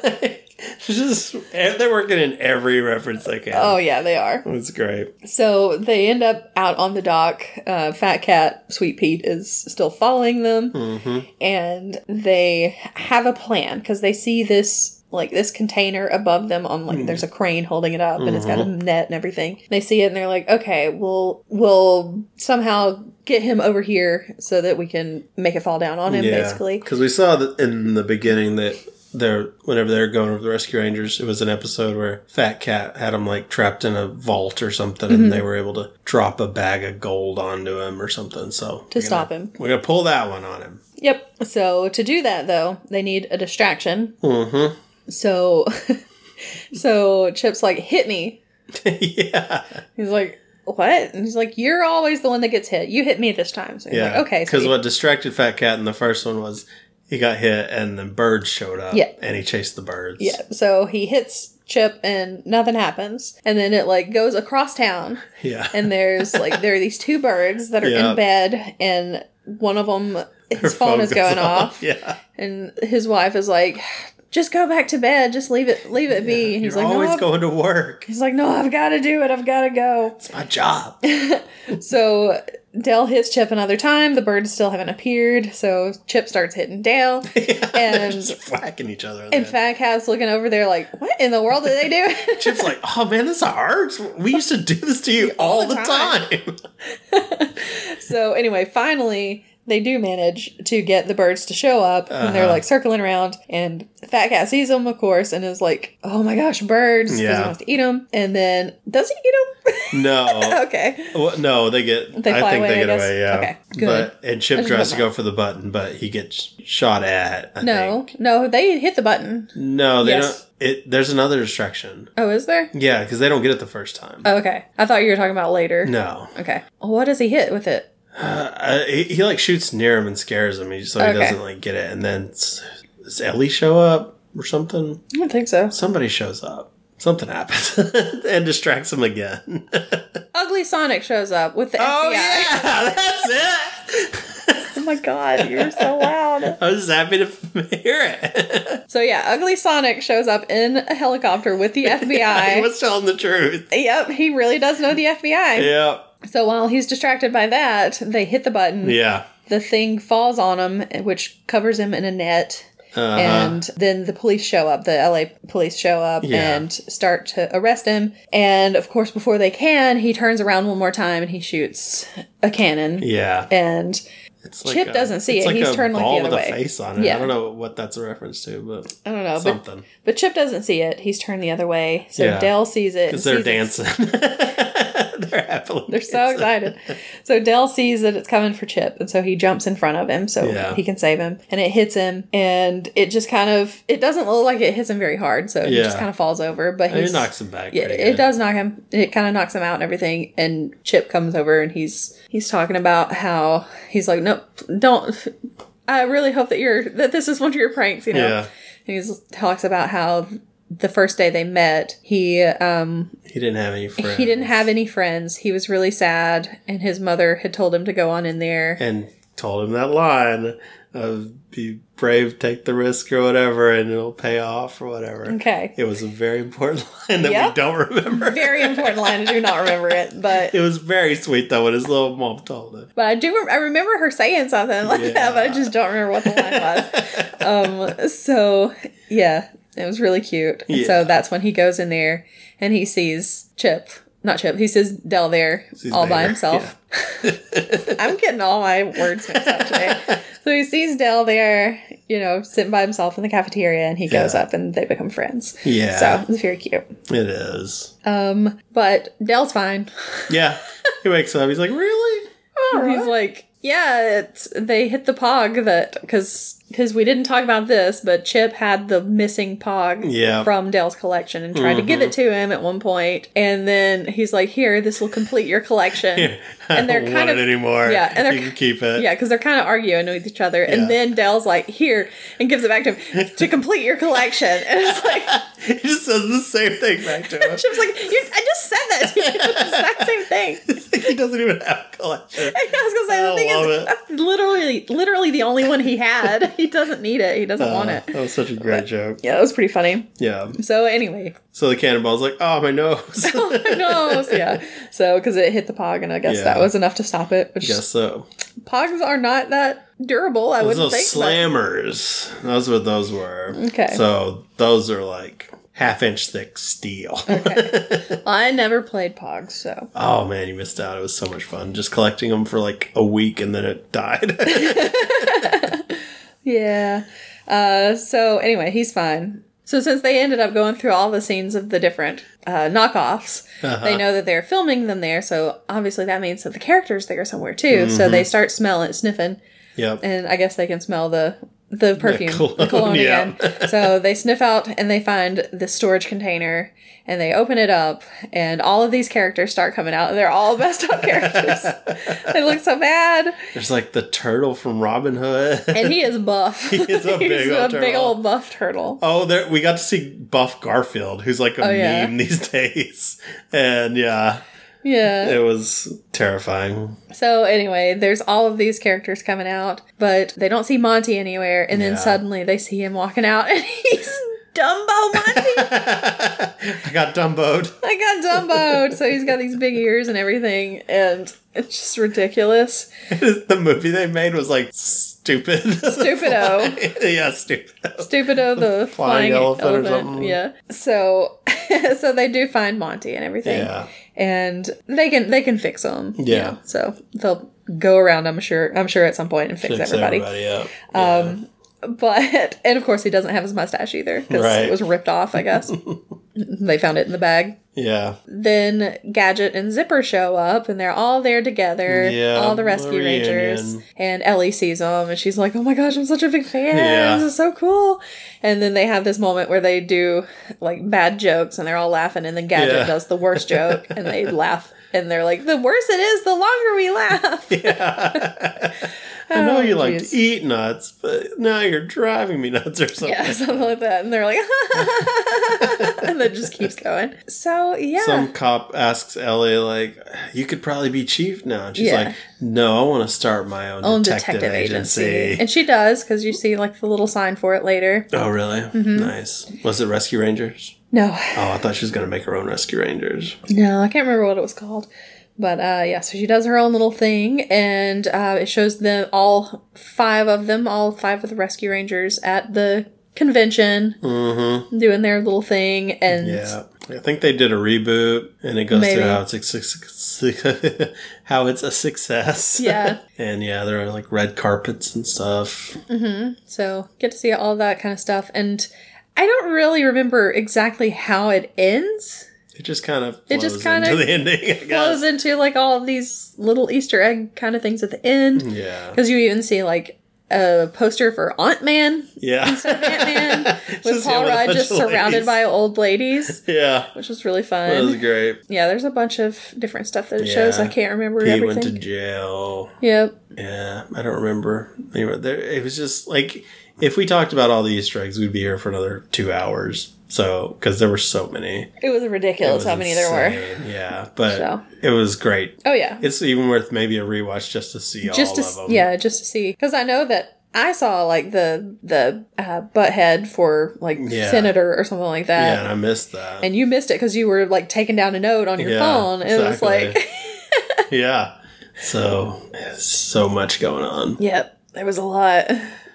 [SPEAKER 1] just and they're working in every reference they can.
[SPEAKER 2] oh yeah, they are.
[SPEAKER 1] It's great.
[SPEAKER 2] So they end up out on the dock. Uh, Fat Cat, Sweet Pete is still following
[SPEAKER 1] Hmm.
[SPEAKER 2] them, and they have a plan because they see this like this container above them on like there's a crane holding it up and it's got a
[SPEAKER 1] Mm-hmm.
[SPEAKER 2] net and everything. They see it and they're like, okay, we'll we'll somehow get him over here so that we can make it fall down on him, basically.
[SPEAKER 1] because we saw that in the beginning that they're whenever they're going over the rescue rangers, it was an episode where Fat Cat had him like trapped in a vault or something,
[SPEAKER 2] Mm-hmm.
[SPEAKER 1] and they were able to drop a bag of gold onto him or something. So
[SPEAKER 2] To stop him.
[SPEAKER 1] we're gonna pull that one on him.
[SPEAKER 2] Yep. So to do that though, they need a distraction.
[SPEAKER 1] Mm-hmm.
[SPEAKER 2] So [LAUGHS] so Chip's like, hit me.
[SPEAKER 1] [LAUGHS] yeah,
[SPEAKER 2] He's like, "What?" And he's like, "You're always the one that gets hit. You hit me this time." So he's
[SPEAKER 1] yeah.
[SPEAKER 2] like, "Okay."
[SPEAKER 1] because
[SPEAKER 2] sweet."
[SPEAKER 1] what distracted Fat Cat in the first one was he got hit, and the birds showed up.
[SPEAKER 2] Yeah.
[SPEAKER 1] and he chased the birds.
[SPEAKER 2] Yeah. So he hits Chip, and nothing happens. And then it like goes across town,
[SPEAKER 1] [LAUGHS] yeah.
[SPEAKER 2] and there's like there are these two birds that are
[SPEAKER 1] Yeah.
[SPEAKER 2] in bed, and one of them
[SPEAKER 1] Her
[SPEAKER 2] his phone, is
[SPEAKER 1] goes [LAUGHS]
[SPEAKER 2] going off,
[SPEAKER 1] Yeah,
[SPEAKER 2] and his wife is like, "Just go back to bed. Just leave it. Leave it be." And he's
[SPEAKER 1] you're
[SPEAKER 2] like,
[SPEAKER 1] always
[SPEAKER 2] "No." I've-"
[SPEAKER 1] going to work.
[SPEAKER 2] He's like, "No, I've got to do it. I've got to go."
[SPEAKER 1] It's my
[SPEAKER 2] [LAUGHS]
[SPEAKER 1] job.
[SPEAKER 2] So Dale hits Chip another time. The birds still haven't appeared. So Chip starts
[SPEAKER 1] [LAUGHS]
[SPEAKER 2] hitting Dale.
[SPEAKER 1] They're [LAUGHS]
[SPEAKER 2] And-
[SPEAKER 1] just whacking each other.
[SPEAKER 2] And Fat Cat's looking over there like, what in the world did they do? [LAUGHS]
[SPEAKER 1] Chip's like, oh man, this hurts. We used to do this to you all, the
[SPEAKER 2] the
[SPEAKER 1] time.
[SPEAKER 2] time." so anyway, finally they do manage to get the birds to show up and they're
[SPEAKER 1] Uh-huh.
[SPEAKER 2] like circling around and Fat Cat sees them, of course, and is like, oh my gosh, birds. 'cause
[SPEAKER 1] Yeah.
[SPEAKER 2] He wants to eat them. And then, does he [LAUGHS] eat them?
[SPEAKER 1] no,
[SPEAKER 2] okay.
[SPEAKER 1] Well, no, they get.
[SPEAKER 2] They
[SPEAKER 1] I
[SPEAKER 2] fly
[SPEAKER 1] think
[SPEAKER 2] away,
[SPEAKER 1] they
[SPEAKER 2] I
[SPEAKER 1] get
[SPEAKER 2] guess.
[SPEAKER 1] away. Yeah.
[SPEAKER 2] Okay, good.
[SPEAKER 1] But and Chip
[SPEAKER 2] That's
[SPEAKER 1] tries
[SPEAKER 2] good
[SPEAKER 1] to go for the button, but he gets shot at. I
[SPEAKER 2] No,
[SPEAKER 1] think.
[SPEAKER 2] no, they hit the button.
[SPEAKER 1] no, they
[SPEAKER 2] Yes.
[SPEAKER 1] don't. It there's another distraction.
[SPEAKER 2] Oh, is there?
[SPEAKER 1] Yeah, because they don't get it the first time.
[SPEAKER 2] Oh, okay. I thought you were talking about later.
[SPEAKER 1] no,
[SPEAKER 2] Okay. Well, what does he hit with it?
[SPEAKER 1] uh, I- he, he like shoots near him and scares him, he- so he
[SPEAKER 2] Okay.
[SPEAKER 1] doesn't like get it. And then s- does Ellie show up or something?
[SPEAKER 2] I don't think so.
[SPEAKER 1] Somebody shows up. Something happens [LAUGHS] and distracts him again.
[SPEAKER 2] Ugly Sonic shows up with the FBI.
[SPEAKER 1] Oh, [LAUGHS] that's it.
[SPEAKER 2] Oh my god, you're so loud.
[SPEAKER 1] I was just happy to [LAUGHS] hear it.
[SPEAKER 2] [LAUGHS] So yeah, Ugly Sonic shows up in a helicopter
[SPEAKER 1] [LAUGHS]
[SPEAKER 2] with the
[SPEAKER 1] I
[SPEAKER 2] FBI.
[SPEAKER 1] was telling the truth.
[SPEAKER 2] yep, he really does know the FBI.
[SPEAKER 1] Yeah,
[SPEAKER 2] So while he's distracted by that, they hit the button.
[SPEAKER 1] yeah.
[SPEAKER 2] The thing falls on him, which covers him in a net.
[SPEAKER 1] Uh-huh.
[SPEAKER 2] And then the police show up, the LA police show up
[SPEAKER 1] Yeah.
[SPEAKER 2] and start to arrest him. And of course, before they can, he turns around one more time and he shoots a cannon.
[SPEAKER 1] yeah,
[SPEAKER 2] And
[SPEAKER 1] it's
[SPEAKER 2] Chip doesn't see
[SPEAKER 1] it's
[SPEAKER 2] it. He's turned, like, the
[SPEAKER 1] ball
[SPEAKER 2] other
[SPEAKER 1] with
[SPEAKER 2] way.
[SPEAKER 1] a face on it. I
[SPEAKER 2] Yeah.
[SPEAKER 1] don't know what that's a reference to, but
[SPEAKER 2] I don't know, but
[SPEAKER 1] something
[SPEAKER 2] But Chip doesn't see it. He's turned the other way. So
[SPEAKER 1] Yeah.
[SPEAKER 2] Dell sees it.
[SPEAKER 1] because
[SPEAKER 2] and
[SPEAKER 1] they're
[SPEAKER 2] sees it's-
[SPEAKER 1] dancing. [LAUGHS] they're happily.
[SPEAKER 2] They're so excited. So Dell sees that it's coming for Chip, and so he jumps in front of him so
[SPEAKER 1] Yeah.
[SPEAKER 2] he can save him. And it hits him, and it just kind of it doesn't look like it hits him very hard, so he
[SPEAKER 1] Yeah.
[SPEAKER 2] just kind of falls over. But
[SPEAKER 1] It
[SPEAKER 2] he's
[SPEAKER 1] knocks him back.
[SPEAKER 2] yeah,
[SPEAKER 1] pretty
[SPEAKER 2] it
[SPEAKER 1] good.
[SPEAKER 2] does knock him. It kind of knocks him out and everything. And Chip comes over and he's he's talking about how he's like, no, don't. I really hope that you're that this is one of your pranks, you know.
[SPEAKER 1] Yeah.
[SPEAKER 2] And he talks about how the first day they met, he um
[SPEAKER 1] He didn't have any friends.
[SPEAKER 2] he didn't have any friends. He was really sad and his mother had told him to go on in there.
[SPEAKER 1] and told him that line of be brave, take the risk or whatever, and it'll pay off or whatever.
[SPEAKER 2] Okay.
[SPEAKER 1] It was a very important [LAUGHS] line that
[SPEAKER 2] Yep.
[SPEAKER 1] we don't remember.
[SPEAKER 2] Very important line. I do not remember it, but
[SPEAKER 1] It was very sweet though when his little mom told it.
[SPEAKER 2] but I do. Rem- I remember her saying something like that, but I
[SPEAKER 1] Yeah.
[SPEAKER 2] just don't remember what the line was. um. So yeah, it was really cute. And So
[SPEAKER 1] Yeah.
[SPEAKER 2] that's when he goes in there and he sees Chip. Not Chip. He sees Dell there
[SPEAKER 1] Sees
[SPEAKER 2] all by
[SPEAKER 1] Vader,
[SPEAKER 2] himself. I'm getting all my words mixed
[SPEAKER 1] [LAUGHS]
[SPEAKER 2] up today. So he sees Dell there, you know, sitting by himself in the cafeteria, and he goes
[SPEAKER 1] Yeah.
[SPEAKER 2] up and they become friends.
[SPEAKER 1] Yeah.
[SPEAKER 2] So it's very cute.
[SPEAKER 1] It is.
[SPEAKER 2] Um, but Dell's fine. [LAUGHS]
[SPEAKER 1] Yeah. He wakes up. He's like, really? [LAUGHS]
[SPEAKER 2] He's like, yeah, it's, they hit the pog that because because we didn't talk about this, but Chip had the missing pog
[SPEAKER 1] Yeah. Mm-hmm.
[SPEAKER 2] from Dale's collection and tried to give it to him at one point, and then he's like, "Here, this will complete
[SPEAKER 1] [LAUGHS]
[SPEAKER 2] your collection."
[SPEAKER 1] I
[SPEAKER 2] And they're
[SPEAKER 1] don't
[SPEAKER 2] kind
[SPEAKER 1] want
[SPEAKER 2] of-
[SPEAKER 1] it anymore.
[SPEAKER 2] yeah, and they're
[SPEAKER 1] you can keep it.
[SPEAKER 2] Yeah, because they're kind of arguing with each other,
[SPEAKER 1] Yeah.
[SPEAKER 2] and then Dale's like, "Here," and gives it back to him to complete your collection, [LAUGHS] and
[SPEAKER 1] [LAUGHS]
[SPEAKER 2] it's like
[SPEAKER 1] [LAUGHS] he just says the same thing back to him. [LAUGHS]
[SPEAKER 2] Chip's like, you, "I just said that to you, [LAUGHS] It's the exact same thing."
[SPEAKER 1] he doesn't even have a collection.
[SPEAKER 2] [LAUGHS] I was gonna say the
[SPEAKER 1] I
[SPEAKER 2] thing
[SPEAKER 1] Oh, love
[SPEAKER 2] is
[SPEAKER 1] it.
[SPEAKER 2] that's literally literally the only one he had. [LAUGHS] he doesn't need it. He doesn't want
[SPEAKER 1] Uh,
[SPEAKER 2] it.
[SPEAKER 1] That was such a great joke.
[SPEAKER 2] Yeah, that was pretty funny.
[SPEAKER 1] Yeah.
[SPEAKER 2] So anyway, [LAUGHS]
[SPEAKER 1] So the cannonball's like, oh, my nose. [LAUGHS]
[SPEAKER 2] no, so yeah. So because it hit the pog, and I guess
[SPEAKER 1] Yeah.
[SPEAKER 2] that was enough to stop it. Which
[SPEAKER 1] Guess so.
[SPEAKER 2] pogs are not that durable. I
[SPEAKER 1] Those
[SPEAKER 2] wouldn't
[SPEAKER 1] those
[SPEAKER 2] think.
[SPEAKER 1] slammers. Those what those were.
[SPEAKER 2] Okay.
[SPEAKER 1] So those are like half inch thick steel. [LAUGHS]
[SPEAKER 2] but- I never played pogs, so
[SPEAKER 1] oh man, you missed out. It was so much fun. Just collecting them for like a week and then it died. [LAUGHS]
[SPEAKER 2] yeah. Uh, so anyway, he's fine. So since they ended up going through all the scenes of the different uh, knockoffs,
[SPEAKER 1] Uh-huh.
[SPEAKER 2] they know that they're filming them there. So obviously that means that the characters there somewhere too. So
[SPEAKER 1] Mm-hmm.
[SPEAKER 2] they start smelling, sniffing,
[SPEAKER 1] yep.
[SPEAKER 2] and I guess they can smell the the perfume, the cologne,
[SPEAKER 1] cologne, yeah.
[SPEAKER 2] again. so they sniff out and they find the storage container and they open it up and all of these characters start coming out and they're all [LAUGHS] messed up characters. they look so bad,
[SPEAKER 1] There's like the turtle from Robin Hood. [LAUGHS]
[SPEAKER 2] and he is buff. He
[SPEAKER 1] is
[SPEAKER 2] [LAUGHS]
[SPEAKER 1] a big old
[SPEAKER 2] big
[SPEAKER 1] turtle.
[SPEAKER 2] old buff turtle.
[SPEAKER 1] Oh, there we got to see Buff Garfield, who's like a meme
[SPEAKER 2] Oh, yeah.
[SPEAKER 1] these [LAUGHS] days. And yeah,
[SPEAKER 2] Yeah.
[SPEAKER 1] it was terrifying. [LAUGHS]
[SPEAKER 2] So anyway, there's all of these characters coming out, but they don't see Monty anywhere, and then
[SPEAKER 1] Yeah.
[SPEAKER 2] suddenly they see him walking out, [LAUGHS] and he's Dumbo Monty.
[SPEAKER 1] [LAUGHS] I got Dumboed. [LAUGHS]
[SPEAKER 2] I got Dumbo, so he's got these big ears and everything, and it's just ridiculous.
[SPEAKER 1] the movie they made was like stupid. [LAUGHS]
[SPEAKER 2] Stupido.
[SPEAKER 1] yeah, stupido.
[SPEAKER 2] Stupido the flying,
[SPEAKER 1] elephant or
[SPEAKER 2] elephant,
[SPEAKER 1] something.
[SPEAKER 2] yeah. So, [LAUGHS] so they do find Monty and everything,
[SPEAKER 1] Yeah.
[SPEAKER 2] and they can they can fix him. you
[SPEAKER 1] Yeah.
[SPEAKER 2] know, so they'll go around. I'm sure. I'm sure at some point and fix,
[SPEAKER 1] Fix
[SPEAKER 2] everybody.
[SPEAKER 1] everybody up.
[SPEAKER 2] Um, but [LAUGHS] and of course he doesn't have his mustache either because
[SPEAKER 1] Right.
[SPEAKER 2] it was ripped off.
[SPEAKER 1] [LAUGHS]
[SPEAKER 2] I guess they found it in the bag.
[SPEAKER 1] yeah.
[SPEAKER 2] then Gadget and Zipper show up, and they're all there together.
[SPEAKER 1] Yeah,
[SPEAKER 2] all the Rescue
[SPEAKER 1] reunion.
[SPEAKER 2] Rangers. And Ellie sees them, and she's like, "Oh my gosh, I'm such a big fan!
[SPEAKER 1] Yeah.
[SPEAKER 2] This is so cool!" And then they have this moment where they do like bad jokes, and they're all laughing, and then Gadget
[SPEAKER 1] Yeah.
[SPEAKER 2] does the worst joke, and
[SPEAKER 1] [LAUGHS]
[SPEAKER 2] they laugh, and they're like, "The worse it is, the longer we laugh."
[SPEAKER 1] Yeah. I know
[SPEAKER 2] Oh,
[SPEAKER 1] you like
[SPEAKER 2] geez.
[SPEAKER 1] to eat nuts, but now you're driving me nuts or something.
[SPEAKER 2] Yeah, something like that, and they're like, [LAUGHS] and that just keeps going. So yeah,
[SPEAKER 1] [LAUGHS] Some cop asks Ellie, like, you could probably be chief now. And she's
[SPEAKER 2] Yeah.
[SPEAKER 1] like, no, I want to start my own,
[SPEAKER 2] own
[SPEAKER 1] detective, agency.
[SPEAKER 2] and she does because you see like the little sign for it later.
[SPEAKER 1] Oh, really?
[SPEAKER 2] Mm-hmm.
[SPEAKER 1] Nice. Was it Rescue Rangers?
[SPEAKER 2] No,
[SPEAKER 1] Oh, I thought she was going to make her own Rescue Rangers.
[SPEAKER 2] No, I can't remember what it was called. But uh, yeah, so she does her own little thing, and uh, it shows them all five of them, all five of the Rescue Rangers at the convention
[SPEAKER 1] Mm hmm.
[SPEAKER 2] doing their little thing, and
[SPEAKER 1] Yeah. I think they did a reboot and it goes
[SPEAKER 2] Maybe.
[SPEAKER 1] through how it's, a suc- [LAUGHS] how it's a success.
[SPEAKER 2] Yeah.
[SPEAKER 1] [LAUGHS] and yeah, there are like red carpets and stuff.
[SPEAKER 2] so get to see all that kind of stuff. And I don't really remember exactly how it ends.
[SPEAKER 1] It just kind of
[SPEAKER 2] It just
[SPEAKER 1] flows
[SPEAKER 2] kinda
[SPEAKER 1] into the ending, I
[SPEAKER 2] Flows
[SPEAKER 1] guess.
[SPEAKER 2] into like all of these little Easter egg kind of things at the end,
[SPEAKER 1] Yeah.
[SPEAKER 2] because you even see like a poster for Aunt Man
[SPEAKER 1] [LAUGHS] Yeah. [LAUGHS]
[SPEAKER 2] Ant Man with
[SPEAKER 1] Just him
[SPEAKER 2] Paul
[SPEAKER 1] with a
[SPEAKER 2] Rudd
[SPEAKER 1] bunch
[SPEAKER 2] just
[SPEAKER 1] of ladies.
[SPEAKER 2] surrounded by old ladies,
[SPEAKER 1] Yeah.
[SPEAKER 2] which was really
[SPEAKER 1] That was
[SPEAKER 2] fun.
[SPEAKER 1] great.
[SPEAKER 2] Yeah, there's a bunch of different stuff that it shows.
[SPEAKER 1] Yeah.
[SPEAKER 2] I can't remember
[SPEAKER 1] He went to
[SPEAKER 2] everything.
[SPEAKER 1] jail.
[SPEAKER 2] yep.
[SPEAKER 1] Yeah, I don't remember. Anyway, there it was just like if we talked about all the Easter eggs, we'd be here for another two hours. So, because there were so many.
[SPEAKER 2] It was ridiculous how many there were.
[SPEAKER 1] were. Yeah, but
[SPEAKER 2] So.
[SPEAKER 1] it was great.
[SPEAKER 2] Oh yeah,
[SPEAKER 1] It's even worth maybe a rewatch just to see
[SPEAKER 2] just
[SPEAKER 1] all
[SPEAKER 2] to
[SPEAKER 1] of
[SPEAKER 2] s-
[SPEAKER 1] them.
[SPEAKER 2] yeah, just to see because I know that I saw like the the uh, butthead for like
[SPEAKER 1] Yeah.
[SPEAKER 2] senator or something like
[SPEAKER 1] Yeah,
[SPEAKER 2] that,
[SPEAKER 1] and I missed that.
[SPEAKER 2] and you missed it because you were like taking down a note on your
[SPEAKER 1] Yeah,
[SPEAKER 2] phone. It was
[SPEAKER 1] exactly.
[SPEAKER 2] like,
[SPEAKER 1] [LAUGHS]
[SPEAKER 2] [LAUGHS]
[SPEAKER 1] yeah. So, so much going on.
[SPEAKER 2] yep, there was a lot.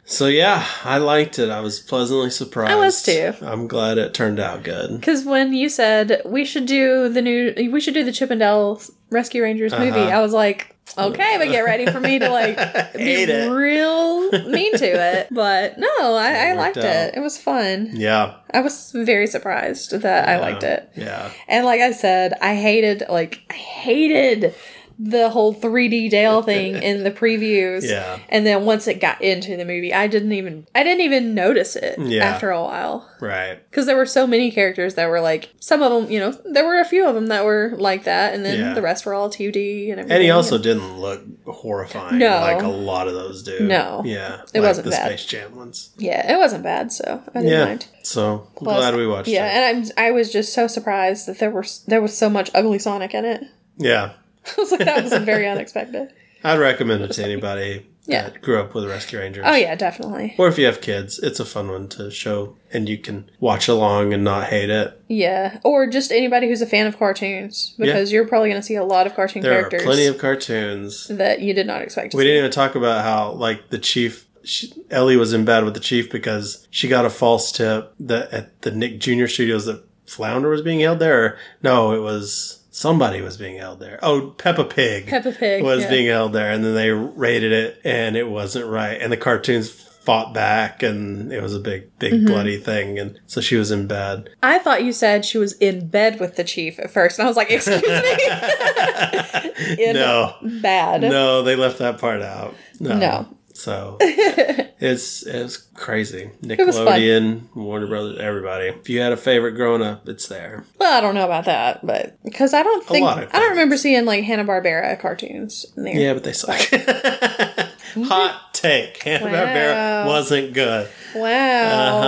[SPEAKER 1] So yeah, I liked it. I was pleasantly surprised.
[SPEAKER 2] I was too.
[SPEAKER 1] I'm glad it turned out good.
[SPEAKER 2] Because when you said we should do the new, we should do the Chippendale Rescue Rangers movie,
[SPEAKER 1] Uh-huh.
[SPEAKER 2] I was like, okay, but get ready for me to
[SPEAKER 1] [LAUGHS]
[SPEAKER 2] like
[SPEAKER 1] Hate
[SPEAKER 2] be
[SPEAKER 1] it.
[SPEAKER 2] real mean
[SPEAKER 1] [LAUGHS]
[SPEAKER 2] to it. But no, I, I
[SPEAKER 1] It
[SPEAKER 2] liked
[SPEAKER 1] worked
[SPEAKER 2] it.
[SPEAKER 1] out.
[SPEAKER 2] It was fun.
[SPEAKER 1] Yeah,
[SPEAKER 2] I was very surprised that I liked it.
[SPEAKER 1] yeah,
[SPEAKER 2] And like I said, I hated like I hated the whole 3D
[SPEAKER 1] [LAUGHS]
[SPEAKER 2] Dale thing in the previews.
[SPEAKER 1] yeah.
[SPEAKER 2] And then once it got into the movie, I didn't even I didn't even notice it
[SPEAKER 1] Yeah.
[SPEAKER 2] after a while.
[SPEAKER 1] Right.
[SPEAKER 2] Because there were so many characters that were like, some of them, you know, there were a few of them that were like that, and then
[SPEAKER 1] Yeah.
[SPEAKER 2] the rest were all 2D and everything.
[SPEAKER 1] And he also didn't look horrifying
[SPEAKER 2] No.
[SPEAKER 1] like a lot of those do.
[SPEAKER 2] No.
[SPEAKER 1] Yeah.
[SPEAKER 2] It
[SPEAKER 1] like
[SPEAKER 2] wasn't
[SPEAKER 1] the
[SPEAKER 2] bad.
[SPEAKER 1] Space Jam ones.
[SPEAKER 2] yeah, it wasn't bad, so I didn't
[SPEAKER 1] yeah.
[SPEAKER 2] mind.
[SPEAKER 1] So I'm
[SPEAKER 2] Plus-
[SPEAKER 1] glad we watched
[SPEAKER 2] Yeah,
[SPEAKER 1] it.
[SPEAKER 2] and I'm I was just so surprised that there were there was so much ugly Sonic in it. [LAUGHS]
[SPEAKER 1] Yeah.
[SPEAKER 2] I was like, that was
[SPEAKER 1] [LAUGHS]
[SPEAKER 2] very unexpected.
[SPEAKER 1] I'd recommend it to anybody
[SPEAKER 2] [LAUGHS] Yeah.
[SPEAKER 1] that grew up with Rescue Rangers.
[SPEAKER 2] Oh yeah, definitely.
[SPEAKER 1] Or if you have kids, it's a fun one to show and you can watch along and not hate it.
[SPEAKER 2] Yeah, or just anybody who's a fan of cartoons, because you're probably going to see a lot of cartoon
[SPEAKER 1] There
[SPEAKER 2] characters
[SPEAKER 1] are plenty of cartoons.
[SPEAKER 2] that you did not expect. To
[SPEAKER 1] We
[SPEAKER 2] see.
[SPEAKER 1] didn't even talk about how like the chief she, Ellie was in bed with the chief because she got a false tip that at the Nick Jr. Studios that Flounder was being held there. Or, no, it was somebody was being held there. Oh, Peppa Pig.
[SPEAKER 2] Peppa Pig,
[SPEAKER 1] was
[SPEAKER 2] yeah.
[SPEAKER 1] being held there, and then they raided it, and it wasn't right. And the cartoons fought back, and it was a big, big
[SPEAKER 2] Mm-hmm.
[SPEAKER 1] bloody thing. And so she was in bed.
[SPEAKER 2] I thought you said she was in bed with the chief at first, and I was like, "Excuse
[SPEAKER 1] [LAUGHS]
[SPEAKER 2] me, in
[SPEAKER 1] no,
[SPEAKER 2] bad." [LAUGHS]
[SPEAKER 1] no, they left that part out. No.
[SPEAKER 2] No. [LAUGHS]
[SPEAKER 1] So it's it's crazy.
[SPEAKER 2] was fun.
[SPEAKER 1] Nickelodeon, Warner Brothers, everybody. If you had a favorite growing up, it's there.
[SPEAKER 2] Well, I don't know about that, but because I don't think
[SPEAKER 1] lot of
[SPEAKER 2] I don't remember seeing like Hanna Barbera cartoons in there.
[SPEAKER 1] Yeah, but they
[SPEAKER 2] [LAUGHS]
[SPEAKER 1] suck. Hot take. [LAUGHS] Hanna Barbera
[SPEAKER 2] Wow.
[SPEAKER 1] wasn't good.
[SPEAKER 2] Wow,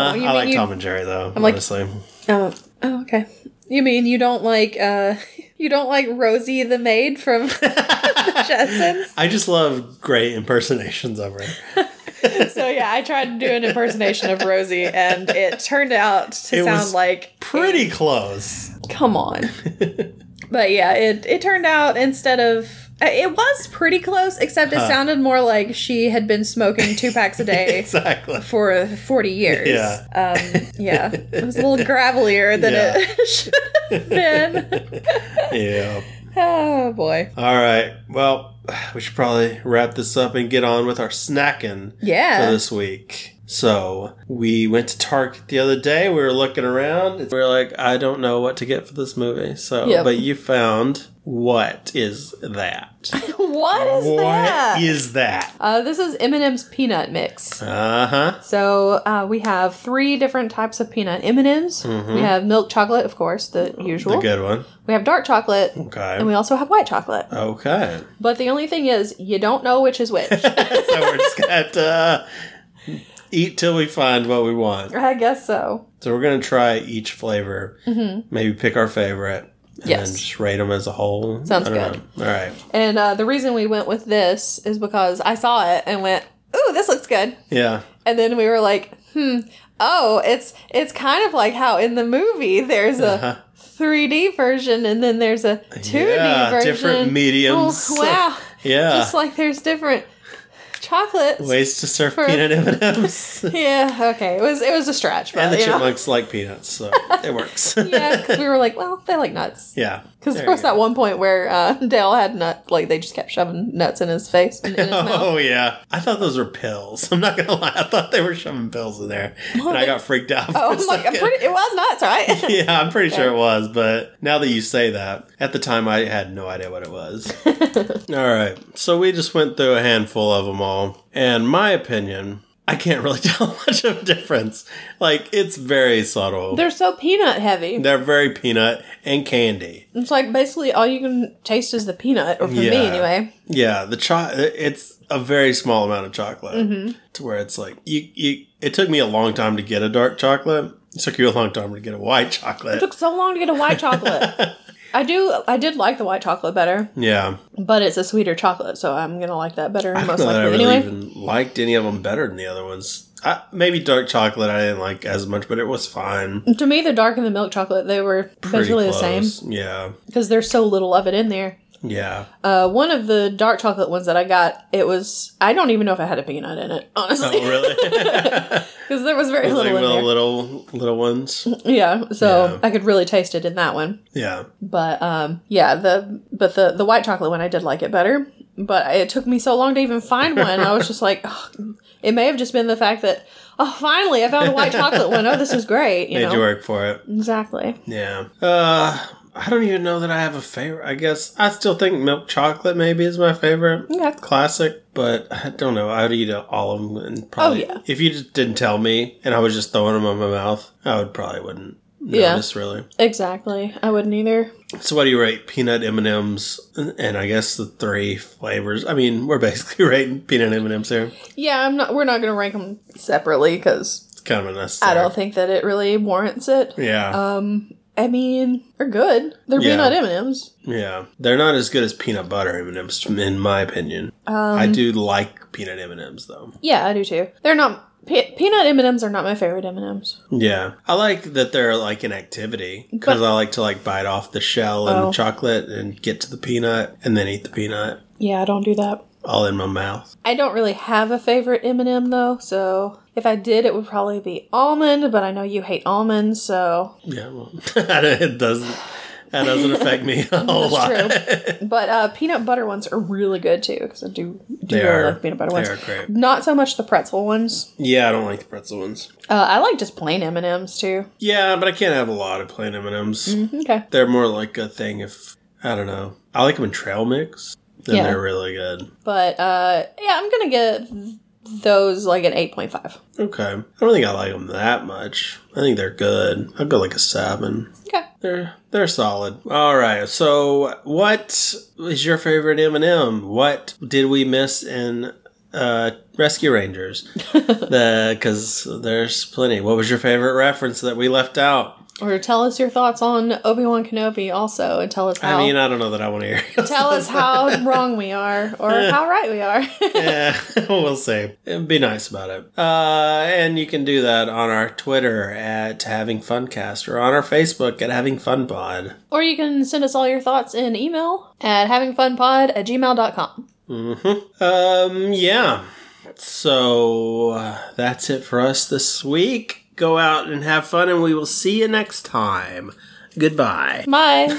[SPEAKER 1] Uh-huh.
[SPEAKER 2] you
[SPEAKER 1] I like
[SPEAKER 2] you?
[SPEAKER 1] Tom and Jerry though.
[SPEAKER 2] like-
[SPEAKER 1] honestly,
[SPEAKER 2] Oh, oh, okay. You mean you don't like uh [LAUGHS] you don't like Rosie the maid from
[SPEAKER 1] [LAUGHS]
[SPEAKER 2] the Jetsons?
[SPEAKER 1] I just love great impersonations of her.
[SPEAKER 2] So yeah, I tried to do an impersonation of Rosie, and it turned out to
[SPEAKER 1] It
[SPEAKER 2] sound
[SPEAKER 1] was
[SPEAKER 2] like
[SPEAKER 1] Pretty close. [LAUGHS]
[SPEAKER 2] Come on. but yeah, it it turned out instead of uh, it was pretty close, except it sounded more like she had been smoking
[SPEAKER 1] [LAUGHS]
[SPEAKER 2] two packs a day.
[SPEAKER 1] Exactly.
[SPEAKER 2] For uh, forty years,
[SPEAKER 1] Yeah.
[SPEAKER 2] um, yeah, it was a little gravelier than
[SPEAKER 1] Yeah.
[SPEAKER 2] it [LAUGHS] should have been.
[SPEAKER 1] Yeah.
[SPEAKER 2] Oh boy,
[SPEAKER 1] All right. Well, we should probably wrap this up and get on with our snacking. for
[SPEAKER 2] yeah,
[SPEAKER 1] this week. So we went to Target the other day. We were looking around. We were like, I don't know what to get for this movie. So,
[SPEAKER 2] Yep.
[SPEAKER 1] but you found what is that?
[SPEAKER 2] what is that?
[SPEAKER 1] What is that?
[SPEAKER 2] uh, this is Eminem's peanut mix.
[SPEAKER 1] Uh huh.
[SPEAKER 2] So uh, we have three different types of peanut M and M's. We have milk chocolate, of course, the
[SPEAKER 1] Mm-hmm. The
[SPEAKER 2] usual.
[SPEAKER 1] good one.
[SPEAKER 2] we have dark chocolate, and
[SPEAKER 1] Okay.
[SPEAKER 2] we also have white chocolate.
[SPEAKER 1] Okay. [LAUGHS]
[SPEAKER 2] But the only thing is, you don't know which is which.
[SPEAKER 1] so we're just gonna have to uh, eat till we find what we want.
[SPEAKER 2] I guess so.
[SPEAKER 1] So we're gonna try each flavor. Maybe pick our favorite. And
[SPEAKER 2] Mm-hmm. Yes.
[SPEAKER 1] then just rate them as a whole.
[SPEAKER 2] Sounds
[SPEAKER 1] I don't
[SPEAKER 2] good.
[SPEAKER 1] know. All right.
[SPEAKER 2] And uh, the reason we went with this is because I saw it and went, "Ooh, this looks good,"
[SPEAKER 1] Yeah.
[SPEAKER 2] and then we were like, "Hmm, oh, it's it's kind of like how in the movie there's a."
[SPEAKER 1] Uh-huh.
[SPEAKER 2] 3D version and then there's a 2D
[SPEAKER 1] Yeah,
[SPEAKER 2] version.
[SPEAKER 1] different mediums. Ah.
[SPEAKER 2] Oh, wow.
[SPEAKER 1] [LAUGHS] Yeah.
[SPEAKER 2] Just like there's different chocolates.
[SPEAKER 1] Ways to serve
[SPEAKER 2] For-
[SPEAKER 1] peanut
[SPEAKER 2] [LAUGHS]
[SPEAKER 1] M&Ms.
[SPEAKER 2] Yeah, okay. It was it was a stretch, but
[SPEAKER 1] and the
[SPEAKER 2] you know.
[SPEAKER 1] chipmunks like peanuts, so it works.
[SPEAKER 2] [LAUGHS] Yeah, 'cause we were like, well, they like nuts.
[SPEAKER 1] [LAUGHS] yeah.
[SPEAKER 2] Because
[SPEAKER 1] There
[SPEAKER 2] there was
[SPEAKER 1] you go.
[SPEAKER 2] that one point where uh, [LAUGHS] Dale had nut, like they just kept shoving nuts in his face and
[SPEAKER 1] [LAUGHS]
[SPEAKER 2] in his mouth.
[SPEAKER 1] Oh yeah, I thought those were pills. [LAUGHS] I'm not gonna lie, I thought they were shoving pills in
[SPEAKER 2] [LAUGHS]
[SPEAKER 1] there, and I got freaked out. For a
[SPEAKER 2] Oh, I'm like, I'm
[SPEAKER 1] second.
[SPEAKER 2] pretty, it was nuts,
[SPEAKER 1] [LAUGHS]
[SPEAKER 2] right?
[SPEAKER 1] yeah, I'm pretty sure it was, but now that you say that, at the time I had no idea what it
[SPEAKER 2] [LAUGHS]
[SPEAKER 1] was. all right, so we just went through a handful of them all, and my opinion, I can't really [LAUGHS] tell much of a difference. Like it's very subtle. They're,
[SPEAKER 2] They're so peanut heavy.
[SPEAKER 1] very peanut and candy.
[SPEAKER 2] It's like basically all you can taste is the peanut, or for
[SPEAKER 1] Yeah.
[SPEAKER 2] me anyway.
[SPEAKER 1] Yeah, the cho- it's a very small amount of chocolate
[SPEAKER 2] Mm-hmm.
[SPEAKER 1] to where it's like you, you it took me a long time to get a dark chocolate. It took you a long time to get a white
[SPEAKER 2] It [LAUGHS]
[SPEAKER 1] chocolate.
[SPEAKER 2] took so long to get a
[SPEAKER 1] [LAUGHS]
[SPEAKER 2] white chocolate. I do. I did like the white chocolate better,
[SPEAKER 1] yeah.
[SPEAKER 2] but it's a sweeter chocolate, so I'm gonna like that better.
[SPEAKER 1] I don't
[SPEAKER 2] most
[SPEAKER 1] know that I
[SPEAKER 2] likely,
[SPEAKER 1] really
[SPEAKER 2] anyway.
[SPEAKER 1] even liked any of them better than the other ones. I, maybe dark chocolate I didn't like as much, but it was fine.
[SPEAKER 2] to me, the dark and the milk chocolate they were basically the same
[SPEAKER 1] same. Yeah.
[SPEAKER 2] because there's so little of it in there. [LAUGHS]
[SPEAKER 1] Yeah.
[SPEAKER 2] Uh, one of the dark chocolate ones that I got, it was I don't even know if I had a peanut in it,
[SPEAKER 1] Oh,
[SPEAKER 2] honestly,
[SPEAKER 1] really?
[SPEAKER 2] because there was very
[SPEAKER 1] It's [LAUGHS] like
[SPEAKER 2] little
[SPEAKER 1] little,
[SPEAKER 2] in there.
[SPEAKER 1] little little ones.
[SPEAKER 2] [LAUGHS] Yeah, so
[SPEAKER 1] Yeah.
[SPEAKER 2] I could really taste it in that one.
[SPEAKER 1] Yeah.
[SPEAKER 2] But um, yeah, the but the the white chocolate one I did like it better. But it took me so long to even find one. I was just like, [LAUGHS] "Ugh." it may have just been the fact that oh, finally I found a white chocolate one. Oh, this is great. You
[SPEAKER 1] Made you
[SPEAKER 2] know
[SPEAKER 1] work for it.
[SPEAKER 2] exactly.
[SPEAKER 1] Yeah. Uh I don't even know that I have a favorite. I guess I still think milk chocolate maybe is my favorite.
[SPEAKER 2] Okay.
[SPEAKER 1] Classic, but I don't know. I'd eat all of them and probably
[SPEAKER 2] Oh, yeah.
[SPEAKER 1] if you just didn't tell me and I was just throwing them in my mouth, I would probably wouldn't
[SPEAKER 2] Yeah.
[SPEAKER 1] notice really.
[SPEAKER 2] Exactly. I wouldn't either.
[SPEAKER 1] So what do you rate peanut M and M's and I guess the three flavors? I mean, we're basically [LAUGHS] rating peanut M and M's here.
[SPEAKER 2] Yeah, I'm not. We're not going to rank them separately because
[SPEAKER 1] It's kind of unnecessary.
[SPEAKER 2] I don't think that it really warrants it.
[SPEAKER 1] Yeah,
[SPEAKER 2] Um, I mean, they're good. They're
[SPEAKER 1] Yeah.
[SPEAKER 2] peanut M and M's.
[SPEAKER 1] yeah, they're not as good as peanut butter M and M's in my opinion.
[SPEAKER 2] um,
[SPEAKER 1] I do like peanut M and M's though.
[SPEAKER 2] Yeah, I do too. They're not pe- peanut M and M's are not my favorite M and M's.
[SPEAKER 1] Yeah, I like that they're like an activity because I like to like bite off the shell and
[SPEAKER 2] Oh.
[SPEAKER 1] chocolate and get to the peanut and then eat the peanut
[SPEAKER 2] Yeah, I don't do that.
[SPEAKER 1] all in my mouth.
[SPEAKER 2] I don't really have a favorite M&M though, so if I did, it would probably be almond. But I know you hate almonds,
[SPEAKER 1] [LAUGHS]
[SPEAKER 2] so.
[SPEAKER 1] Yeah, well, it doesn't. That doesn't affect
[SPEAKER 2] [LAUGHS]
[SPEAKER 1] me a whole lot. [LAUGHS]
[SPEAKER 2] That's true. but uh, peanut butter ones are really good too because I do do
[SPEAKER 1] They
[SPEAKER 2] really
[SPEAKER 1] are-
[SPEAKER 2] like peanut butter
[SPEAKER 1] they
[SPEAKER 2] ones.
[SPEAKER 1] are great.
[SPEAKER 2] Not so much the pretzel ones.
[SPEAKER 1] Yeah, I don't like the pretzel ones.
[SPEAKER 2] Uh, I like just plain M and M's too.
[SPEAKER 1] Yeah, but I can't have a lot of plain M and M's.
[SPEAKER 2] Okay.
[SPEAKER 1] They're more like a thing if I don't know. I like them in trail mix. Then
[SPEAKER 2] Yeah.
[SPEAKER 1] they're really good.
[SPEAKER 2] But uh, yeah, I'm gonna get those like an 8.5.
[SPEAKER 1] Okay, I don't think I like them that much. I think they're good. I'll go like a seven.
[SPEAKER 2] Okay.
[SPEAKER 1] They're they're solid. All right. So what is your favorite M and M? What did we miss in uh, Rescue Rangers? The because there's plenty. What was your favorite reference that we left out?
[SPEAKER 2] Or tell us your thoughts on Obi Wan Kenobi also, and tell us how
[SPEAKER 1] I mean, I don't know that I want to hear.
[SPEAKER 2] Oh. tell us how wrong we are or how right
[SPEAKER 1] [LAUGHS]
[SPEAKER 2] we are.
[SPEAKER 1] [LAUGHS] yeah, we'll see. And Be nice about it. Uh, and you can do that on our Twitter at Having Funcast or on our Facebook at Having Fun Pod.
[SPEAKER 2] or you can send us all your thoughts in email at havingfunpod at gmail.com.
[SPEAKER 1] Mm-hmm. Um, yeah. So uh, that's it for us this week. Go out and have fun, and we will see you next time. Goodbye.
[SPEAKER 2] Bye.